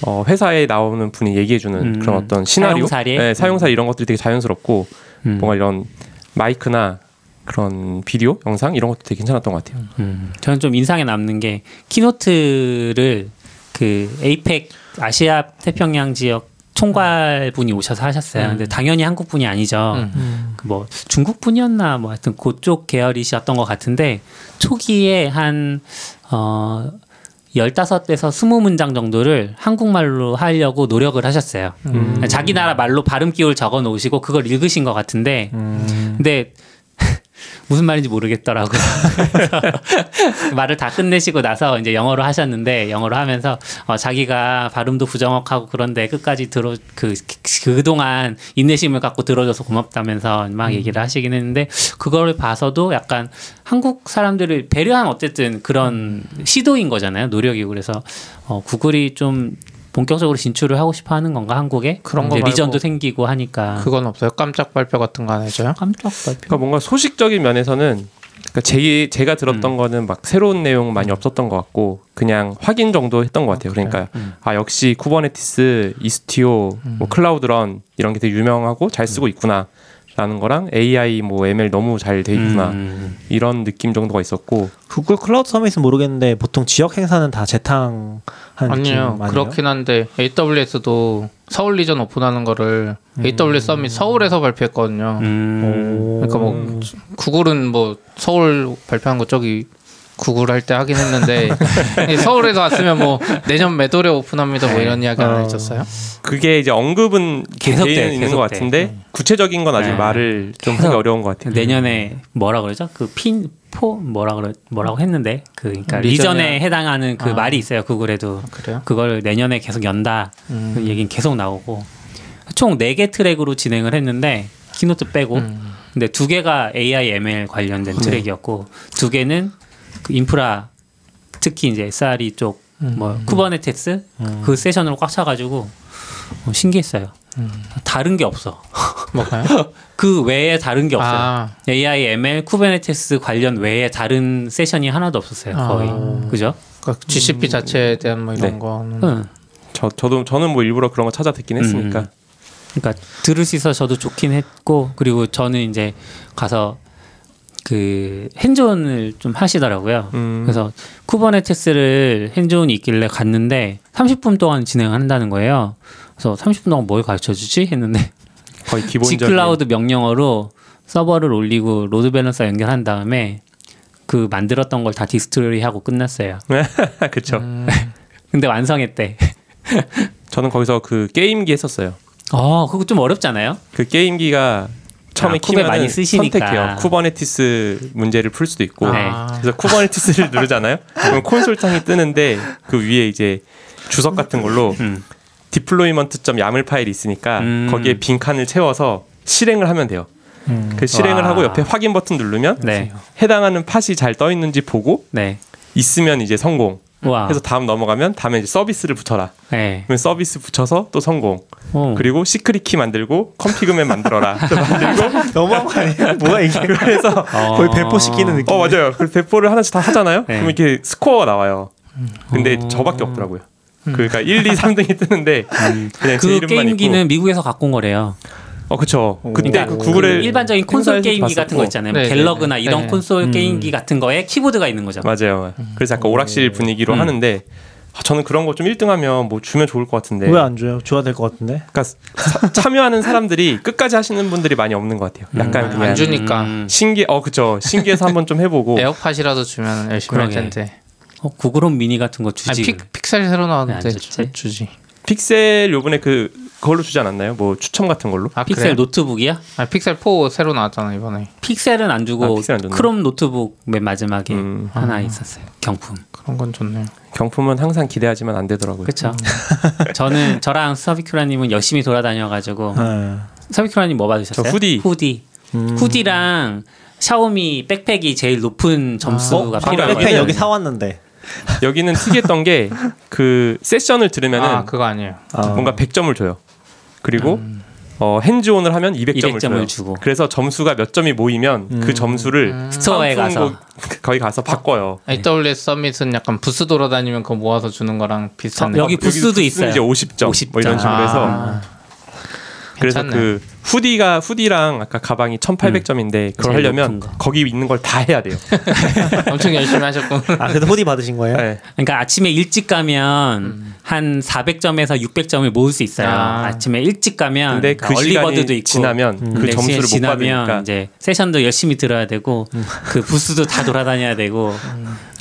Speaker 4: 어, 회사에 나오는 분이 얘기해주는
Speaker 2: 음.
Speaker 4: 그런 어떤 시나리오,
Speaker 2: 사용사례?
Speaker 4: 네, 사용사 이런 것들이 되게 자연스럽고
Speaker 2: 음.
Speaker 4: 뭔가 이런 마이크나 그런 비디오 영상 이런 것도 되게 괜찮았던 것 같아요.
Speaker 2: 음, 저는 좀 인상에 남는 게 키노트를 그 에이펙 아시아 태평양 지역 총괄 분이 오셔서 하셨어요. 근데 당연히 한국 분이 아니죠.
Speaker 5: 음.
Speaker 2: 그 뭐 중국 분이었나 뭐 하여튼 그쪽 계열이셨던 것 같은데 초기에 한어 15에서 20문장 정도를 한국말로 하려고 노력을 하셨어요. 그러니까 자기 나라 말로 발음 기호를 적어 놓으시고 그걸 읽으신 것 같은데 근데 무슨 말인지 모르겠더라고요. 그래서 말을 다 끝내시고 나서 이제 영어로 하셨는데 영어로 하면서 어, 자기가 발음도 부정확하고 그런데 끝까지 들어 그 그동안 인내심을 갖고 들어줘서 고맙다면서 막
Speaker 5: 음.
Speaker 2: 얘기를 하시긴 했는데 그거를 봐서도 약간 한국 사람들을 배려한 어쨌든 그런
Speaker 5: 음.
Speaker 2: 시도인 거잖아요. 노력이고 그래서 어, 구글이 좀 본격적으로 진출을 하고 싶어 하는 건가 한국에
Speaker 5: 그런 거
Speaker 2: 이제
Speaker 5: 말고
Speaker 2: 리전도 생기고 하니까
Speaker 5: 그건 없어요. 깜짝 발표 같은 거 안 해줘요?
Speaker 2: 깜짝 발표.
Speaker 4: 그러니까 뭔가 소식적인 면에서는 그러니까 제, 제가
Speaker 2: 음.
Speaker 4: 들었던 거는 막 새로운 내용 많이 없었던 것 같고 그냥 확인 정도 했던 것 같아요. 그러니까
Speaker 2: 음.
Speaker 4: 아 역시 쿠버네티스, 이스티오, 뭐 클라우드런 이런 게 되게 유명하고 잘
Speaker 2: 음.
Speaker 4: 쓰고 있구나라는 거랑 AI 뭐 ML 너무 잘 돼 있구나
Speaker 2: 음.
Speaker 4: 이런 느낌 정도가 있었고
Speaker 3: 구글 클라우드 서밋은 모르겠는데 보통 지역 행사는 다 재탕 하는 느낌
Speaker 5: 아니요.
Speaker 3: 아니에요?
Speaker 5: 그렇긴 한데 AWS도 서울 리전 오픈하는 거를 AWS 서밋 서울에서 발표했거든요.
Speaker 2: 음.
Speaker 5: 그러니까 뭐 구글은 뭐 서울 발표한 거 저기 구글 할 때 하긴 했는데 이 서울에서 왔으면 뭐 내년 매도에 오픈합니다 뭐 이런 이야기 안 해줬어요?
Speaker 4: 그게 이제 언급은
Speaker 2: 계속 돼,
Speaker 4: 돼 있는
Speaker 2: 계속
Speaker 4: 것
Speaker 2: 돼. 음.
Speaker 4: 같은데 구체적인 건 아직
Speaker 2: 네.
Speaker 4: 말을 좀
Speaker 2: 계속
Speaker 4: 하기 어려운 것 같아요.
Speaker 5: 음.
Speaker 2: 내년에 뭐라 그러죠? 그 핀 포 뭐라 그러 뭐라고 했는데 그 그러니까
Speaker 5: 리전에-
Speaker 2: 리전에 해당하는 그
Speaker 5: 아.
Speaker 2: 말이 있어요. 구글에도
Speaker 5: 그래요?
Speaker 2: 그걸 내년에 계속 연다.
Speaker 5: 음.
Speaker 2: 그 얘기는 계속 나오고 총 네 개 트랙으로 진행을 했는데 키노트 빼고
Speaker 5: 음.
Speaker 2: 근데 두 개가 AI ML 관련된 트랙이었고 두 개는 그 인프라 특히 이제 SRE 쪽
Speaker 5: 음.
Speaker 2: 뭐 쿠버네티스 그 세션으로 꽉 차가지고 어, 신기했어요.
Speaker 5: 음.
Speaker 2: 다른 게 없어.
Speaker 5: 뭐가요?
Speaker 2: 그 외에 다른 게 없어요.
Speaker 5: 아.
Speaker 2: AI, ML, 쿠베네티스 관련 외에 다른 세션이 하나도 없었어요. 거의.
Speaker 5: 아.
Speaker 2: 그죠?
Speaker 5: 그러니까 GCP 자체에 대한 뭐 이런
Speaker 4: 네.
Speaker 5: 거는
Speaker 2: 응.
Speaker 4: 저 저도 저는 뭐 일부러 그런 거 찾아 듣긴 했으니까
Speaker 2: 음. 그러니까 들을 수 있어서 저도 좋긴 했고 그리고 저는 이제 가서 그 핸즈온을 좀 하시더라고요.
Speaker 4: 음.
Speaker 2: 그래서 쿠버네티스를 핸즈온이 있길래 갔는데 30분 동안 진행한다는 거예요. 그래서 30분 동안 뭘 가르쳐 주지 했는데
Speaker 4: 거의 기본적인
Speaker 2: G클라우드 명령어로 서버를 올리고 로드 밸런서 연결한 다음에 그 만들었던 걸 다 디스트로이하고 끝났어요.
Speaker 4: 그렇죠.
Speaker 2: 음. 근데 완성했대.
Speaker 4: 저는 거기서 그 게임기 했었어요.
Speaker 2: 어, 그거 좀 어렵잖아요.
Speaker 4: 그 게임기가 처음에
Speaker 2: 아, 쿠베
Speaker 4: 키면
Speaker 2: 많이 쓰시니까.
Speaker 4: 선택해요. 쿠버네티스 문제를 풀 수도 있고.
Speaker 2: 네.
Speaker 4: 그래서 쿠버네티스를 누르잖아요. 그럼 콘솔창이 뜨는데 그 위에 이제 주석 같은 걸로
Speaker 2: 음.
Speaker 4: 디플로이먼트.점 야물 파일이 있으니까
Speaker 2: 음.
Speaker 4: 거기에 빈 칸을 채워서 실행을 하면 돼요. 그 실행을
Speaker 2: 와.
Speaker 4: 하고 옆에 확인 버튼 누르면
Speaker 2: 네.
Speaker 4: 해당하는 팟이 잘 떠 있는지 보고
Speaker 2: 네.
Speaker 4: 있으면 이제 성공.
Speaker 2: 와.
Speaker 4: 그래서 다음 넘어가면 다음에 이제 서비스를 붙여라.
Speaker 2: 네.
Speaker 4: 그러면 서비스 붙여서 또 성공.
Speaker 2: 어.
Speaker 4: 그리고 시크릿 키 만들고 컴피그맨 만들어라. 또
Speaker 2: 아,
Speaker 4: 만들고
Speaker 3: 너무한 거 아니에요? 뭐야 이게?
Speaker 4: 그래서
Speaker 5: 아.
Speaker 3: 거의 배포시키는 느낌.
Speaker 4: 어 맞아요. 그 배포를 하나씩 다 하잖아요.
Speaker 2: 네. 음.
Speaker 4: 그럼 이렇게 스코어가 나와요. 근데 저밖에 없더라고요. 그러니까 1, 2, 3등이 뜨는데 그냥 제
Speaker 2: 그
Speaker 4: 이름만
Speaker 2: 게임기는
Speaker 4: 있고.
Speaker 2: 미국에서 갖고 온 거래요.
Speaker 4: 어 그쵸. 그때
Speaker 2: 그러니까
Speaker 4: 그 구글의
Speaker 2: 그 일반적인 콘솔
Speaker 4: 행사에서도
Speaker 2: 게임기 같은 거
Speaker 4: 봤었고.
Speaker 2: 있잖아요.
Speaker 5: 네,
Speaker 2: 갤러그나
Speaker 5: 네, 네.
Speaker 2: 이런
Speaker 5: 네.
Speaker 4: 음.
Speaker 2: 콘솔 게임기 같은 거에 키보드가 있는 거죠.
Speaker 4: 맞아요.
Speaker 2: 음.
Speaker 4: 그래서 약간 오락실 분위기로 하는데 아, 저는 그런 거 좀 1등하면 뭐 주면 좋을 것 같은데.
Speaker 3: 네. 왜 안 줘요? 줘야 될 것 같은데.
Speaker 4: 그러니까 사- 참여하는 사람들이 끝까지 하시는 분들이 많이 없는 것 같아요. 약간 그냥
Speaker 5: 안 주니까
Speaker 2: 음.
Speaker 4: 신기 어 그쵸 신기해서 한번 좀
Speaker 5: 네,
Speaker 4: 해보고
Speaker 5: 에어팟이라도 주면 열심히 할
Speaker 2: 그러게.
Speaker 5: 텐데
Speaker 2: 어, 구글홈 미니 같은 거
Speaker 5: 아니,
Speaker 2: 주지.
Speaker 5: 픽, 픽셀 새로 나왔는데
Speaker 2: 안 줬지?
Speaker 5: 주- 주지
Speaker 4: 픽셀 요번에 그 그걸로 주지 않았나요? 뭐 추첨 같은 걸로?
Speaker 5: 아
Speaker 2: 픽셀
Speaker 5: 픽셀
Speaker 2: 노트북이야?
Speaker 5: 아 픽셀 4 새로 나왔잖아 이번에
Speaker 2: 픽셀은 안 주고
Speaker 4: 아, 픽셀 안 줬나?
Speaker 2: 크롬 노트북 맨 마지막에
Speaker 4: 음.
Speaker 2: 하나 있었어요. 경품.
Speaker 5: 그런 건 좋네요
Speaker 4: 경품은 항상 기대하지만 안 되더라고요.
Speaker 2: 그렇죠.
Speaker 4: 음.
Speaker 2: 저는 저랑 서비큐라님은 열심히 돌아다녀가지고
Speaker 3: 아,
Speaker 2: 서비큐라님 뭐 받으셨어요?
Speaker 4: 저 후디. 음.
Speaker 2: 후디. 후디랑 샤오미 백팩이 제일 높은 점수가
Speaker 4: 어?
Speaker 2: 필요하거든요.
Speaker 4: 네.
Speaker 3: 백팩 여기 사왔는데.
Speaker 4: 여기는 특이했던 게 그 세션을 들으면은
Speaker 5: 아 그거 아니에요.
Speaker 3: 아.
Speaker 4: 뭔가 100점을 줘요. 그리고 어, 핸즈온을 하면 200점을
Speaker 2: 200점을
Speaker 4: 줘요.
Speaker 2: 음. 주고. 음.
Speaker 4: 그래서 점수가 몇 점이 모이면 그 점수를
Speaker 2: 스토어에 가서.
Speaker 4: 상품국- 거기 가서 바꿔요.
Speaker 5: AWS 서밋은 약간 부스 돌아다니면 그거 모아서 주는 거랑 비슷한
Speaker 2: 여기 부스도
Speaker 4: 부스는
Speaker 2: 있어요.
Speaker 4: 이제 50점,
Speaker 2: 50점. 아,
Speaker 4: 뭐 이런 식으로 해서 그래서 그 후디가 후디랑 아까 가방이 1,800점인데 그걸
Speaker 2: 음. 제일
Speaker 4: 하려면
Speaker 2: 높은 거.
Speaker 4: 거기 있는 걸 다 해야 돼요.
Speaker 5: 엄청 열심히 하셨군.
Speaker 3: 아 그래도 후디 받으신 거예요?
Speaker 4: 네.
Speaker 2: 그러니까 아침에 일찍 가면
Speaker 4: 음.
Speaker 2: 한 400점에서 600점을 모을 수 있어요.
Speaker 5: 아.
Speaker 2: 아. 침에 일찍 가면 그러니까
Speaker 4: 근데 그
Speaker 2: 얼리버드도
Speaker 4: 시간이
Speaker 2: 있고
Speaker 4: 지나면 그
Speaker 2: 근데
Speaker 4: 점수를
Speaker 2: 시간이
Speaker 4: 못
Speaker 2: 지나면
Speaker 4: 받으니까. 음.
Speaker 2: 이제 세션도 열심히 들어야 되고 그 부스도 다 돌아다녀야 되고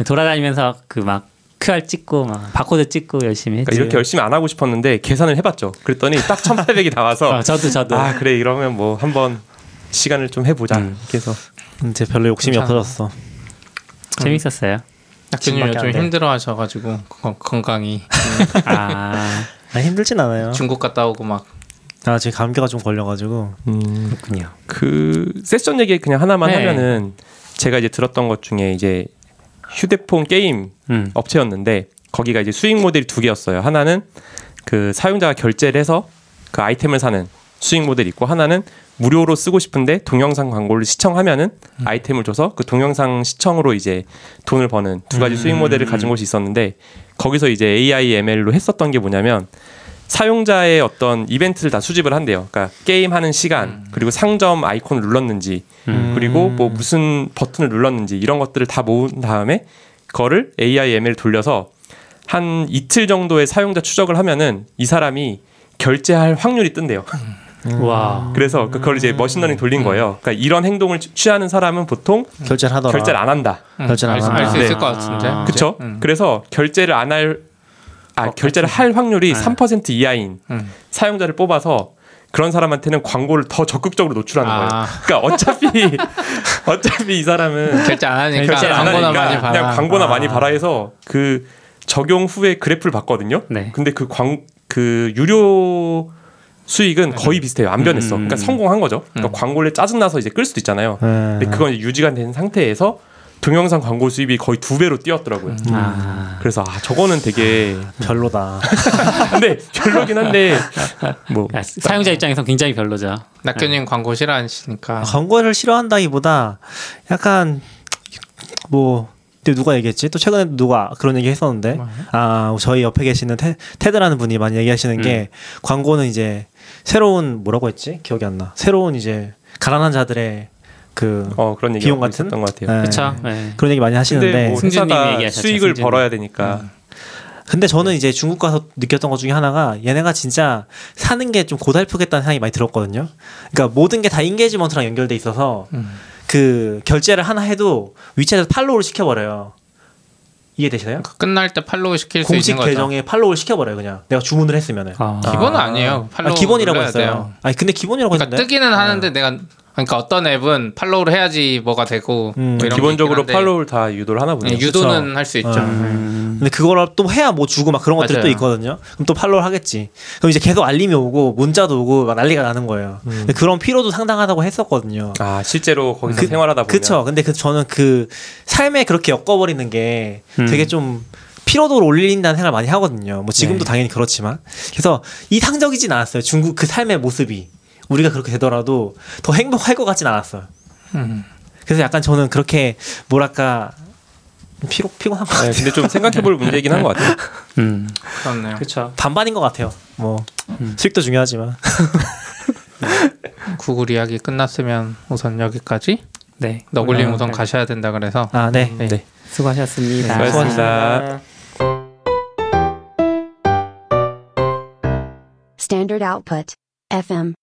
Speaker 2: 돌아다니면서 그 막 QR 찍고 막 바코드 찍고 열심히 했지.
Speaker 4: 그러니까 이렇게 열심히 안 하고 싶었는데 계산을 해봤죠. 그랬더니 딱 1,800이 나와서
Speaker 2: 어, 저도 저도
Speaker 4: 아 그래 이러면 뭐 한번 시간을 좀 해보자. 그래서
Speaker 3: 음, 제 별로 욕심이
Speaker 5: 괜찮아.
Speaker 3: 없어졌어.
Speaker 2: 재밌었어요.
Speaker 5: 낙진이
Speaker 3: 지금밖에 안
Speaker 5: 요즘
Speaker 3: 돼.
Speaker 5: 힘들어하셔가지고 건- 건강이
Speaker 4: 음.
Speaker 2: 아
Speaker 3: 아 힘들진 않아요.
Speaker 5: 중국 갔다 오고 막
Speaker 3: 아 지금 감기가 좀 걸려가지고
Speaker 2: 그렇군요.
Speaker 4: 음. 그 세션 얘기 그냥 하나만
Speaker 2: 네.
Speaker 4: 하면은 제가 이제 들었던 것 중에 이제 휴대폰 게임
Speaker 2: 음.
Speaker 4: 업체였는데 거기가 이제 수익 모델이 두 개였어요. 하나는 그 사용자가 결제를 해서 그 아이템을 사는 수익 모델이 있고 하나는 무료로 쓰고 싶은데 동영상 광고를 시청하면은 아이템을 줘서 그 동영상 시청으로 이제 돈을 버는 두 가지 수익 모델을 가진 곳이 있었는데 거기서 이제 AI ML로 했었던 게 뭐냐면 사용자의 어떤 이벤트를 다 수집을 한대요. 그러니까 게임 하는 시간 그리고 상점 아이콘을 눌렀는지 그리고 뭐 무슨 버튼을 눌렀는지 이런 것들을 다 모은 다음에 그거를 AI ML 돌려서 한 이틀 정도의 사용자 추적을 하면은 이 사람이 결제할 확률이 뜬대요.
Speaker 2: 와
Speaker 4: 그래서 그걸 이제 머신러닝
Speaker 5: 음.
Speaker 4: 돌린 거예요. 그러니까 이런 행동을 취- 취하는 사람은 보통
Speaker 3: 결제를 하더라.
Speaker 4: 결제를 안 한다.
Speaker 3: 결제를 안
Speaker 5: 알수
Speaker 4: 하나.
Speaker 5: 있을
Speaker 4: 네.
Speaker 5: 것 같은데.
Speaker 2: 아.
Speaker 5: 이제?
Speaker 4: 그렇죠?
Speaker 5: 음. 어,
Speaker 4: 그래서 결제를 안 할 아, 결제를 할 확률이 3% 이하인
Speaker 5: 아. 음.
Speaker 4: 사용자를 뽑아서 그런 사람한테는 광고를 더 적극적으로 노출하는 거예요.
Speaker 5: 아.
Speaker 4: 그러니까 어차피 어차피 이 사람은
Speaker 5: 결제 안 하니까
Speaker 2: 결제 안
Speaker 5: 광고나
Speaker 4: 하니까
Speaker 5: 많이 봐라.
Speaker 4: 그러니까 그냥 광고나
Speaker 2: 아.
Speaker 4: 많이 봐라 해서 그 적용 후에 그래프를 봤거든요.
Speaker 2: 네.
Speaker 4: 근데 그 광 그 유료 수익은 거의 비슷해요. 안 변했어.
Speaker 2: 네. 음.
Speaker 4: 그러니까 성공한 거죠. 그러니까 광고를 짜증나서 이제 끌 수도 있잖아요.
Speaker 3: 네.
Speaker 4: 근데 그건 이제 유지가 된 상태에서 동영상 광고 수입이 거의 두 배로 뛰었더라고요.
Speaker 2: 아,
Speaker 4: 그래서 아 저거는 되게
Speaker 3: 별로다.
Speaker 4: 근데 별로긴 한데 뭐
Speaker 2: 야, 사용자 입장에선 굉장히 별로죠.
Speaker 5: 어. 낙교님 광고 싫어하시니까.
Speaker 3: 아, 광고를 싫어한다기보다 약간 뭐 근데 누가 얘기했지? 또 최근에 누가 그런 얘기 했었는데 아 저희 옆에 계시는 테, 테드라는 분이 많이 얘기하시는 게 광고는 이제 새로운 뭐라고 했지? 기억이 안 나. 새로운 이제 가난한 자들의 그
Speaker 4: 어 그런 얘기
Speaker 3: 비용
Speaker 4: 가
Speaker 3: 같은
Speaker 4: 있었던 것 같아요.
Speaker 3: 예,
Speaker 2: 그렇죠. 네.
Speaker 3: 그런 얘기 많이
Speaker 4: 근데
Speaker 3: 하시는데
Speaker 4: 뭐
Speaker 2: 승진님이
Speaker 4: 회사가
Speaker 2: 얘기하셨죠,
Speaker 4: 수익을
Speaker 2: 승진님. 음.
Speaker 4: 벌어야 되니까
Speaker 3: 근데
Speaker 5: 네.
Speaker 3: 저는 이제 중국 가서 느꼈던 것 중에 하나가 얘네가 진짜 사는 게 좀 고달프겠다는 생각이 많이 들었거든요. 그러니까 모든 게 다 인게이지먼트랑 연결돼 있어서
Speaker 5: 음.
Speaker 3: 그 결제를 하나 해도 위챗에서 팔로우를 시켜버려요. 이해되시나요?
Speaker 5: 그 끝날 때 팔로우 시킬 수
Speaker 3: 공식
Speaker 5: 있는 거죠.
Speaker 3: 계정에 팔로우를 시켜버려요 그냥 내가 주문을 했으면은
Speaker 2: 아.
Speaker 5: 기본은 아니에요. 팔로우
Speaker 3: 아, 기본이라고
Speaker 5: 눌러야
Speaker 3: 했어요
Speaker 5: 돼요.
Speaker 3: 아니 근데 기본이라고
Speaker 5: 그러니까
Speaker 3: 했는데 어.
Speaker 5: 뜨기는 하는데 내가 그러니까 어떤 앱은 팔로우를 해야지 뭐가 되고
Speaker 3: 음.
Speaker 5: 뭐 이런 게
Speaker 4: 기본적으로 음.
Speaker 5: 있긴 한데
Speaker 4: 팔로우를 다 유도를 하나 보네요.
Speaker 5: 네, 유도는 할 수 있죠.
Speaker 3: 근데 그거를 또 해야 뭐 주고 막 그런 것들이
Speaker 5: 맞아요.
Speaker 3: 또 있거든요 그럼 또 팔로우를 하겠지 그럼 이제 계속 알림이 오고 문자도 오고 막 난리가 나는
Speaker 5: 음.
Speaker 3: 거예요 근데 그런 피로도 상당하다고 했었거든요
Speaker 4: 아 실제로 거기서 생활하다 보면
Speaker 3: 그쵸 근데 그 저는 그 삶에 그렇게 엮어버리는 게
Speaker 4: 음.
Speaker 3: 되게 좀 피로도를 올린다는 생각을 많이 하거든요 뭐
Speaker 4: 네.
Speaker 3: 지금도 당연히 그렇지만 그래서 이상적이진 않았어요 중국 그 삶의 모습이 우리가 그렇게 되더라도 더 행복할 것 같진 않았어요
Speaker 5: 음.
Speaker 3: 그래서 약간 저는 그렇게 뭐랄까 피로 피곤한 것
Speaker 4: 네,
Speaker 3: 같아요.
Speaker 4: 근데 좀 생각해볼 문제이긴 한 것 같아요.
Speaker 2: 음.
Speaker 5: 그렇네요.
Speaker 2: 그렇죠.
Speaker 3: 반반인 것 같아요. 뭐
Speaker 4: 음.
Speaker 3: 수익도 중요하지만
Speaker 5: 구글 이야기 끝났으면 우선 여기까지.
Speaker 2: 네.
Speaker 5: 너굴님
Speaker 2: 아,
Speaker 5: 우선
Speaker 2: 네.
Speaker 5: 가셔야 된다 그래서
Speaker 3: 아
Speaker 4: 음.
Speaker 3: 네.
Speaker 5: 네.
Speaker 2: 수고하셨습니다.
Speaker 4: 수고하셨습니다.
Speaker 1: Standard output. FM.